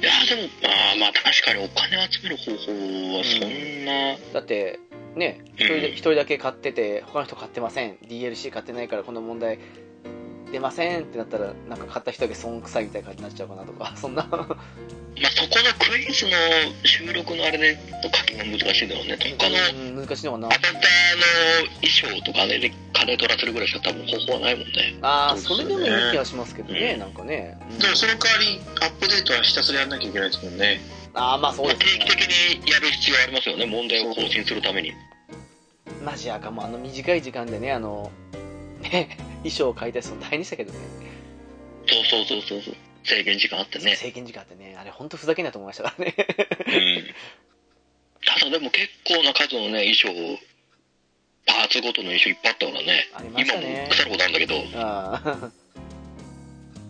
C: いやーでもあーまあ確かにお金集める方法はそんな、
A: だってね一人で一人だけ買ってて他の人買ってません DLC 買ってないからこの問題出ませんってなったらなんか買った人だけ損臭いみたいな感じになっちゃうかなとか [laughs] そんな
C: まあ、そこのクイズの収録のあれで書きが難しいだろうね他の
A: うん難しいのかな
C: アバターの衣装とかねで金取らせるぐらいしか多分方法はないもんね
A: ああそ
B: そ
A: うれ
B: です
A: で
B: よ
A: も
B: ね
A: いい気がしますけどね、
C: うん
A: なんかね、うん
B: でもその代わり、アップデートはひたすらやんなきゃいけないですもんね。
A: ああまあそう
C: まあ
A: です
C: 定
A: ね
C: 期的にやる必要ありますよね問題を更新するために
A: マジアカもあの短い時間でねあのね [laughs] 衣装を買い出すの大変でしたけどね
C: そうそうそうそうそう制限時間あってね
A: 制限時間ってねあれ本当ふざけんなと思いました [laughs] からね
C: [laughs] うんただでも結構な数のね衣装をパーツごとの衣装いっぱいあったからね
A: ありまし
C: 今
A: た
C: も
A: ね
C: 腐ることあるんだけど
A: あ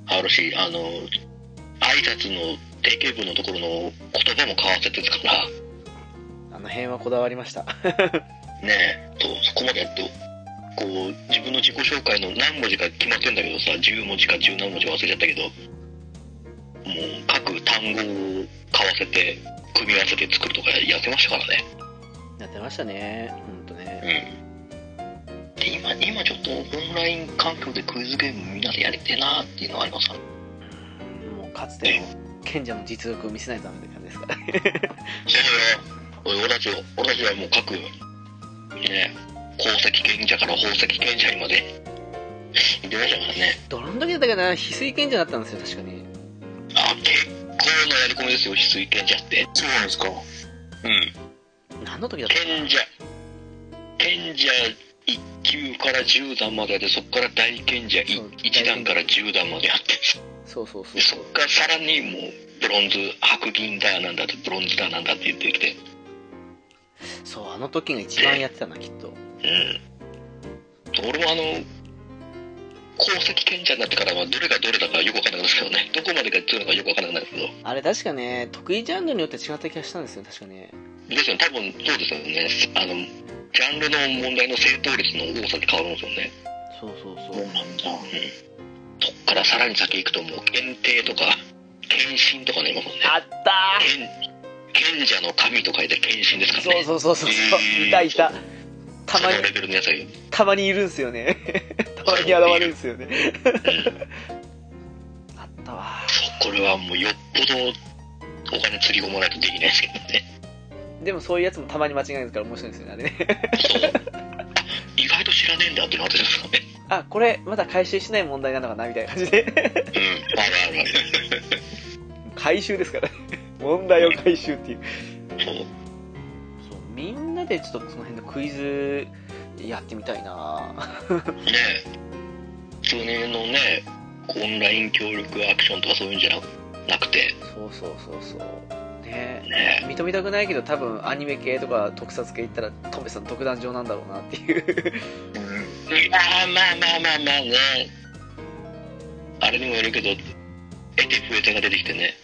C: あるしあの挨拶の定型文のところの言葉も変わっててですから
A: [laughs] ああの辺はこだわりました
C: ねえそうそこまでやっとこう自分の自己紹介の何文字か決まってんだけどさ10文字か10何文字か忘れちゃったけどもう各単語を買わせて組み合わせて作るとかやってましたからね
A: やってましたね本当ね
C: うんで今今ちょっとオンライン環境でクイズゲームみんなでやりてえなっていうのはありますから
A: もうかつての賢者の実力を見せないとダメって感じですからね [laughs]
C: そうよ俺たちは俺たちはもう各ね鉱石賢者から宝石賢者にまで出ましたからね
A: どの時だったかな翡翠賢者だったんですよ確かに
C: あ結構法のやり込みですよ翡翠賢者って
B: そうなんですか。
C: うん
A: 何の時だったかな
C: 賢者賢者1級から10段まであってそこから大賢者
A: そう
C: 1, 段から10段まであって
A: そうそうそう
C: でそ
A: そう
C: こからさらにもうブロンズ白銀だなんだってブロンズだなんだって言ってきて
A: そうあの時が一番やってたなきっと
C: うん俺もあの功績賢者になってからはどれがどれだかよくわからなくなったけどねどこまでがどれだかよくわからなくなったけど
A: あれ確かね得意ジャンルによって違った気がしたんですよ確かね
C: ですよね多分そうですよねあのジャンルの問題の正答率の多さって変わるんですよね
A: そうそう
B: そ
A: そうう
B: なんだ。
C: そっからさらに先行くともう検定とか検診とかね今もね
A: あった
C: 賢賢者の神と書いて検診ですか
A: ーそ
C: ら
A: う
C: ね
A: そうそうそうそう
C: えー
A: いたいたたまに
C: そのレベルのやつがいる
A: たまにいるんすよ [laughs] ねたまに現れるんすよねあったわ
C: そうこれはもうよっぽどお金つぎ込まないとできないですけどね [laughs]
A: でもそういうやつもたまに間違えるから面白いんですよねあれね [laughs]
C: そう意外と知らねえんだってなってですからね
A: あこれまだ回収しない問題なのかなみたいな感じで [laughs]
C: うんあるあるある
A: 回収ですからね問題を回収っていう
C: そう
A: そうみんなでちょっとその辺のクイズやってみたいな
C: ね普通のねオンライン協力アクションとかそういうんじゃなくて
A: そうそうそうそうね
C: ね
A: 認めたくないけど多分アニメ系とか特撮系行ったらトンペさん独壇場なんだろうなっていう
B: うん。
C: まあまあまあまあまあねあれにもよるけどエティフエテが出てきてね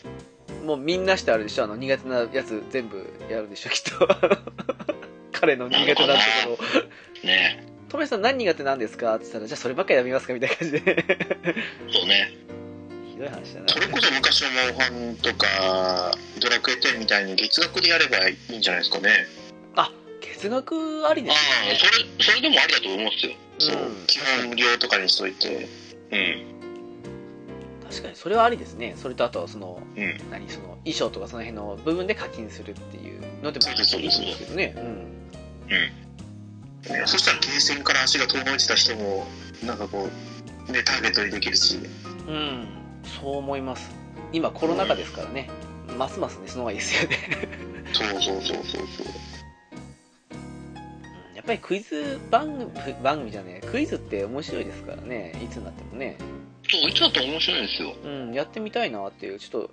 A: もうみんなしてあれでしょあの苦手なやつ全部やるでしょきっと [laughs] 彼の苦手なところを
C: ね
A: 「トンペさん何苦手なんですか?」って言ったら「じゃあそればっかりやめますか」みたいな感じで [laughs]
C: そうね
A: ひどい話だな
B: それこそ昔のモンハンとか、ドラクエ10みたいに月額でやればいいんじゃないですかね。
A: あ月額あり
C: あ
A: です
C: あそれそれでもありだと思うんですよ
B: そう
A: ね、
B: 基本無料とかにしといて。
C: うん
A: うん、確かにそれはありですねそれとあとはその
C: うん
A: 何その衣装とかその辺の部分で課金するっていうのでもいいと思うんですけどね、うん、
B: ねそしたらゲーセンから足が遠のいてた人も、なんかこう、ね、ターゲットにできるし。
A: うん、そう思います今コロナ禍ですからね、ますますねその方がいいですよね
B: そうそうそうそうそう。
A: やっぱりクイズ番組番組じゃねえクイズって面白いですからねいつになってもね、
C: そういつだと面白いんですよ
A: うん、やってみたいなっていうちょっと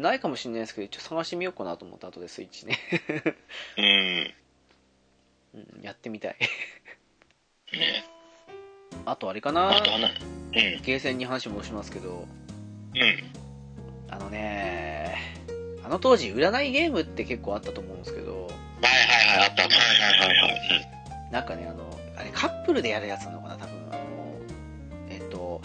A: ないかもしれないですけど一応探してみようかなと思った後でスイッチね、 [laughs]
C: うん
A: うん、やってみたい
C: ね
A: あとあれか
C: あ
A: な
C: とはなうん
A: ゲーセンに話戻しますけど
C: うん
A: あのねあの当時占いゲームって結構あったと思うんですけど
C: はいはいはいあったあったはいはいはいはい
A: なんかね、あの、あれ、カップルでやるやつなのかな、多分あの、えっと、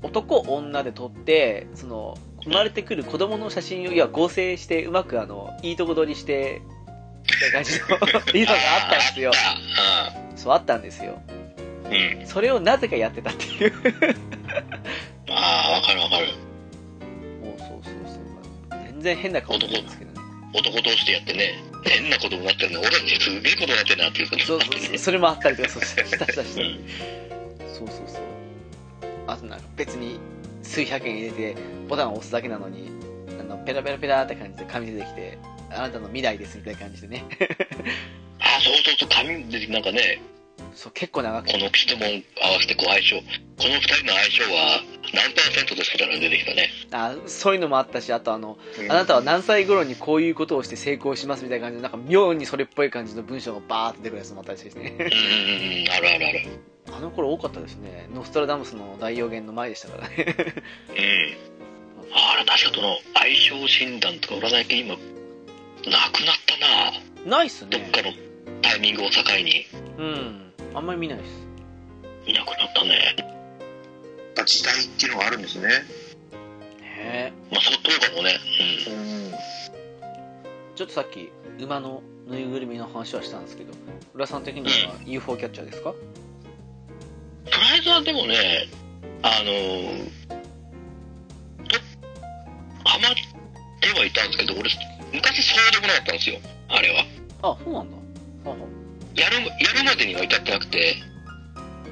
A: 男、女で撮って、その、生まれてくる子供の写真を、いや、合成して、うまく、あの、いいとこ取りして、みたいな感じの、いいのがあったんですよ。
C: あ
A: そう、あったんですよ。
C: ったうんうん
A: それをなぜかやってたって [laughs] いう。
C: ああわかるわかる
A: もう、そうそうそう。全然変な顔してるんですけどね。
C: 男同士でやってね変なことになってるの俺たちすげえことになってるなっていうこと
A: そうそうそう、それもあったりとか、そうしたしたしたした。そうそうそう。あとなんか別に数百円入れてボタンを押すだけなのに、あのペラペラペラって感じで紙出てきて、あなたの未来ですみたいな感じでね。
C: あそうそうそう紙でなんかね
A: そう、結構長く
C: この質問合わせてこう相性この二人の相性は何パーセントですかってのが出てきたね
A: あそういうのもあったし、あとあの、あなたは何歳頃にこういうことをして成功しますみたいな感じで、なんか妙にそれっぽい感じの文章がバーって出てくるやつもあったりしてね。
C: うんうんうんうんあるあるある
A: [laughs] あの頃多かったですね。ノストラダムスの大予言の前でしたからね。
C: うんあら確かその相性診断とか占い系今なくなったな
A: ないっす
C: どっ
A: ね。
C: かのタイミングを境に
A: うん。あんまり見ないっす。
C: いなくなったね
B: やっぱ時代っていうのがあるんですね。
A: ねえ。
C: まあそうかもね
B: うん。
A: ちょっとさっき馬のぬいぐるみの話はしたんですけど浦さん的には UFO キャッチャーですか
C: うんとりあえずはでもねあのーとハマってはいたんですけど俺昔そうでもなかったんですよあれは
A: あそうなんだはは
C: やるやるまでには至ってなくて、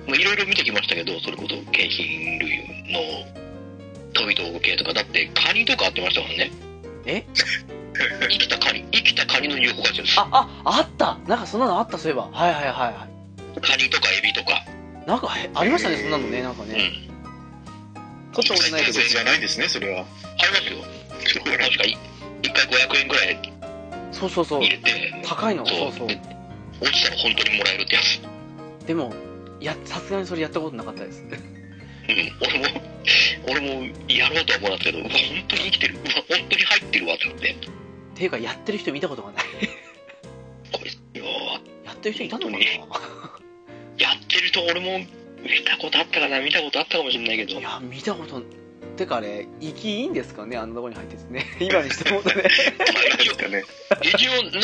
C: まあ、いろいろ見てきましたけどそれこそ景品類の飛び道具系とか、だってカニとかあってましたもんね。
A: え
C: 生きたカニ、生きたカニの UFO があるんです。
A: あああったなんかそんなのあったそういえばはいはいはいは
C: カニとかエビとか。
A: いなんかへありましたねそんなのねなんか
C: う
A: ね
C: ん。
A: 撮ったことないけど
B: じゃないですねそれは
C: あります
B: す
C: よ。
B: ごいな
C: 確かに、一回500円ぐらい
A: そうそうそう
C: 入れて、
A: 高いの
C: そ
A: そううそう
C: で落ちたら本当にもらえるってやつ。
A: でもやさすがにそれやったことなかったです
C: うん。俺も、俺もやろうとは思わなかったけど、うわ、本当に生きてる。うわ、本当に入ってるわって思って。
A: ていうかやってる人見たことがない
C: これ、うわ
A: やってる人いたのかな
C: 本やってると俺も見たことあったかな、見たことあったかもしれないけど
A: い。や見たことてかあれ息いいんですかねあんなとこに入っててね [laughs] 今にしてもね
B: ですかね
C: 一応ね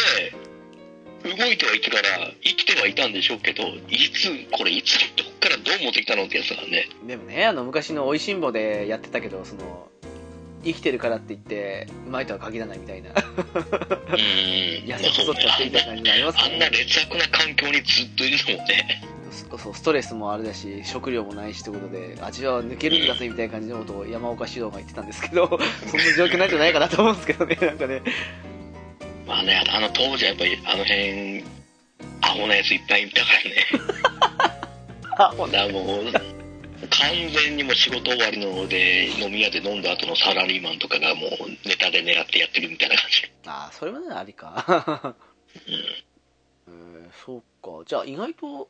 C: 動いてはいたから生きてはいたんでしょうけどいつこれいつどっからどう持ってきたのってやつだからね
A: でもねあの昔の「おいしんぼ」でやってたけどその生きてるからって言ってうまいとは限らないみたいな
C: うーん
A: 痩せ細っちゃってみたいな感じになりますか
C: あ
A: ら
C: んな
A: ね
C: 劣悪な環境にずっといるのもね
A: そそうストレスもあれだし食料もないしということで味は抜けるんだぜみたいな感じのことを山岡指導が言ってたんです [laughs] けどそんな状況なんじゃないかなと思うんですけどねなんかね
C: まあねあの当時はやっぱりあの辺アホなやついっぱいいたからね
A: あほん
C: だからもう完全にもう仕事終わりの方で飲み屋で飲んだ後のサラリーマンとかがもうネタで狙ってやってるみたいな感じ
A: あそれもねありか [laughs] えー、そうかじゃあ意外と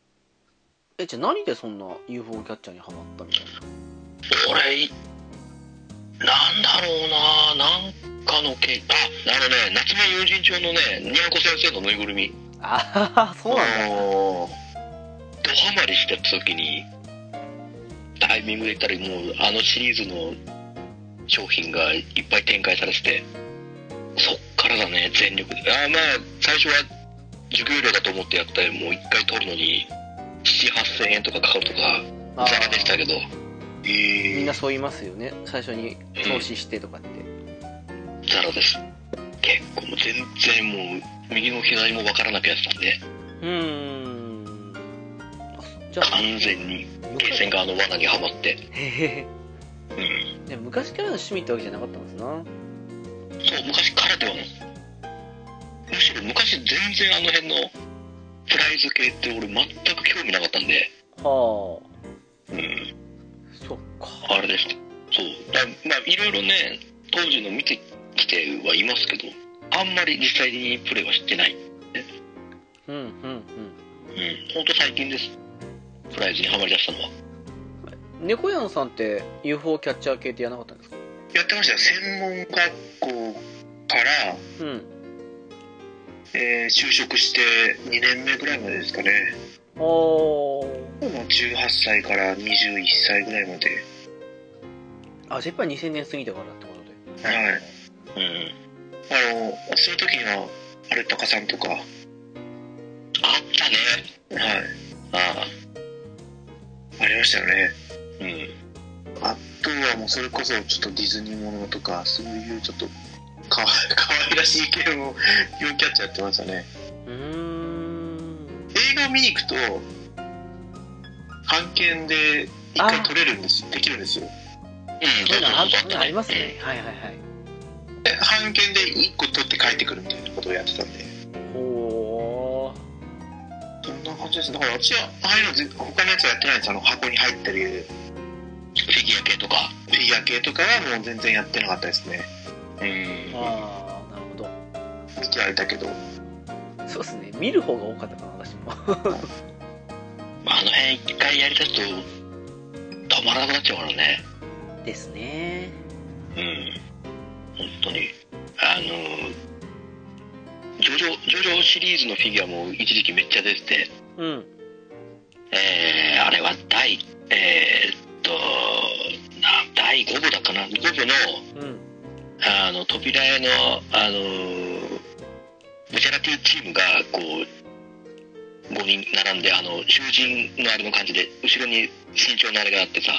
A: えじゃあ何でそんな UFO キャッチャーにハマったみたいな
C: 俺なんだろうななんかのけああのね夏目友人帳のねにゃんこ先生のぬいぐるみ
A: ああそうなんだ
C: のドハマりしてた時にタイミングで言ったらもうあのシリーズの商品がいっぱい展開されててそっからだね全力であまあ最初は授業料だと思ってやったりもう1回取るのに78000円とかかかるとか
A: あー
C: ザラでしたけど
B: え
A: みん
B: え
A: なそう言いますよね最初に投資してとかって、
C: ザラです結構もう全然もう右も左も分からなくやってたんで
A: うーんあじゃあ
C: 完全に
A: よ
C: ゲーセン側の罠にはまって
A: へ
C: う
A: え
C: ん
A: でも昔からの趣味ってわけじゃなかったんですな
C: そう昔からではないむしろ昔全然あの辺のプライズ系って俺全く興味なかったんで
A: は
C: うん
A: あそっか
C: あれでしたそうだまあいろいろね当時の見てきてはいますけどあんまり実際にプレイはしてない
A: うんうんうん
C: うんほんと最近ですプライズにはまりだしたのは
A: 猫やんさんって UFO キャッチャー系ってやらなかったんですか
B: やってましたよ専門学校から、
A: うん
B: えー就職して2年目ぐらいまでですかね
A: お
B: もう18歳から21歳ぐらいまで
A: あじゃあやっぱり2000年過ぎたからってことで
B: はい
C: うん
B: あのその時にはアルパカさんとかはい
C: あったねああ
B: ありましたよね
C: うん
B: あとはもうそれこそちょっとディズニーものとかそういうちょっとかわかわいらしい系を4キャッチャーやってましたね
A: うーん
B: 映画を見に行くと半券で一回取れるんですできるんですよ
C: うん、
A: そういうのあそういうのあります
C: うん
A: ねはいはいはい
B: え半券で1個取って帰ってくるみたいなことをやってたんで
A: ほ
B: そんな感じですだから私はああいうのぜ他のやつはやってないんですあの箱に入ってる
C: フィギュア系とか。
B: フィギュア系とかはもう全然やってなかったですね
C: うん。
A: ーああなるほど
B: 見てはいたけど
A: そうですね見る方が多かったかな私も
C: まあ、あの辺一回やりだすと、止まらなくなっちゃうからね。
A: ですね
C: うん。本当に。あの、ジョジョ、ジョジョシリーズのフィギュアも一時期めっちゃ出てて、
A: うん
C: えー、あれは第、えーっと、な第5部だかな。5部の、
A: うん
C: あの、扉絵の、あのー、ブチャラティチームが、こう、5人並んで、あの、囚人のあれの感じで、後ろに身長のあれがあってさ、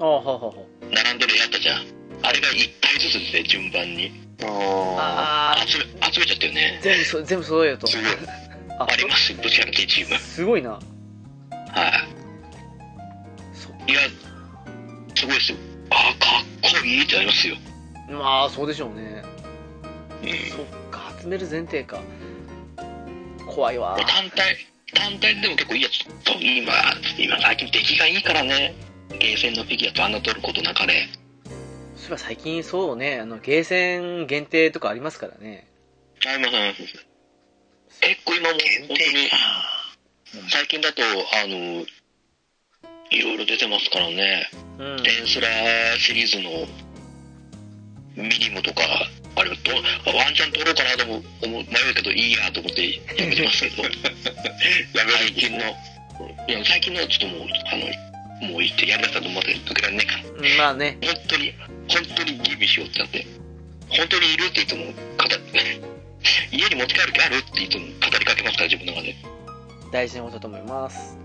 A: ああはあはあは
C: 並んでるやったじゃん。あれが1体ずつで、順番に。
B: あ
A: ああ
C: 集め、集めちゃったよね。
A: 全部そ全部揃えようと
B: すごい
A: あ
C: あります、ブチャラティチーム。
A: すごいな
C: は
A: そ
C: い。いや、すごいですよ。ああーかっこいいってなりますよ
A: まあそうでしょうね
C: うん
A: そっか集める前提か怖いわ
C: まあ単体単体でも結構いいやつと今今最近出来がいいからねゲーセンのフィギュアとあんな取ることなかれ
A: そういえば最近そうねあのゲーセン限定とかありますからね
C: ありますあります結構今も本当に最近だとあのいろいろ出てますからね
A: うん
C: レンスラーシリーズのミリムとか、あれはどワンチャン取ろうかなとも思う迷うけど、いいやと思ってやめてますけ [laughs] ど、最近の、いや最近のはちょっともう、あのもういいって、やめたと思って受けられないから、
A: まあね
C: 本当に、本当に吟味しようってなって、本当にいる [laughs] って言っても、語家に持ち帰る気あるって言っても語りかけますから、自分の中で。
A: 大事なことだと思います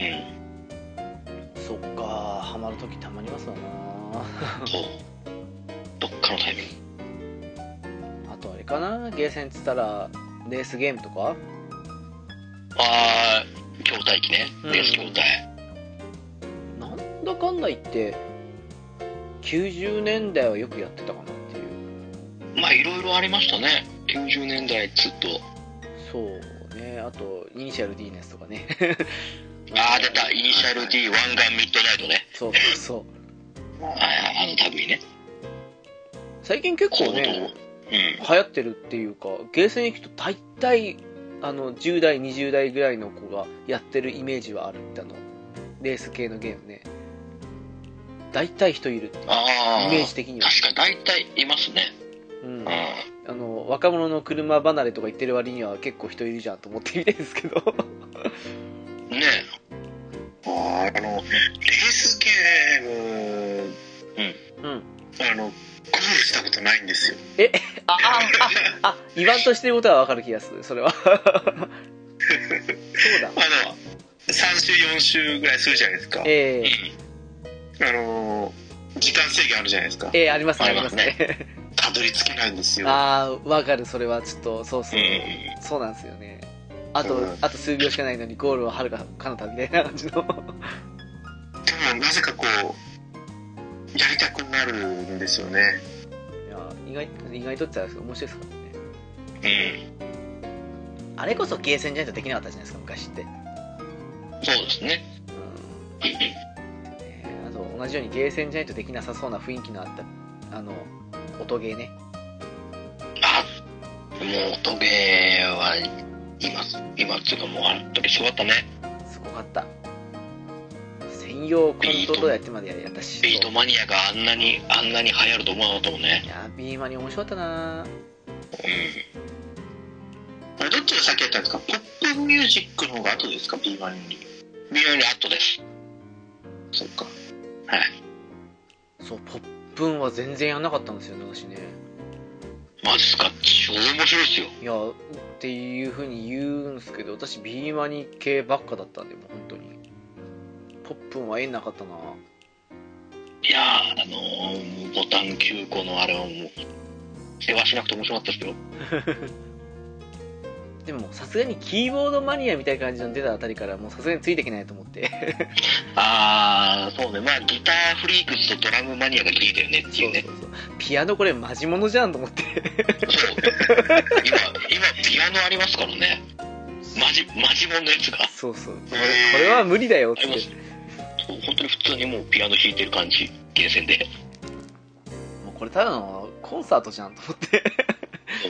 C: うん
A: そっかハマるときたまりますわな
C: そうどっかのタイミング。
A: あとあれかなゲーセンっつったらレースゲームとか
C: あー、筐体機ね、
A: うん
C: レース筐体。
A: なんだかんだ言って90年代はよくやってたかなっていう
C: まあいろいろありましたね90年代ずっと
A: そうねあとイニシャル D のやつとかね
C: ああ出たイニシャル D 湾岸ミッドナイトね
A: [laughs] そうそうそう
C: ああの類ね
A: 最近結構
C: そう
A: ね
C: うん
A: 流行ってるっていうかゲーセン行くと大体あの10代20代ぐらいの子がやってるイメージはあるってあのレース系のゲームね大体人いるっていうイ
C: ああ
A: メージ的には、
C: 確か大体いますね
A: うん
C: うん、
A: あの若者の車離れとか言ってる割には結構人いるじゃんと思ってみたいですけど
C: ね
B: ああのレースゲーム
A: うん
B: あのゴールしたことないんですよ
A: あああ言わんとしてることはわかる気がするそれはそうだ
B: あの3週4週ぐらいするじゃないですか
A: えー、
B: あの時間制限あるじゃないですか
A: えー、ありますねあ
C: あ
A: り
C: り
A: ま
C: ますす
A: ね
C: ね
B: たどり着けないんです
A: [laughs]
B: よ
A: ああわかるそれはちょっとそうそう、
C: う
A: そうなんですよねあ
B: そう
A: と
B: なんです
A: あと数秒しかないのにゴールははるか彼方みたいな感じの
B: でもなぜかこうやりたくなるんですよね
A: いや意外意外とって言ったら面白いですからね
C: んうん
A: あれこそゲーセンじゃないとできなかったじゃないですか昔って、
C: そうですね
A: うんねあと同じようにゲーセンじゃないとできなさそうな雰囲気のあったあの音ゲーね
C: あもう音ゲーは今今っていうかもうあの時すごかったね
A: すごかった専用コントローラーやってまでやったし
C: ビートマニアがあんなにあんなに流行ると思わなかったもんね
A: いやービーマニ面白かったな
C: う
B: あれどっちが先やったんですかポップミュージックの方が後ですか B1 より
C: ん微妙に後です
B: そっか
A: そうポップンは全然やんなかったんですよね私ね
C: マジっすか超面白いですよ
A: いやっていうふうに言うんですけど私ビーマニ系ばっかだったんでもう本当にポップンは縁なかったない
C: やー、あのー、ボタン9個のあれはもう、世話しなくて面白かったですよ。
A: でもさすがにキーボードマニアみたいな感じの出たあたりからもうさすがについていけないと思って
C: あー、そうね、まあ、ギターフリークスとドラムマニアが聞いたよねって
A: そ
C: いうう
A: そう
C: ね。
A: そうピアノこれマジモノじゃんと思って
C: そう。今、今、ピアノありますからね。マジ、マジモンのやつが。
A: そうそうこれこれは無理だよっつ
C: あ
A: っ
C: りま
A: て
C: す。本当に普通にもうピアノ弾いてる感じ、ゲーセンで。
A: もうこれただのコンサートじゃんと思って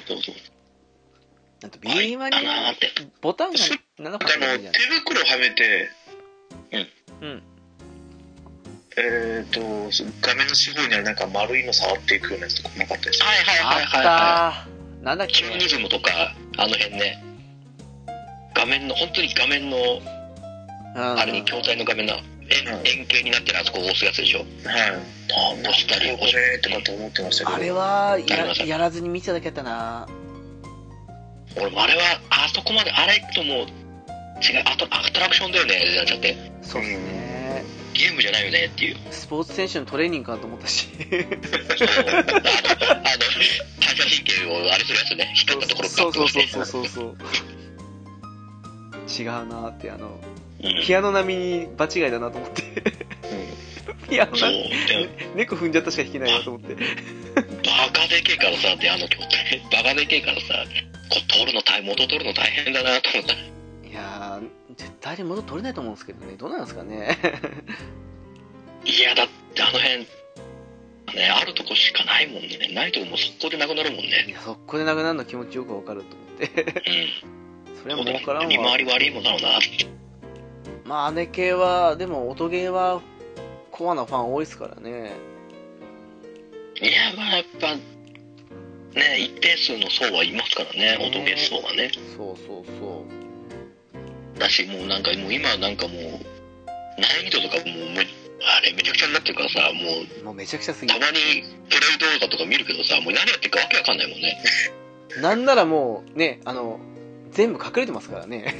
C: そうそうそう。
A: あとビーマニ
C: あ
A: ア
C: ーって。
A: ボタンが7個
B: あ
A: しかないじゃ
B: の
A: ん
B: 手袋はめて
A: うん
B: えっ、と画面の四方にあるなんか丸いの触っていくようなやつとかなかったでしょ
C: はい
A: あ
C: はい
A: っ
C: はいは
A: たーなんだっ
C: い。
A: け
C: キューニズムとか、あの辺ね。画面の、本当に画面の、あれに筐体の画面の
B: うん
C: 円円形になってるあそこを押すやつでしょ
B: はい
C: 押したり
B: こ
C: 押
B: れとかと思ってましたけど
A: あれはや
C: ありま
A: ら
C: した
A: やらずに見てただけやったな
C: 俺もあれはあそこまであれともう違うアトアトラクションだよねってなっちゃって
A: そうですね
C: ゲームじゃないよねっていう
A: スポーツ選手のトレーニングかと思ったし
C: そうあの [laughs] 反射神経をあれするやつね引っかかったところ
A: そうそうそうそう
C: う
A: そうそう違うなってあの
C: ん
A: ピアノ並みに場違いだなと思っていや、
C: そう
A: な
C: で
A: 猫踏んじゃったしか弾けないなと思って。
C: バカでけえからさであの筐体バカでけえからさこう取るの大元取るの大変だなと思った
A: いやー、絶対に元取れないと思うんですけどね、どうなんですかね。
C: いやだってあの辺ねあるとこしかないもんねないとこもう速攻でなくなるもん
A: い
C: ね
A: や、速攻でなくなるの気持ちよくわかると思って。
C: うん
A: それは儲からん
C: 見
A: わ
C: 回。り悪いもんだろうなって
A: まあ、姉系は、でも音ゲーは、コアなファン多いですからね。
C: いやまあやっぱね一定数の層はいますからね音ゲー層はね
A: そうそうそう。
C: だしもうなんかもう今なんかもう難易度とかもうもうあれめちゃくちゃになってるからさもう
A: もうめちゃくちゃすぎ
C: た
A: る。
C: まにプレイ動画とか見るけどさもう何やってるかわけわかんないもんね
A: なんならもう、ね、あの、全部隠れてますからね。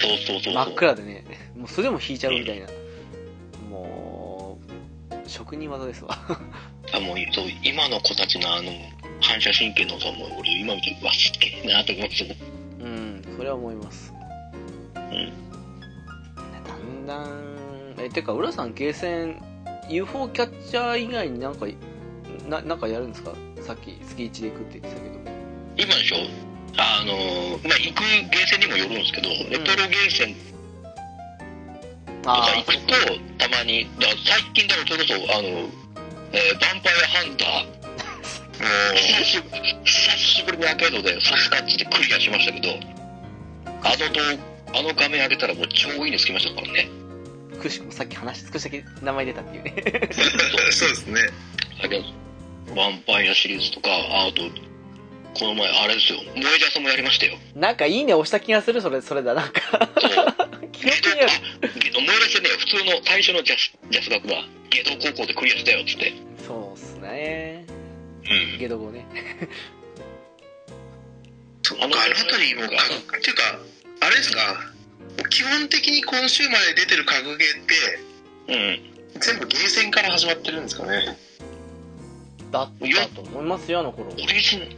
C: そうそうそうそう
A: 真っ暗でね。もうそれでも引いちゃうみたいな。もう、職人技ですわ。
C: あもうそう今の子たちのあの反射神経のさもう俺今見てうわすげえなと思って
A: うん、それは思います。だんだん、え、てか、浦さん、ゲーセン、UFO キャッチャー以外になんか、ななんかやるんですかさっき、月1で行くって言ってたけど。
C: 今でしょあのまあ行くゲーセンにもよるんですけどレトロゲーセンと
A: あ
C: か
A: ー
C: 行くとたまにだから最近だからそれこそあの、えーヴァンパイアハンターもう久しぶ久しぶりにアーケードでサスカッチでクリアしましたけどあの動あの画面上げたらもう超いいのつきましたからね
A: くしくもさっき話 [laughs] 少しだけ名前出たっていうね。 [laughs]
B: そうですね。
C: だけどヴァンパイアシリーズとかあとこの前あれですよ「萌えジャス」もやりましたよ
A: なんか、いいね押した気がする、それ、それだ。なんか、 [laughs]
C: そう
A: 記
C: ゲド
A: 憶にある。
C: 思い出してね普通の最初のジャスジャス学は芸道高校でクリアしたよっつって
A: そうっすね。
C: うん
A: ゲド語ね。
B: そっか、あの辺りの、あのっていうか、あれですか、基本的に今週まで出てる格ゲーって、
C: うん
B: 全部ゲーセンから始まってるんですかね。
A: だったと思いますよ、あの頃。
C: オリジンうん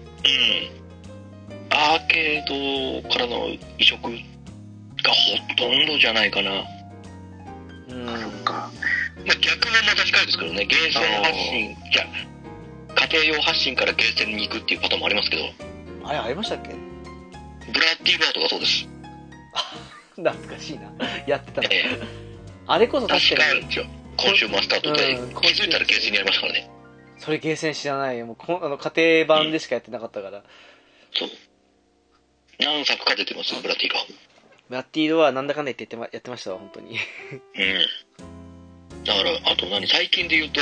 C: アーケードからの移植がほとんどじゃないかな、まあ、
A: うん。
B: そっか。
C: 逆もまた近いですけどねゲーセン発信じゃ家庭用発信からゲーセンに行くっていうパターンもありますけど
A: あれ、ありましたっけ
C: ブラッディバーとかそうです
A: 懐かしいな。やってたな。
C: ええ
A: あれこそ確
C: 確
A: か
C: か
A: に。
C: に今週マスタートで
A: うん
C: 気づいたらゲーセンにありましたからね
A: それゲーセン知らないよ。もうこんあの家庭版でしかやってなかったから。
C: そう何作か出てますブラッディバー
A: ラッティードはなんだかんだ言ってやってまやってましたわ、本当に。
C: うん。だから、あと何最近で言うと、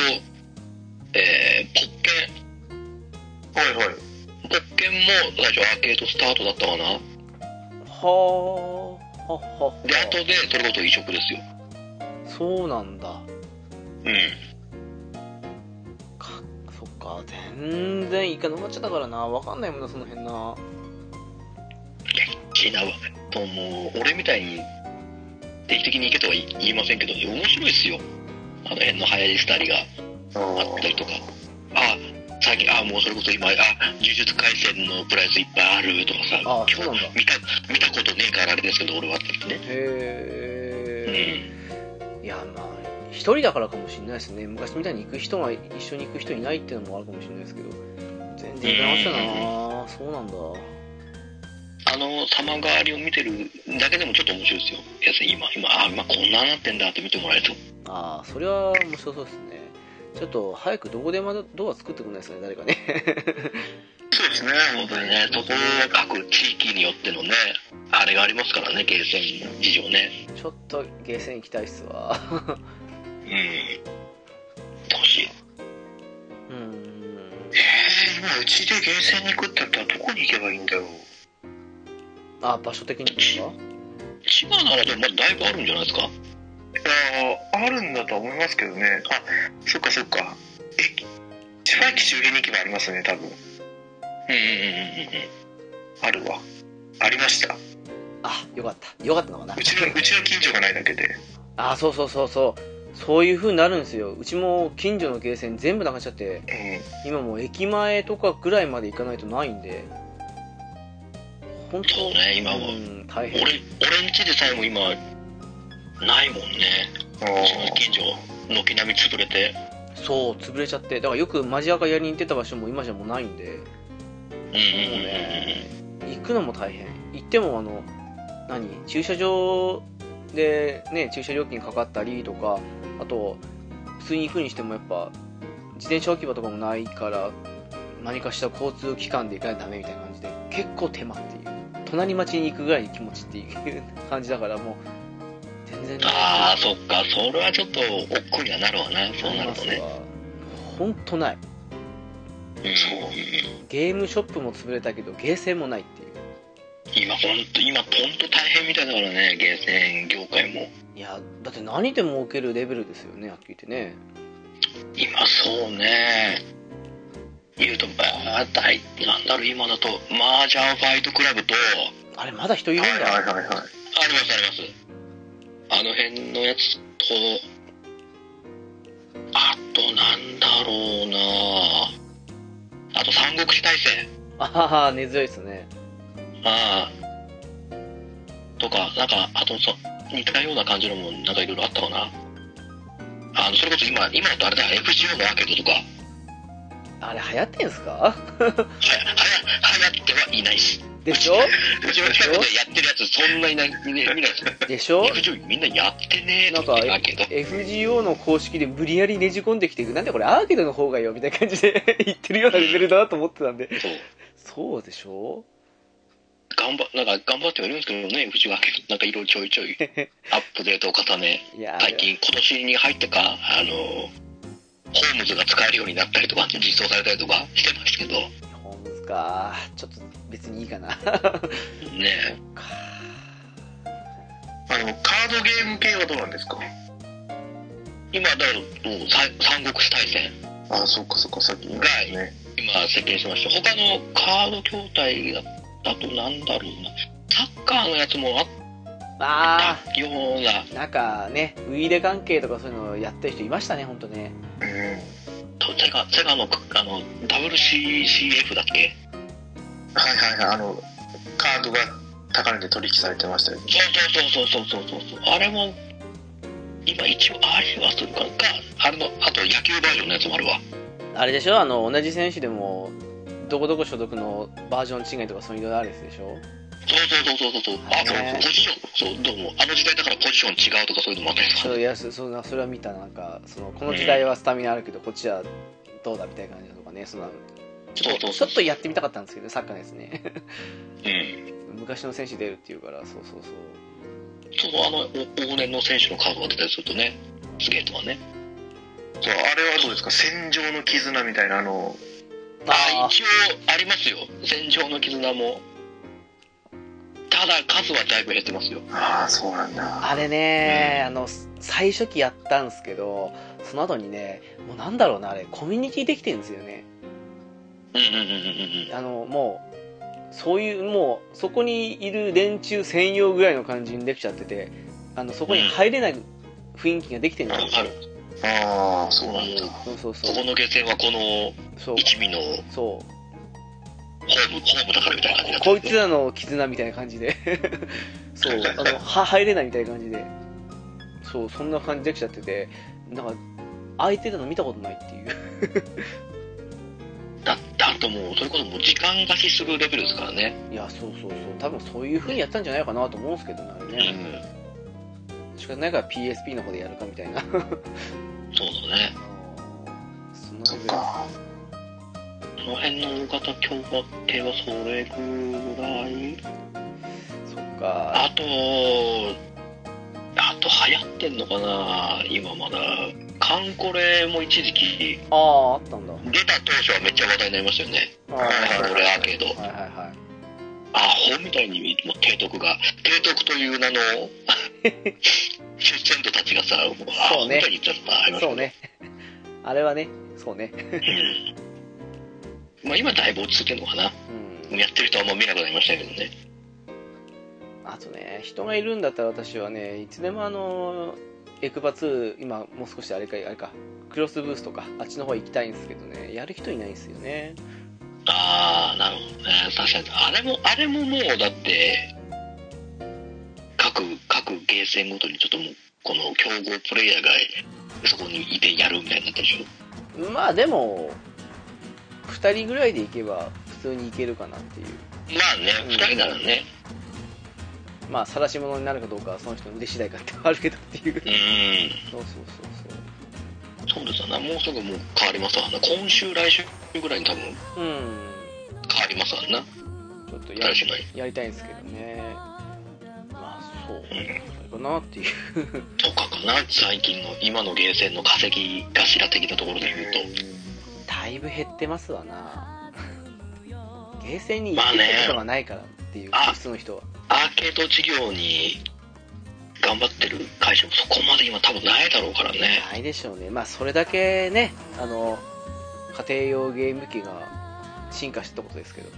C: えー、ポッケ
B: はいはい。
C: ン。ポッケンも最初アーケードスタートだったかな。
A: はあ、ははは
C: で、あとで、それこそ移植ですよ。
A: そうなんだ。
C: うん。
A: か、そっか、全然イカ飲まっちゃったからな。わかんないもんな、その辺な。
C: 違うわ。と、もう、俺みたいに、定期的に行けとは言い言いませんけど、面白いですよ。あの辺の流行り廃りがあったりとか。あ、最近、あ、もうそれこそ今、あ、呪術廻戦のプライズいっぱいあるとかさ、
A: あそうなんだ
C: 見た、見たことねえからあれですけど、俺はって言ってね。
A: へ
C: うん。
A: え。いや、まあ、一人だからかもしれないですね。昔みたいに行く人が一緒に行く人いないっていうのもあるかもしれないですけど。全然羨ましいな。そうなんだ。
C: あの様変わりを見てるだけでもちょっと面白いですよ。要するに今、今、あ、今こんななってんだって見てもらえると。
A: ああ、それは面白そうですね。ちょっと早くどこでまだドア作ってくんないですかね、誰かね。 [laughs]
B: そうですね、
C: 本
B: 本
C: 当
B: 当
C: に
B: に
C: ね
B: ね、。
C: そ
B: と
C: こ
B: ころ
C: は各地域によってのね、あれがありますからね、ゲーセン事情ね。
A: ちょっとゲーセン行きたいっすわ。
C: うん。楽しい。
A: うーん。
B: えー、今、うちでゲーセンに行くってなったら、どこに行けばいいんだろう。
A: あ、場所的にですか
C: 千葉ならでもまだだいぶあるんじゃないですか
B: ああ、あるんだと思いますけどね。あ、そっかそっか。駅、千葉駅周辺に行けばありますね、多分。
C: うんうんうんうんうん。
B: あるわ。ありました。
A: あ、よかった。よかったのかな
B: う。ちの、うちの近所がないだけで。
A: あ、そうそうそうそう。そういう風になるんですよ。うちも近所のゲーセン全部なくなっちゃって、
B: うん。
A: 今もう駅前とかぐらいまで行かないとないんで。本当
C: そうね、今は。
A: うん、大
C: 俺
A: 変。、
C: 俺ん家でさえも今、ないもんね。
B: あ
C: うちの近所。軒並み潰れて
A: そう潰れちゃってだからよくマジアカやりに行ってた場所も今じゃもうないんで
C: うんうん
A: もう
C: うん
A: ね行くのも大変行ってもあの何駐車場でね駐車料金かかったりとかあと普通に行くにしてもやっぱ自転車置き場とかもないから何かした交通機関で行かないとダメみたいな感じで結構手間っていう隣町に行くぐらいの気持ちっていう感じだからもう全然ね
C: ああそっかそれはちょっと億劫にはなるわなそう
A: なり
C: なる
A: ま
C: と
A: す
C: ね
A: わほんとない
C: うんそう
A: ゲームショップも潰れたけどゲーセンもないっていう
C: 今ほんと今ほんと大変みたいだからねゲーセン業界も
A: いやだって何でも受けるレベルですよねはっきり言ってね
C: 今そうね言うとばあ大なんだろう今だと麻雀ファイトクラブと
A: あれまだ人いるんだ、
B: はいはい
C: ありますありますあの辺のやつとあとなんだろうなあと三国志大戦
A: ああ根強いですね
C: ああとかなんかあとそ似たような感じのもなんかいろいろあったかなあのそれこそ今今だとあれだ FGO のアーケードとかは
A: あれ流行ってんす
B: [laughs]
A: か
C: やはや流行ってはいないし
A: でしょ
C: うちの近くでやってるやつそんないないみんな見ないし
A: でしょ
C: FGO みんなやってねえ
A: な
C: と
A: んか
C: かアーケード
A: FGO の公式で無理やりねじ込んできてなんでこれアーケードの方がいいよみたいな感じで [laughs] 言ってるようなレベルだなと思ってたんで
C: そう
A: そうでしょ
C: 頑張なんか頑張ってはいるんですけどね FGO アーケードなんかいろいろちょ
A: [laughs]
C: いちょいアップデートを重ね
A: いやー
C: 最近今年に入ってかあのホームズが使えるようになったりとか実装されたりとかしてますけど
A: ホームズかちょっと別にいいかな [laughs]
C: ねえ
B: あのカードゲーム系はどうなんですか
C: 今だからもうさ三国志大戦
B: あそうかそうかさっき言いね
C: 今設計してました他のカード筐体だだとなんだろうなサッカーのやつもあっ
A: あ
C: たような
A: ーなんかねウイイレ関係とかそういうのやってる人いましたね本当ね
B: うん
C: とセガセガのあの WCCF だっけ
B: はいはいはいあのカードが高値で取引されてましたよね
C: そうそうそうそうそうそうそうあれも今一応ありはするかなかあれのあと野球バージョンのやつもあるわ
A: あれでしょあの同じ選手でもどこどこ所属のバージョン違いとかそういうのあるやつでしょ
C: そうそうそうそうそうそうあ
A: ね
C: そうポジションそうどうもあの時代だからポジション違うとかそういうのもあったりとか
A: そういやそそんなそれは見たなんかそのこの時代はスタミナあるけどこっちはどうだみたいな感じだとかねそのちょっ
C: そうそう
A: とち
C: そ
A: ょ
C: う
A: っとやってみたかったんですけどサッカーのやつね [laughs]
C: うん
A: 昔の選手出るっていうからそうそうそう
C: そのあのお往年の選手のカードが出たりするとねすげえとはね
B: そうあれはどうですか戦場の絆みたいなあの
C: あ
A: あ
C: 一応ありますよ戦場の絆もただ数はだいぶ減ってますよ
B: ああそうなんだ
A: ああれね、あの最初期やったんですけどその後にねもうなんだろうなあれコミュニティできてるんですよね
C: うんうんうんうん
A: あのもうそういうもうそこにいる連中専用ぐらいの感じにできちゃっててあのそこに入れない雰囲気ができてるんですよ、
C: ある
B: ああそうなんだ
A: そうそう
C: こ
A: そ
C: こ
A: う
C: の下船はこの
A: そう
C: 一味のホ
A: そう
C: ームホームだからみたいな感じになって
A: こい
C: る
A: つらの絆みたいな感じで [laughs] そうあのは入れないみたいな感じでそうそんな感じできちゃっててなんか空いてたの見たことないっていう
C: だだともうそれこそもう時間貸しするレベルですからね
A: いやそうそうそう多分そういう風にやったんじゃないかなと思うんですけどねあれ
C: う
A: ね仕方ないから PSP の方でやるかみたいな
C: そうだね
A: そんな
B: そ
A: レベ
B: っ
A: ル
B: か
C: この辺の大型共和系はそれぐらい
A: そっか
C: あと、あと流行ってんのかな今まだ。カンコレも一時期、
A: あああったんだ
C: 出た当初はめっちゃ話題になりましたよね。
A: あー
C: カ
A: は
C: ン
A: い
C: コレアーケード。
A: はいは
C: アホみたいに、もう提督が、提督という名の、 [laughs] 出戦徒たちがさ、もうアホみたいに言っちゃった。あ
A: [laughs]
C: り
A: い
C: ま
A: そう
C: すね
A: ねあれはねそうね
C: まあ今だいぶ落ち着いてるのかな。
A: うん
C: やってる人はあんま見なくなりましたけどね。
A: あとね、人がいるんだったら私はね、いつでもあの、エクバ2、今もう少しあれか、あれか、クロスブースとか、あっちの方行きたいんですけどね、やる人いないんですよね。
C: ああ、なるほどね。確かに。あれも、あれももう、だって、各、各ゲーセンごとにちょっともう、この競合プレイヤーがそこにいてやるみたいになったでしょ
A: まあでも2人ぐらいで行けば普通に行けるかなっていう
C: まあね
A: うん
C: 2人ならね
A: まあ晒し者になるかどうかはその人の腕次第かってあるけどって [laughs] いう
C: うん
A: そうそうそう
C: そうですよねもうすぐもう変わりますわな今週来週ぐらいに多分
A: そううん
C: 変わりますわな
A: ちょっとや
C: 確かに
A: やりたいんですけどねまあそうそれかなっていう
C: とかかな最近の今のゲーセンの化石頭的なところで言うと
A: だいぶ減ってますわなゲーセンに行ってたことがないからっていう
C: まあね
A: 普通の人は
C: アーケード事業に頑張ってる会社もそこまで今多分ないだろうからね
A: ないでしょうねまあそれだけねあの家庭用ゲーム機が進化したことですけど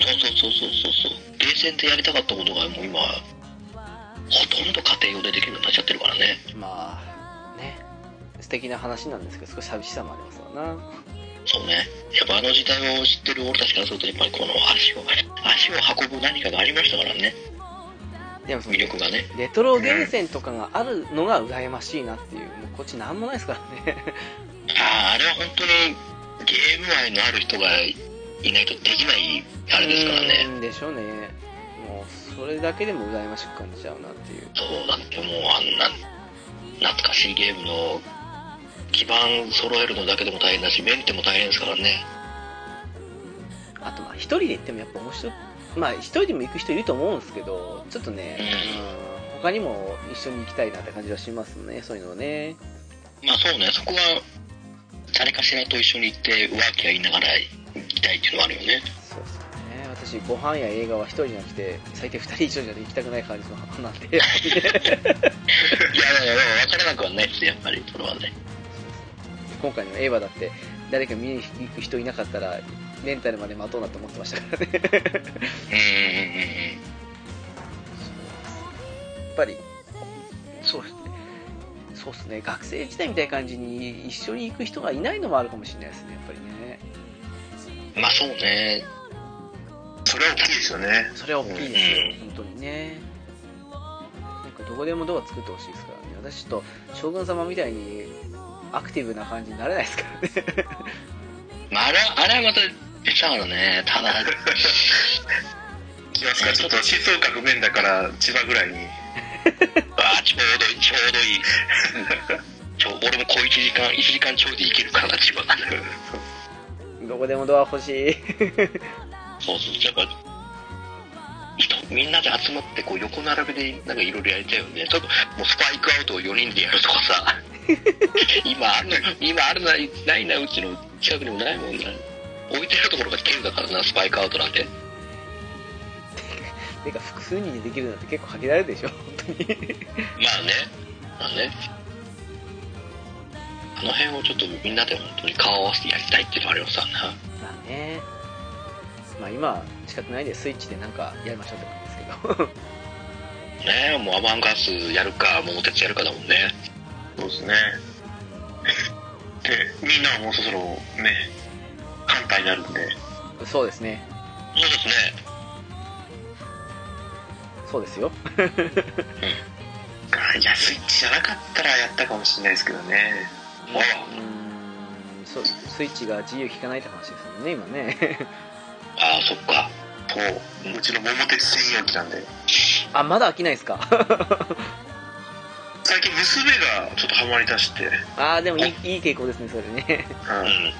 C: そうそうそうそうそうそうゲーセンでやりたかったことがもう今ほとんど家庭用でできるようになっちゃってるからね
A: まあね素敵な話なんですけど少し寂しさもありますわな
C: そうねやっぱあの時代を知ってる俺たちからするとやっぱりこの足を足を運ぶ何かがありましたからね
A: でもその
C: 魅力がね
A: レトロゲーセンとかがあるのが羨ましいなっていうもうこっちなんもないですからね
C: あああれは本当にゲーム愛のある人がいないとできないあれですからね
A: うんでしょうねもうそれだけでも羨ましく感じちゃうなっていう
C: そうだってもうあんな懐かしいゲームの基盤揃えるのだけでも大変だしメンテも大変ですからね
A: あとまあ一人で行ってもやっぱ面白いまあ一人でも行く人いると思うんですけどちょっとね、うん、他にも一緒に行きたいなって感じはしますねそういうのをね
C: まあそうねそこは誰かしらと一緒に行ってワーキャー言いながら行きたいっていうのはあるよね
A: そうですよね私ご飯や映画は一人じゃなくて最低二人以上じゃ行きたくない感じの派なん
C: [laughs]
A: で
C: [laughs] いやいやいや分からなくはないですやっぱりそれはね
A: 今回の映画だって誰か見に行く人いなかったらレンタルまで待とうなと思ってましたからねやっ
C: うんうん
A: ぱりそうですねそうですね学生時代みたいな感じに一緒に行く人がいないのもあるかもしれないですねやっぱりね
C: うんまあそうね
B: それは大きいですよね
A: それは大きいですよ、本当にね。なんかどこでもドア作ってほしいですからね、私ちょっと将軍様みたいにアクティブな感じになれないですからね、 [laughs]
C: まああれはあれはまた別だからねただ
B: 気がつかちょっと静岡不便だから千葉ぐらいに
C: ああちょうどいいちょうどいいちょ俺も小1時間1時間ちょいで行けるから千葉
A: どこでもドア欲しい、 [laughs]
C: そうそうやっぱ人みんなで集まってこう横並びでなんかいろいろやりたいよね多分もうスパイクアウトを4人でやるとかさ今あるの今あるないないなうちの近くにもないもんな置いてあるところが剣だからなスパイクアウトなんて
A: てか、複数人でできるなんて結構限られるでしょ、本当に。
C: まあねまあねあの辺をちょっとみんなで本当に顔合わせてやりたいっていうのはありますわな
A: まあね、まあ今、仕方ないでスイッチでなんかやりましょうってことですけど、
C: ねえもうアバンガスやるか桃鉄やるかだもんね
B: そうですね [laughs] でみんなはもうそろそろね反対になるんで
A: [laughs] そうですね、
C: そうですね
A: そうですよ、
B: あいやスイッチじゃなかったらやったかもしれないですけどね
C: あら
A: うーんそうスイッチが自由聞かないって話ですもんね、今ね。 [laughs]
C: ああそっか
B: そううちの桃鉄専用機なんで
A: あ、まだ飽きないですか。
B: 最近娘がちょっとハマりだして、うん、
A: [laughs] ああでも [laughs] いいいい傾向ですねそれね [laughs]
C: うん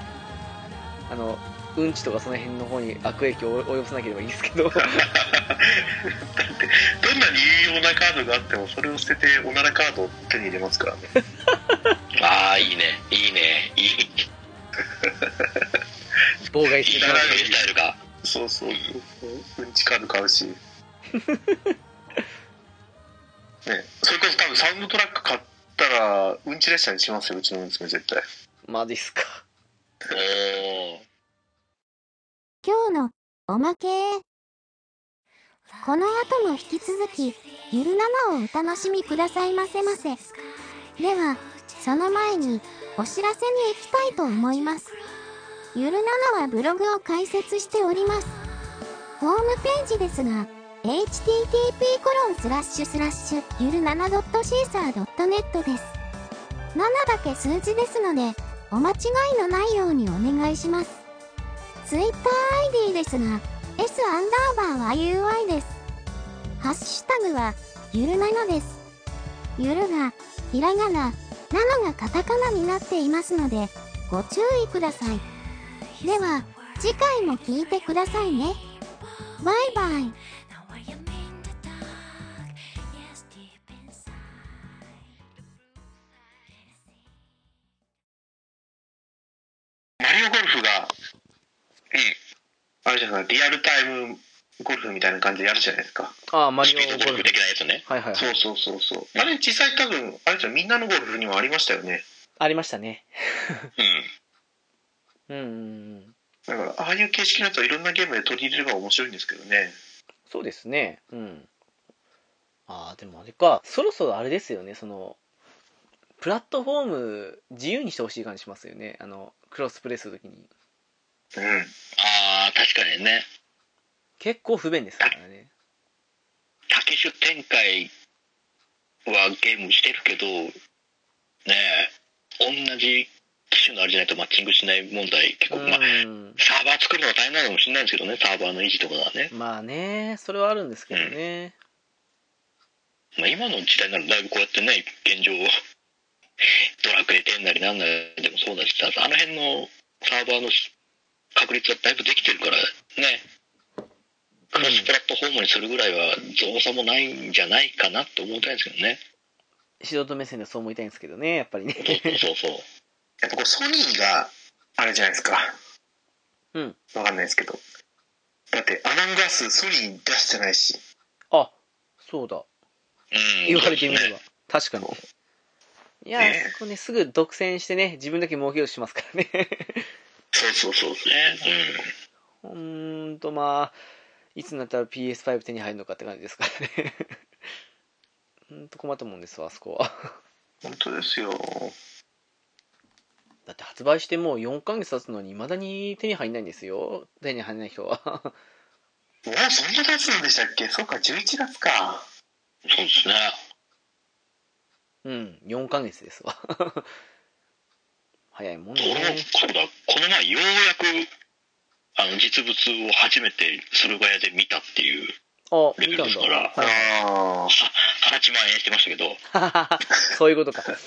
A: あのうんちとかその辺の方に悪影響を及ぼさなければいいんですけ [laughs] ど
B: どんなに有用なカードがあってもそれを捨てておならカードを手に入れますからね
C: [laughs] ああいいねいいねいい
A: 妨害して
C: い
A: し
C: い
A: まう
C: スタイルが
B: そうそうそうそううんちカード買う
C: [laughs]
B: しねそれこそ多分サウンドトラック買ったらうんち列車にしますようちの娘絶対
A: まですか
C: おお
D: 今日のおまけこの後も引き続きゆるななをお楽しみくださいませませではその前にお知らせに行きたいと思いますゆるななはブログを開設しておりますホームページですが http コロンスラッシュスラッシュゆる 7.caesar.net です7だけ数字ですので、お間違いのないようにお願いします。TwitterID ですが、S アンダーバーは UI です。ハッシュタグは、ゆるなのです。ゆるが、ひらがな、なのがカタカナになっていますので、ご注意ください。では、次回も聞いてくださいね。バイバイ。
E: Now I am in the dark. Yes, deep inside.
B: マリオゴルフが、あれじゃないリアルタイムゴルフみたいな感じでやるじゃないですか。
A: [laughs] ああ、マリ
C: スピード
A: オゴ
C: ゴ
A: ル
C: ルフ
A: フ。
C: 的なやつね。
A: はいはいは
B: そ。
A: いう
B: そうそうそう。あれ実際多分、あれじゃんみんなのゴルフにもありましたよね。
A: ありましたね。
C: うん。
A: [laughs] うんうんうん。
B: だから、ああいう形式のやつはいろんなゲームで取り入れれば面白いんですけどね。
A: そうですね。うん。ああ、でもあれか。そろそろあれですよね、その、プラットフォーム自由にしてほしい感じしますよね。あの、クロスプレイするときに。
B: うん。
C: ああ、確かにね。
A: 結構不便ですからね。
C: 竹種展開はゲームしてるけど、ねえ、同じ機種のあれじゃないとマッチングしない問題、結
A: う
C: 構、まあ、
A: ん。
C: サーバー作るのが大変なのかもしれないんですけどね、サーバーの維持とかがね。
A: まあね、それはあるんですけどね。
C: まあ、今の時代ならだいぶこうやってね、現状、ドラクエ10なりなんなりでもそうだしさ、あの辺のサーバーの確率はだいぶできてるからね、クロスプラットフォームにするぐらいは造作もないんじゃないかなと思いたいんですけどね。
A: 素人目線でそう思いたいんですけどね、やっぱりね。
C: そ
A: [laughs]
C: うそうそう。
B: やっぱこう、ソニーが、あれじゃないですか。
A: うん。
B: わかんないですけど。だって、アマンガス、ソニー出してないし。
A: あ、そうだ。
C: うん
A: 言われてみれば
C: ね。
A: 確かに。いや
B: ねえ
A: ー、そこね、すぐ独占してね、自分だけ儲けようとしますからね。
B: そうそうそう。
C: ね
A: ほんとまあ、いつになったら PS5 手に入るのかって感じですからね。 [laughs] ほんと困ったもんですわ、あそこは。
B: 本当ですよ。
A: だって発売してもう4ヶ月経つのに未だに手に入んないんですよ。手に入んない人は。 [laughs]
B: もうそんな出すんでしたっけそうか、11月か。
C: うんそうですね
A: うん、4ヶ月ですわ。 [laughs] 早いもん
C: 俺も
A: ね。
C: そうだこの前ようやくあの実物を初めて駿河屋で見たっていう
A: あ、
C: レ
A: 見
C: ベル
A: たん
C: です
A: だ。
C: から、
A: はい
B: ああ。
C: さ8万円してましたけどた
A: [laughs] そういうことか。
C: 高っ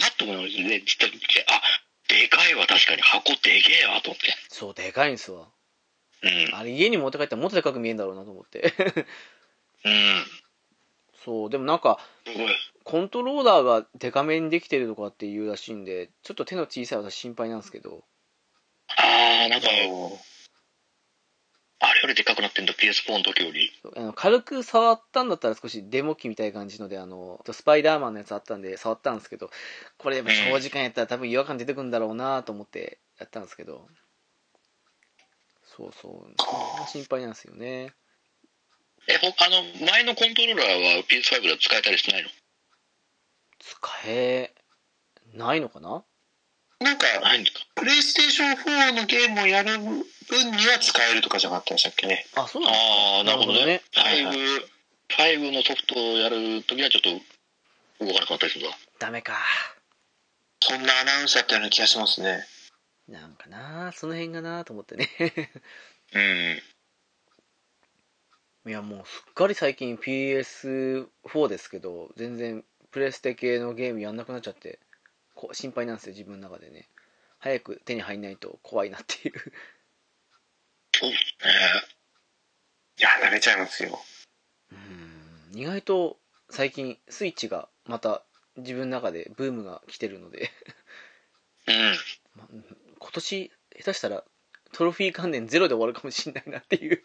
C: なと思いましたね実際見てあでかいわ確かに箱でけえわと思って
A: そう、でかいんですわ。
C: うん
A: あれ、家に持って帰ったらもっとでかく見えんだろうなと思って。 [laughs]
C: うん
A: そう、でもなんか、
C: すごい
A: コントローラーがデカめにできてるとかっていうらしいんで、ちょっと手の小さい私心配なんですけど。
C: ああなんか
B: そう
C: あれよりでかくなってんだ PS4 の時より
A: あの軽く触ったんだったら少しデモ機みたいな感じのであのスパイダーマンのやつあったんで触ったんですけどこれでも長時間やったら多分違和感出てくるんだろうなと思ってやったんですけどそうそうそれが心配なんですよね
C: えほあの前のコントローラーは PS5 では使えたりしないの
A: 使えないのかな
B: なんか、
C: ないんですか
B: プレイステーション4のゲームをやる分には使えるとかじゃなかったでしたっけね。
A: あそうなの
C: ああ、なるほどね。フ
B: な
C: ァ
B: る
C: イ
B: ほどね
C: ブ、ファイブのソフトをやるときはちょっと動かなくなったりするんだ。
A: ダメか
B: そんなアナウンスだったような気がしますね。
A: なんかなその辺がなと思ってね
C: うん。
A: いやもうすっかり最近 PS4 ですけど全然プレステ系のゲームやんなくなっちゃってこ心配なんですよ自分の中でね早く手に入んないと怖いなっていう
C: そうですね。
B: いや、慣れちゃいますよ。
A: うーん意外と最近スイッチがまた自分の中でブームが来てるので
C: うん。
A: まうん今年下手したらトロフィー関連ゼロで終わるかもしんないなっていう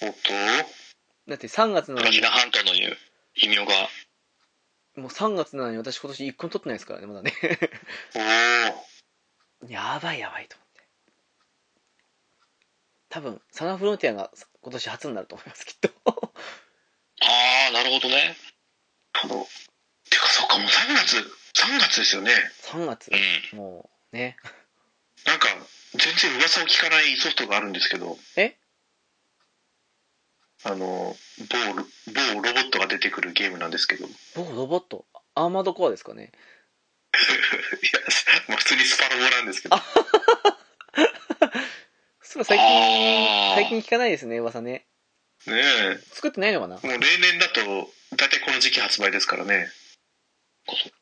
C: おっと、
B: おっと
A: だって3月なの
C: プラ
A: に
C: チナハンターのいう異名が、
A: もう3月なのに私今年1個も取ってないですからねまだね
B: おー
A: やばいやばいと思って多分サガンフロンティアが今年初になると思いますきっと [laughs]
C: ああ、なるほどね。
B: あの、てかそうか、もう3月、3月ですよね。
A: 3月
C: うん。
A: もうね
B: なんか、全然噂を聞かないソフトがあるんですけど。
A: え
B: あの、某ロ、某ロボットが出てくるゲームなんですけど。
A: 某ロボットアーマードコアですかね
B: まあ普通にスパロボなんですけど。
A: それ最近
C: あ
A: 最近聞かないですね噂ね
B: ねえ。
A: 作ってないのか [laughs] な
B: もう例年だと、大体この時期発売ですからね。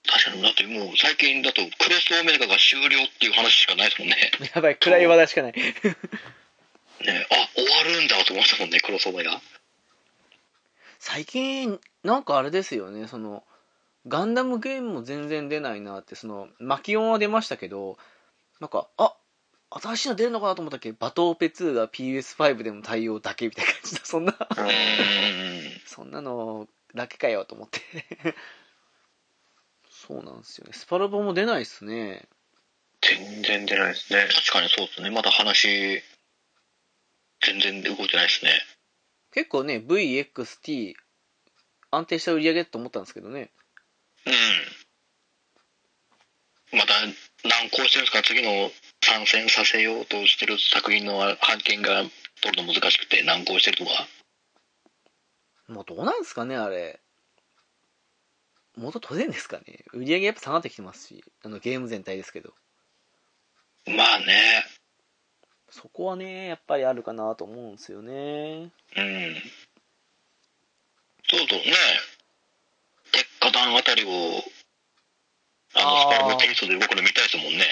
C: 確かに、だってもう最近だとクロスオメガが終了っていう話しかないですもんね。
A: やばい暗い話題しかない
C: ねあ、終わるんだと思ってたもんね、クロスオメガ。
A: 最近なんかあれですよねそのガンダムゲームも全然出ないなってそのマキオンは出ましたけどなんかあ新しいの出るのかなと思ったっけバトオペ2が PS5 でも対応だけみたいな感じだそんな
B: うん
C: う
A: そんなのだけかよと思って [laughs] そうなんですよねスパロボも出ないっすね
B: 全然出ないですね。
C: 確かにそうですね。まだ話、全然動いてないですね。
A: 結構ね VXT 安定した売り上げだと思ったんですけどね
C: うん。また難航してるんですか次の参戦させようとしてる作品の判件が取るの難しくて難航してるとか。
A: もうどうなんですかねあれ元取れんですかね売り上げやっぱ下がってきてますしあのゲーム全体ですけど
C: まあね。
A: そこはねやっぱりあるかなと思うんですよね
C: うん。そうそうね。鉄火弾あたりを、あの、スパル
A: あー
C: ボテニスで動くの見たいですもんね。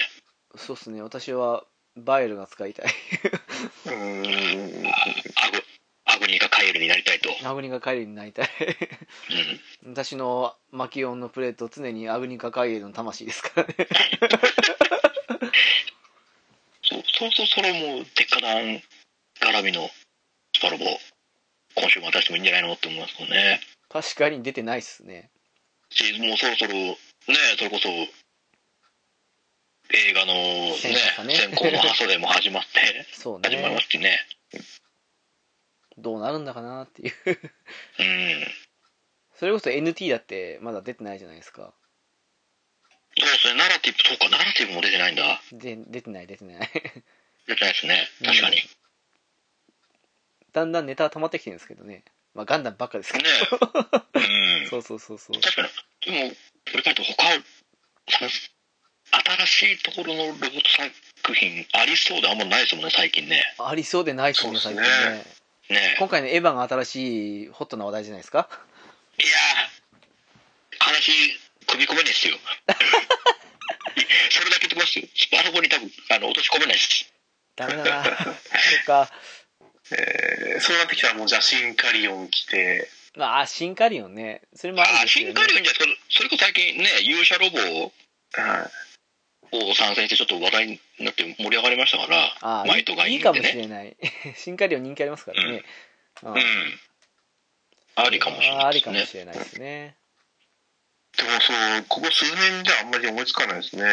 A: そうっすね私はバイエルが使 [laughs] いたい
B: うーん。
C: アグ、アグニーがカエルになりたいと。
A: アグニカカイリになりたい
C: うん。
A: 私のマキオンのプレート常にアグニカカイリの魂ですからね
C: [laughs] そう、そうそう、それもう鉄火弾絡みのスパロボ、今週も出してもいいんじゃないのって思いますもんね。
A: 確かに出てないっすね
C: し、もうそろそろ、ね、それこそ、映画のね
A: 戦火か、ね
C: 先行のハソでも始ま
A: [laughs]
C: って、
A: そう
C: 始まりま
A: ね
C: すしね。
A: どうなるんだかなっていう
C: うん。
A: それこそ NT だってまだ出てないじゃないですか
C: そうですね、ナラティブ、そうか、ナラティブも出てないんだ。
A: で出てない出てない [laughs]
C: 出てないですね、確かに。
A: だんだんネタは溜まってきてるんですけどねまあガンダムばっかですけ
C: ね
A: ど、 [laughs]
C: うん。
A: そうそうそうそう
C: 確かに、でも、これからと他、新しいところのロボット作品ありそうであんまないですもんね、最近ね。
A: ありそうでないっすね
B: そ
A: 最
B: うっ
A: 近
B: す
A: ね
B: ね
C: ねえ
A: 今回のエヴァが新しいホットな話題じゃない
C: [laughs]
A: ですか
C: いやー、話、組み込めないですよ。それだけ言ってますよ。スパロボに多分、あの、落とし込めないです。
A: ダメだなそっか
B: えーそうなってきたらもう、じゃあシンカリオン来て、
A: まあシンカリオンねそれもあるん
C: あ
A: で
C: ー、
A: すよね
C: 新カリオンじゃ、それそれこそ最近ね、勇者ロボ
B: はい
C: を参戦してちょっと話題になって盛り上がりましたから、
A: あ
C: マイトが
A: あ
C: い
A: い
C: い
A: い
C: ん
A: か
C: で
A: もし
C: ね。
A: れない [laughs] シンカリオン人気ありますからね、うん
C: うん。ありかもしれ
A: あ
C: な
A: あり
C: いです
A: か
C: ね。
A: もしれないですね
B: でもそう、ここ数年じゃあんまり思いつかないですね。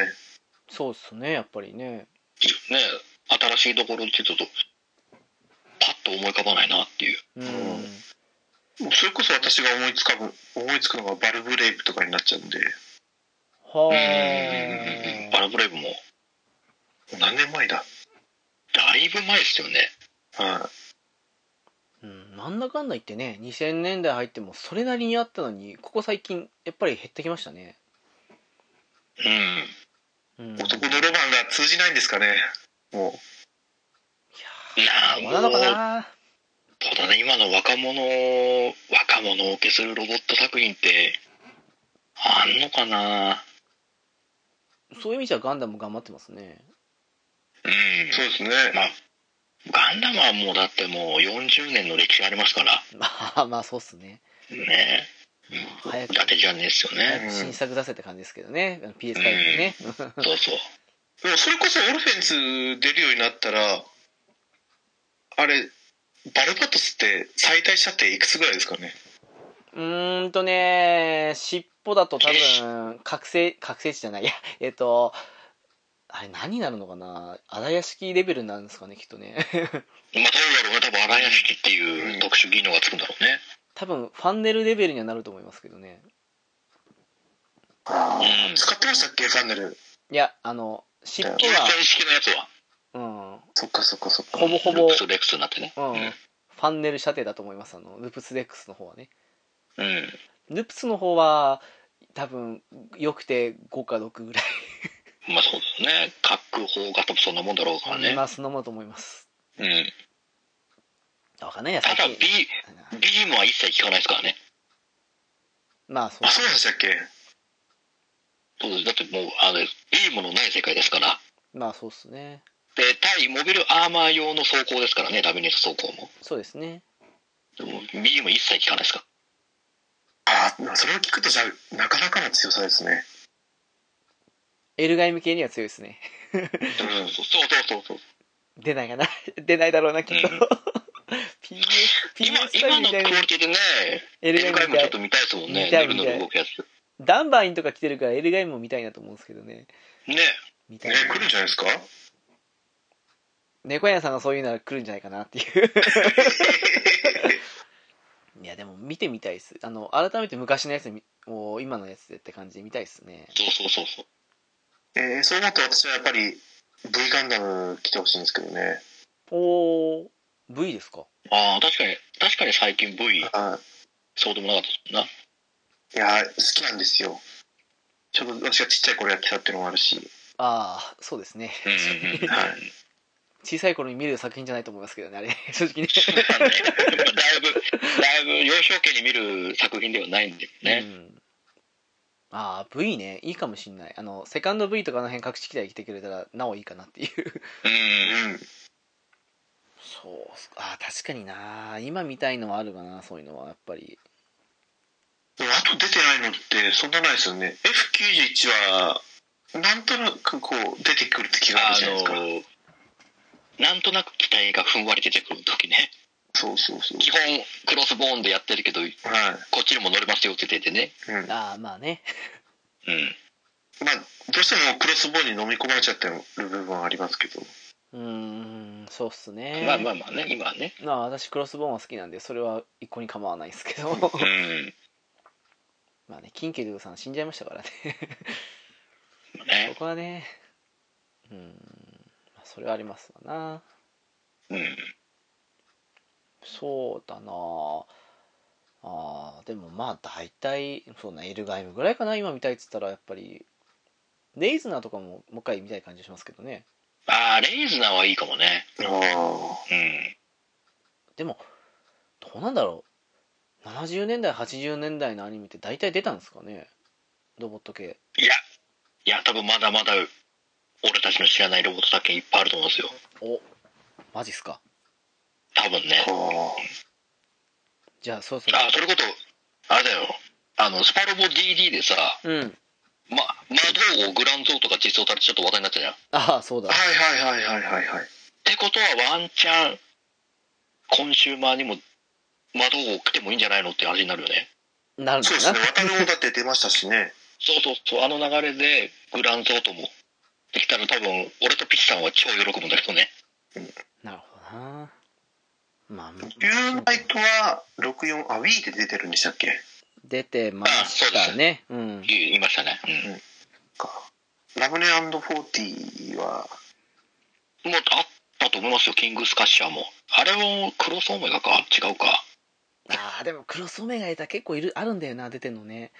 A: そうっすねやっぱりね
C: ね、新しいところってちょっと、パッと思い浮かばないなっていう。
A: うん、
B: うんそれこそ私が思いつかぶ、思いつくのがバルブレイブとかになっちゃうんで、
C: う
A: は
C: ん。バ
A: あ
C: ラブレイブも、
B: 何年前だ
C: だいぶ前ですよね。
B: は
A: うん、なんだかんだ言ってね2000年代入ってもそれなりにあったのにここ最近やっぱり減ってきましたね、
C: うん。
A: うん、
B: い。男のロマンが通じないんですかね。もう。
C: なあ、
A: どうなのか
C: もう
A: な
C: そうだね、今の若者、若者を受けするロボット作品って、あんのかな
A: そういう意味じゃガンダムも頑張ってますね
C: うん。
B: そうですね。
C: まあ、ガンダムはもうだってもう40年の歴史ありますから、
A: まあまあそうっすね
C: ね。
A: 早く
C: 伊達じゃねえっすよ
A: 早
C: ね。
A: く新作出せって感じですけどねあの PS5 でね、
C: そうそう。
B: でもそれこそオルフェンズ出るようになったら、あれ、バルバトスって最大射程いくつぐらいですかね。
A: うーんとね、尻尾だと多分、覚醒、覚醒値じゃない、いや、 [laughs] えっ、と、あれ何になるのかな荒屋敷レベルになるんですかね、きっとね。 [laughs]
C: まあ、そうだろうね。多分、荒屋敷っていう特殊技能がつくんだろうね。
A: 多分、ファンネルレベルにはなると思いますけどね。
C: うん。
B: 使ってましたっけ、ファンネル。
A: いや、あの、尻尾が、
C: 重点式のやつは。
A: うん、
B: そっかそっかそっか。
A: ほぼほぼ
C: ルクスレックスになってね。
A: うん、ファンネル射程だと思います、あの、ルプスレックスの方はね。
C: うん。
A: ルプスの方は、多分良くて5か6ぐらい、
C: まあそうだよね各方が多分そんなもんだろうからね、
A: まあそんなもんだと思います
C: うん、
A: わかんないや
C: ただ B,
A: 最近
C: B もは一切聞かないですからね
A: まあそう
B: あそうなんでしたっけ
C: そうですだってもうあのいいものない世界ですから
A: まあそうっすね
C: で対モビルアーマー用の装甲ですからねダミネス装甲も
A: そうですね
C: でも B も一切聞かないですか
B: あーそれを聞くとじゃあなかなかの強さですね
A: エルガイム系には強いですね [laughs]
C: らそうそうそうそう
A: 出ないかな [laughs] 出ないだろうなきっと [laughs]
C: うん
A: PS
C: 今
A: PS5
C: 今
A: み
C: の
A: たい
C: ク
A: な
C: オリティでね
A: エル
C: 映
A: ガ
C: 画
A: イムみた
C: もちょっ
A: い
C: と見たいですもんね
A: 見たい
C: ルルの動くやつ
A: ダンバインとか来てるからエルガイムも見たいなと思うんですけどね
C: ね
A: みたい
B: ね
A: な
B: 来るんじゃないですか
A: 猫屋さんがそういうのは来るんじゃないかなっていう
C: [laughs]
A: いやでも見てみたいですあの改めて昔のやつみを今のやつでって感じで見たいですね
C: そうそうそうそう
B: えー、そう思うと私はやっぱり V ガンダム来てほしいんですけどね
A: おー V ですか
C: ああ確かに確かに最近 V
B: あ
C: そうでもなかったもんない
B: や好きなんですよちょうど私がちっちゃい頃やってたっていうのもあるし
A: ああそうですね
C: うんうんうん
B: はい
A: 小さい頃に見る作品じゃないと思いますけどねあれ正直ね
C: そう [laughs] だねだいぶだいぶ幼少期に見る作品ではないんでね、
A: うん、ああ V ねいいかもしんないあのセカンド V とかあの辺隠し機体来てくれたらなおいいかなっていう
C: う
B: う
C: ん、
B: ん
A: そうっすああ確かにな今見たいのはあるかなそういうのはやっぱり
B: でもあと出てないのってそんなないですよね F91 はなんとなくこう出てくるって気があ
C: あ
B: るじゃないですか、
C: のなんとなく機体がふんわり出てくる時ね
B: そうそうそう
C: 基本クロスボーンでやってるけど
B: はい、
C: こっちにも乗れますよって言っててね
B: うん、まあ
A: ああまあね
C: うん
B: どうしてもクロスボーンに飲み込まれちゃってる部分はありますけど
A: うーんそうっすね
C: まあまあまあね今はね
A: まあ私クロスボーンは好きなんでそれは一個に構わないですけど
C: うん
A: まあねキンケルさん死んじゃいましたからね
C: ね
A: そこはねうーんまあそれはありますわな
C: うん
A: そうだなあーでもまあ大体そうねエルガイムぐらいかな今見たいっつったらやっぱりレイズナーとかももう一回見たい感じしますけどね
C: ああレイズナーはいいかもね
B: ああ
C: うん
A: でもどうなんだろう70年代80年代のアニメって大体出たんですかねロボット系
C: いやいや多分まだまだ俺たちの知らないロボット作品いっぱいあると思うんですよ
A: おマジっすか
C: 多分ね
B: あ
A: じゃあそうそう
C: あそれこそあれだよあのスパロボ DD でさ
A: うん
C: ま、魔道王グランゾーとか実装されてちょっと話題になったじゃんっ
A: ああそうだ
B: はいはいはいはいはいはい
C: てことはワンチャンコンシューマーにも魔道王来てもいいんじゃないのって話になるよね
A: なる
B: そ
A: の
B: うです
A: か
B: ね
A: な
B: 渡る方だって出ましたしね
C: そうそうそうあの流れでグランゾートもできたら多分俺とピッチさんは超喜ぶんだけどね
A: なるほどなまあ
B: ユーナイトは64あ Wii で出てるんでしたっけ
A: 出てましたねうん
C: 言いましたね、
B: かラムネ40は
C: うん、もうあったと思いますよキングスカッシャーもあれもクロスオメガか違うか
A: ああでもクロスオメガエタ結構いるあるんだよな出てんの
B: [laughs]
A: ね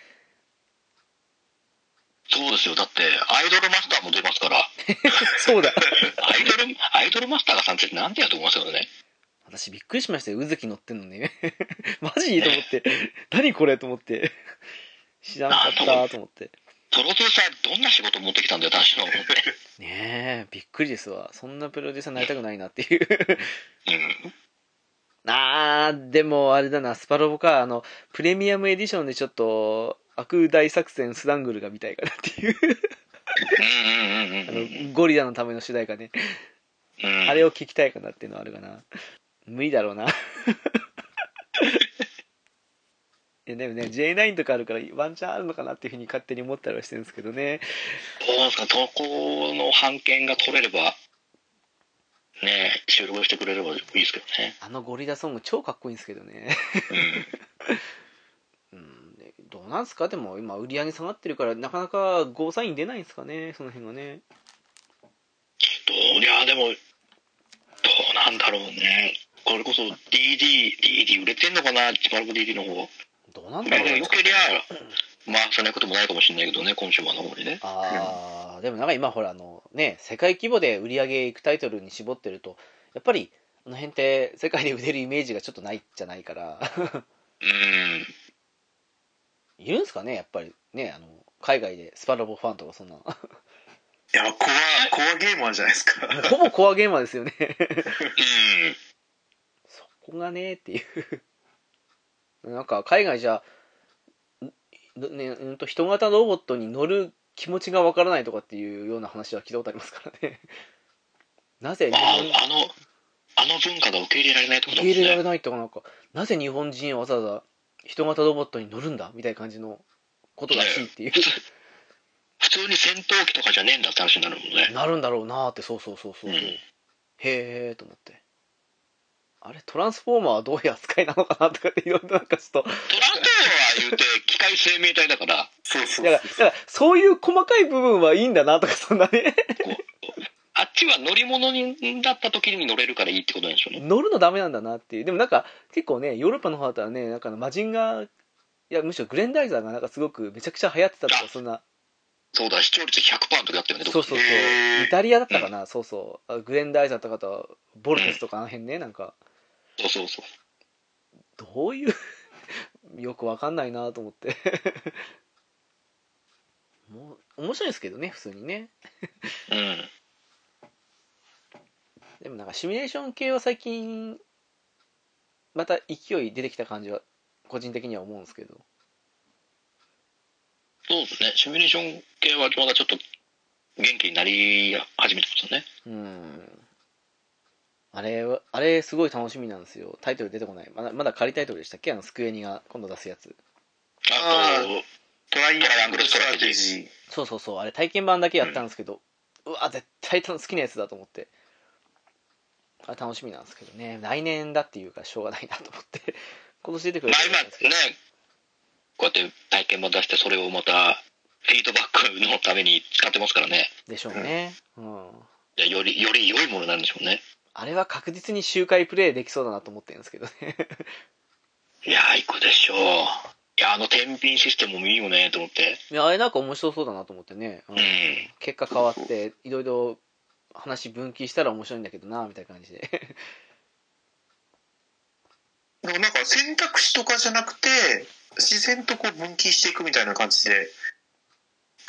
C: そうですよだってアイドルマスターも出ますから
A: そうだ
C: [laughs] アイドルアイドルマスターが参戦ってなんでやと思いますよね
A: 私びっくりしましたようずき乗ってんのね [laughs] マジと思って何これと思って知らんかったと思って
C: プロデューサーどんな仕事持ってきたんだよ私の思って
A: ねえびっくりですわそんなプロデューサーになりたくないなっていう
C: [laughs] うん
A: あーでもあれだなスパロボかあのプレミアムエディションでちょっと悪大作戦スダングルが見たいかなっていう
C: うんうん
A: あ
C: うんうん
A: のゴリラのための主題歌ね
C: うん
A: あれを聞きたいかなっていうのはあるかな無理だろうな [laughs] いやでもね J9 とかあるからワンチャンあるのかなっていうふうに勝手に思ったりはしてるんですけどね
C: どうなんですかそこの判権が取れればね収録してくれればいいですけどね
A: あのゴリラソング超かっこいいんですけどねうんでどうなんですかでも今売り上げ下がってるからなかなかゴーサイン出ないんですかねその辺がね
C: どういやでもどうなんだろうねこれこそ DDDD 売れてんのかなチパルコ DD の方
A: どうなんだ
C: まあ
A: ろう
C: でも
A: ね
C: よけりゃまあそんなこともないかもしれないけどね今週はの方にね
A: あーでもなんか今ほらあのね世界規模で売り上げいくタイトルに絞ってるとやっぱりあの辺って世界で売れるイメージがちょっとないじゃないから [laughs]
C: うん
A: いるんですかねやっぱりねあの海外でスパロボファンとかそんな
B: いやコアコアゲーマーじゃないですか
A: ほぼコアゲーマーですよね [laughs]
C: うん
A: そこがねっていう [laughs] なんか海外じゃんね、うんと人型ロボットに乗る気持ちがわからないとかっていうような話は聞いたことありますからね [laughs] なぜ日
C: まあ
A: 本
C: あのあの文化が受け入れられないってこ
A: 受
C: と
A: け入
C: です
A: れられ
C: ね
A: ないとかなんかなぜ日本人はわざわざ人型ロボットに乗るんだみたいな感じのことらしいっていう
C: 普通に戦闘機とかじゃねえんだって話になるもんね
A: なるんだろうなーってそうそうそうそうそう、
C: うん
A: へえと思ってあれトランスフォーマーはどういう扱いなのかなとかっていろんななんかちょっと
C: トランクは言うて機械生命体だから
B: そうそう
A: だからだからそういう細かい部分はいいんだなとかそんなね
C: あっちは乗り物にだった時に乗れるからいいってことなんでしょうね
A: 乗るのダメなんだなっていうでもなんか結構ねヨーロッパの方だったらねなんかあのマジンガーいやむしろグレンダイザーがなんかすごくめちゃくちゃ流行ってたとかそんな
C: そうだ視聴率100%の時だったよねど
A: そう
C: こ
A: そうそう
B: へー
A: イタリアだったかな、そうそうあグレン・ダイザーとかとボルテスとかあの辺ねなんか
C: そうそうそう
A: どういう [laughs] よくわかんないなと思って [laughs] もう面白いですけどね普通にね
C: うん
A: でもなんかシミュレーション系は最近また勢い出てきた感じは個人的には思うんですけど
C: そうですねシミュレーション系はまだちょっと元気になり始めてますね
A: うんあれはあれすごい楽しみなんですよタイトル出てこないまだまだ仮タイトルでしたっけあのスクエニが今度出すやつ
C: あと
B: あトライアングルストラテジー
A: そうそうそうあれ体験版だけやったんですけど、うわ絶対好きなやつだと思ってあれ楽しみなんですけどね来年だっていうからしょうがないなと思って [laughs] 今年出てく
C: ま
A: る
C: あ
A: と思
C: 今
A: ったんですけど
C: ねこうやって体験も出してそれをまたフィードバックのために使ってますからね
A: でしょうね、うん
C: いやよりより良いものになるんでしょうね
A: あれは確実に周回プレイできそうだなと思ってるんですけどね [laughs]
C: いやーいくでしょういやあの天秤システムもいいよねと思って
A: いやあれなんか面白そうだなと思ってね、うん
C: うん
A: 結果変わっていろいろ話分岐したら面白いんだけどなみたいな感じで [laughs]
B: でもなんか選択肢とかじゃなくて自然とこう分岐していくみたいな感じで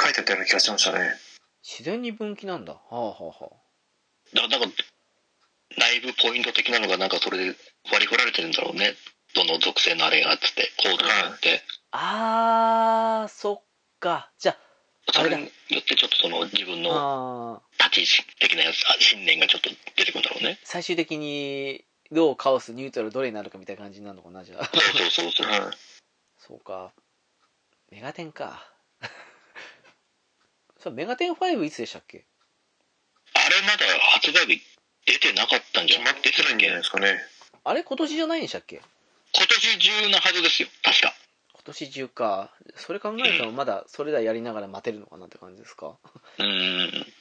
B: 書いてあったような気がしましたね
A: 自然に分岐なんだはあはあはあ
C: だからなんか内部ポイント的なのがなんかそれで割り振られてるんだろうねどの属性のあれがっつってコードがあって
A: あーそっかじゃあ
C: それによってちょっとその自分の
A: あー
C: 立ち位置的なやつあ信念がちょっと出てくるんだろうね
A: 最終的にローカオスニュートラルどれになるかみたいな感じになるのかなじゃあ [laughs]
C: そうそうそうそう
B: うん
A: そうかメガテンか [laughs] そうメガテン5いつでしたっけ
C: あれまだ発売日出てなかったんじゃ
B: 決ま
C: な
B: っ
C: く
B: て
C: て
B: ないんじゃないですかね
A: あれ今年じゃないんでしたっけ
C: 今年中なはずですよ確か
A: 今年中かそれ考えたらまだそれらやりながら待てるのかなって感じですか
C: うーん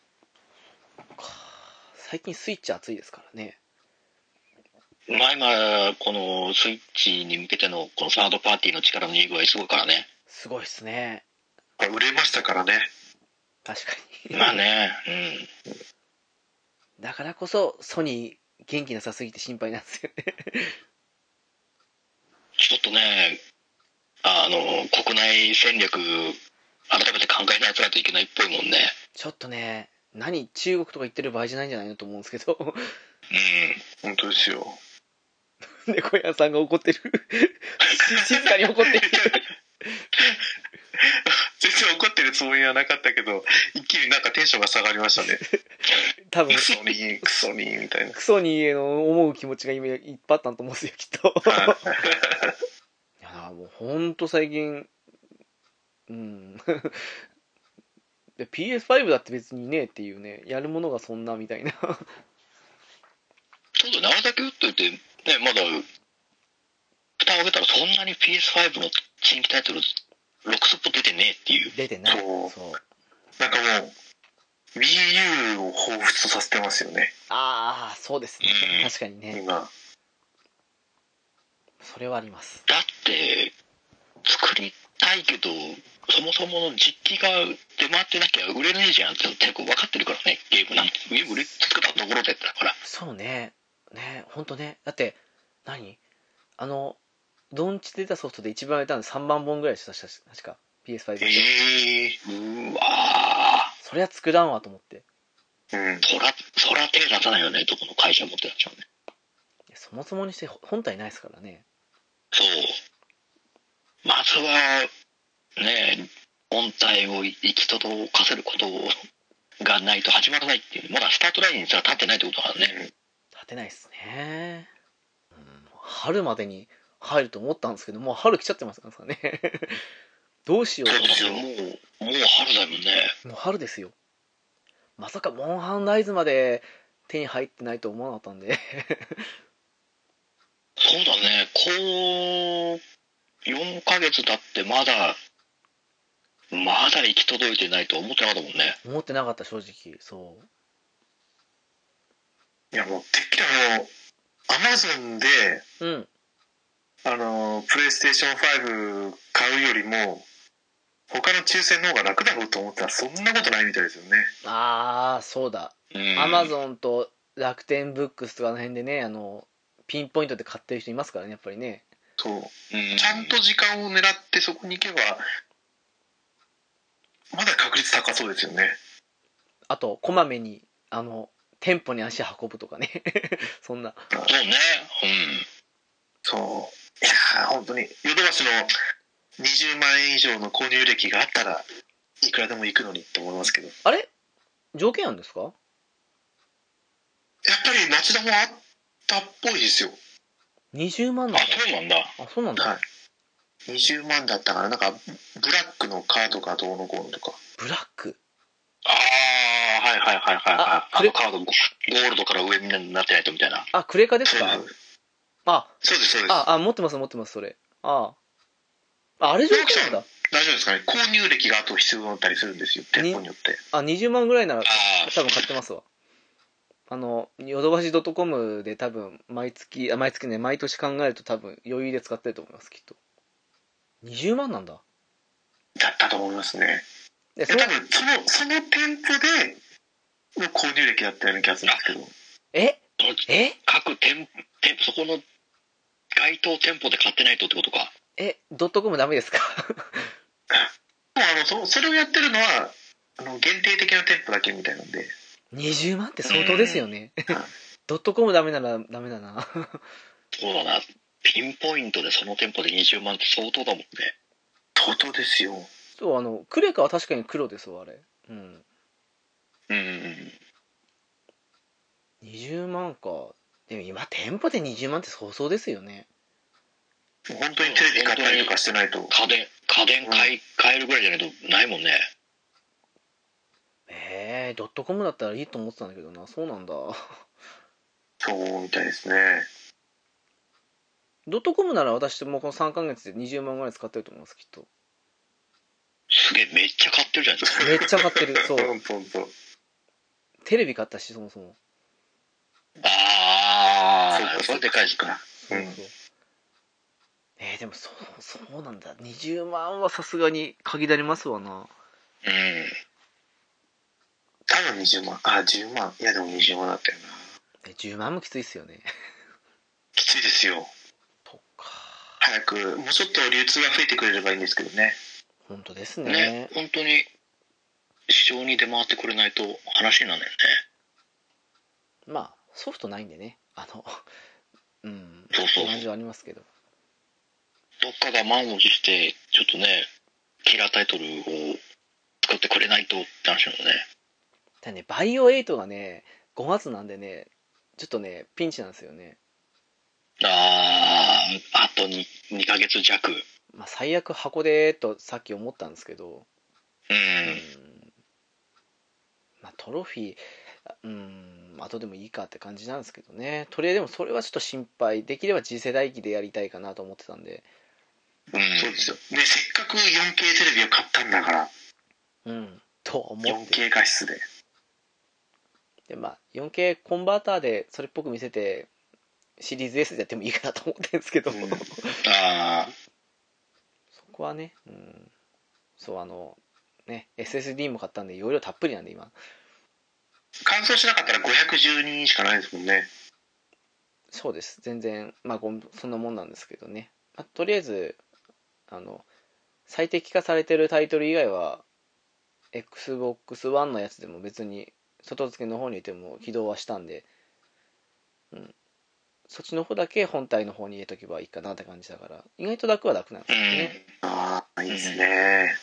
A: 最近スイッチ熱いですからね
C: まあ今このスイッチに向けてのこのサードパーティーの力のいい具合すごいからね
A: すごいっすね
B: 売れましたからね
A: 確かに [laughs]
C: まあね
A: だからこそソニー元気なさすぎて心配なんですよね
C: うんちょっとねあの国内戦略改めて考え直さないといけないっぽいもんね
A: ちょっとね何中国とか言ってる場合じゃないんじゃないのと思うんですけど
B: 本当ですよ
A: 猫屋さんが怒ってる [laughs] 静かに怒ってる
B: 全然怒ってるつもりはなかったけど一気になんかテンションが下がりました
A: [laughs]
B: ね
A: 多分
B: クソにクソにみたいな
A: クソにの思う気持ちが今いっぱいあったんと思うんですよきっと
B: はい
A: いやもうほんと最近うん [laughs] で PS5 だって別にねっていうねやるものがそんなみたいな
C: ちょうど長崎打っといて、ね、まだ、蓋を開けたらそんなに PS5 の新規タイトル、6スポ出てねえっていう。
A: 出て [laughs] ない
B: そう
A: そう
B: なんかもう WiiU を彷彿とさせてますよね
A: ああそうですね
C: うん
A: 確かにね
B: 今
A: それはあります
C: だって、作りたいけど、そもそもの実機が出回ってなきゃ売れないじゃんって結構分かってるからねゲームなんてゲーム売れ作ったところでだから
A: そうねねほんとねだって何あのドンチで出たソフトで一番売れたの3万本ぐらいでした確か PS5 で、
F: ええ
C: うわ
A: そりゃ作らんわと思って
F: うん。
C: ーそらそら手出さないよねどこの会社持ってなっちゃうね
A: いやそもそもにしてほ本体ないですからね
C: そうまずはね本体を行き届かせることがないと始まらないっていうまだスタートラインにさ立ってないってことだからね
A: 立てないっすね、うん、春までに入ると思ったんですけどもう春来ちゃってますからね [laughs] どうしよ
C: そううですよもうもう春だよね
A: もう春ですよまさかモンハンライズまで手に入ってないと思わなかったんで [laughs]
C: そうだね、こう、4ヶ月経ってまだ、まだ行き届いてないとは思ってなかったもんね。
A: 思ってなかった正直そう
F: いや、もう、てっきりあの、アマゾンで、
A: うん
F: あの、プレイステーション5買うよりも、他の抽選の方が楽だろうと思ったら、そんなことないみたいですよね。
A: ああそうだ
C: うん
A: アマゾンと楽天ブックスとかあの辺でねあのピンポイントで買ってる人いますからねやっぱりね
F: そう。
C: うん
F: ちゃんと時間を狙ってそこに行けば、まだ確率高そうですよね。
A: あとこまめにあの店舗に足運ぶとかね [laughs] そんな
C: そうね。
F: そう。いやー、本当に、ヨドバシの20万円以上の購入歴があったら、いくらでも行くのにって思いますけど。や
A: あれ条件あるんですか
F: っぱり町田もあったっぽいですよ。
A: 20万
C: う。
A: なんん
C: あ
A: だ、
C: そうなんだ。
A: あそうなんだ、
F: はい。20万だったから、なんか、ブラックのカードがどうのこうのとか。
A: ブラック
C: ああ、はいはいはいはい。
A: あ
C: あ
A: く
C: あ
A: れ
C: のカードゴ、ゴールドから上になってないとみたいな。
A: あクレカです
F: そう
A: かあ
F: そうです、そうです。
A: ああ持ってます持ってますそれあああれ条件なんだ
F: 大丈夫ですかね。購入歴があと必要だったりするんですよ、店舗によって。
A: あ20万ぐらいなら
C: あ
A: 多分買ってますわあのヨドバシドットコムで多分毎月あ毎月ね毎年考えると多分余裕で使ってると思いますきっと20万なんだ
F: だったと思いますね。
A: でそ
F: 多
A: の
F: 分そのその店舗での購入歴だったような気がするんですけど
A: え
C: あ、
A: え
C: 各店、店そこの該当店舗で買ってないとってことか。
A: えドットコムダメです
F: [laughs]
A: か
F: でもあのそそれをやってるのはあの限定的な店舗だけみたいなんで
A: 20万って相当ですよね [laughs] ドットコムダメならダメだな [laughs]
C: そうだな。ピンポイントでその店舗で20万って相当だもんね。
F: 相当ですよ
A: そうあのクレカは確かに黒ですわあれうん
C: うん。
A: 20万かでも今店舗で20万って早々ですよね
F: 本当にテレビ買ったりとかしてないと
C: 家電家電買い買えるぐらいじゃないとないもんね
A: えー、ドットコムだったらいいと思ってたんだけどなそうなんだ
F: そうみたいですね
A: ドットコムなら私もこの3ヶ月で20万ぐらい使ってると思いますきっと
C: すげえめっちゃ買ってるじゃないですか
A: めっちゃ買ってるそ
F: そううそうそう
A: テレビ買ったしそもそも
C: あ
F: そう
C: あ
F: か
C: それでかいですか
A: そう
F: うん
A: そうえー、でもそうそうなんだ20万はさすがに限られますわな
C: うん
F: 多分20万あ10万いやでも20万だったよな
A: え10万もきついっすよね
F: きついですよ
A: そっか
F: 早くもうちょっと流通が増えてくれればいいんですけどね
A: 本当ですね
C: ね本当に市場に出回ってくれないと話にならないよね
A: まあソフトないんでねあの [laughs] うん
C: そうそう
A: 感じはありますけど
C: どっかが満を持してちょっとねキラータイトルを使ってくれないとって話なのね
A: ただねバイオ8がね5月なんでねちょっとねピンチなんですよね
C: あああと 2, 2ヶ月弱うん
A: まあ最悪箱でとさっき思ったんですけどうんまあトロフィーあうん後でもいいかって感じなんですけどねとりあえずでもそれはちょっと心配できれば次世代機でやりたいかなと思ってたんで
C: うん
F: そうですよねせっかく 4K テレビを買ったんだから
A: うんと思って
F: 4K 画質で
A: でまあ 4K コンバーターでそれっぽく見せてシリーズ S でやってもいいかなと思ってるんですけど、
F: うん
A: そ
C: ああ
A: こはね、うん、そうあのね SSD も買ったんで容量たっぷりなんで今
F: 乾燥しなかったら510人しかないですもんね。
A: そうです全然まあごんそんなもんなんですけどね、まあとりあえずあの最適化されてるタイトル以外は XBOX One のやつでも別に外付けの方にいても起動はしたんで、うん、そっちの方だけ本体の方に入れとけばいいかなって感じだから意外と楽は楽なんですよね、
F: ああ、いいですね。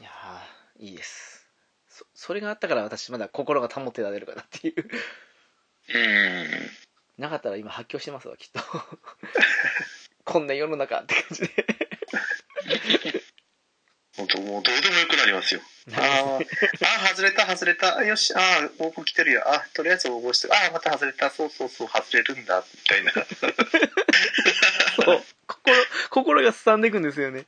A: いやーいいですそそれがあったから私まだ心が保てられるかなっていう
F: うん。
A: なかったら今発狂してますわきっとこんな世の中って感じで
F: 本当もうどうでもよくなりますよ。
A: [laughs] なる
F: [laughs] あーあー、外れた、外れた。あよし、ああ、応募来てるよ。あとりあえず応募してる。ああ、また外れた。そうそうそう、外れるんだ。みたいな。
A: そう心心がすさんでいくんですよね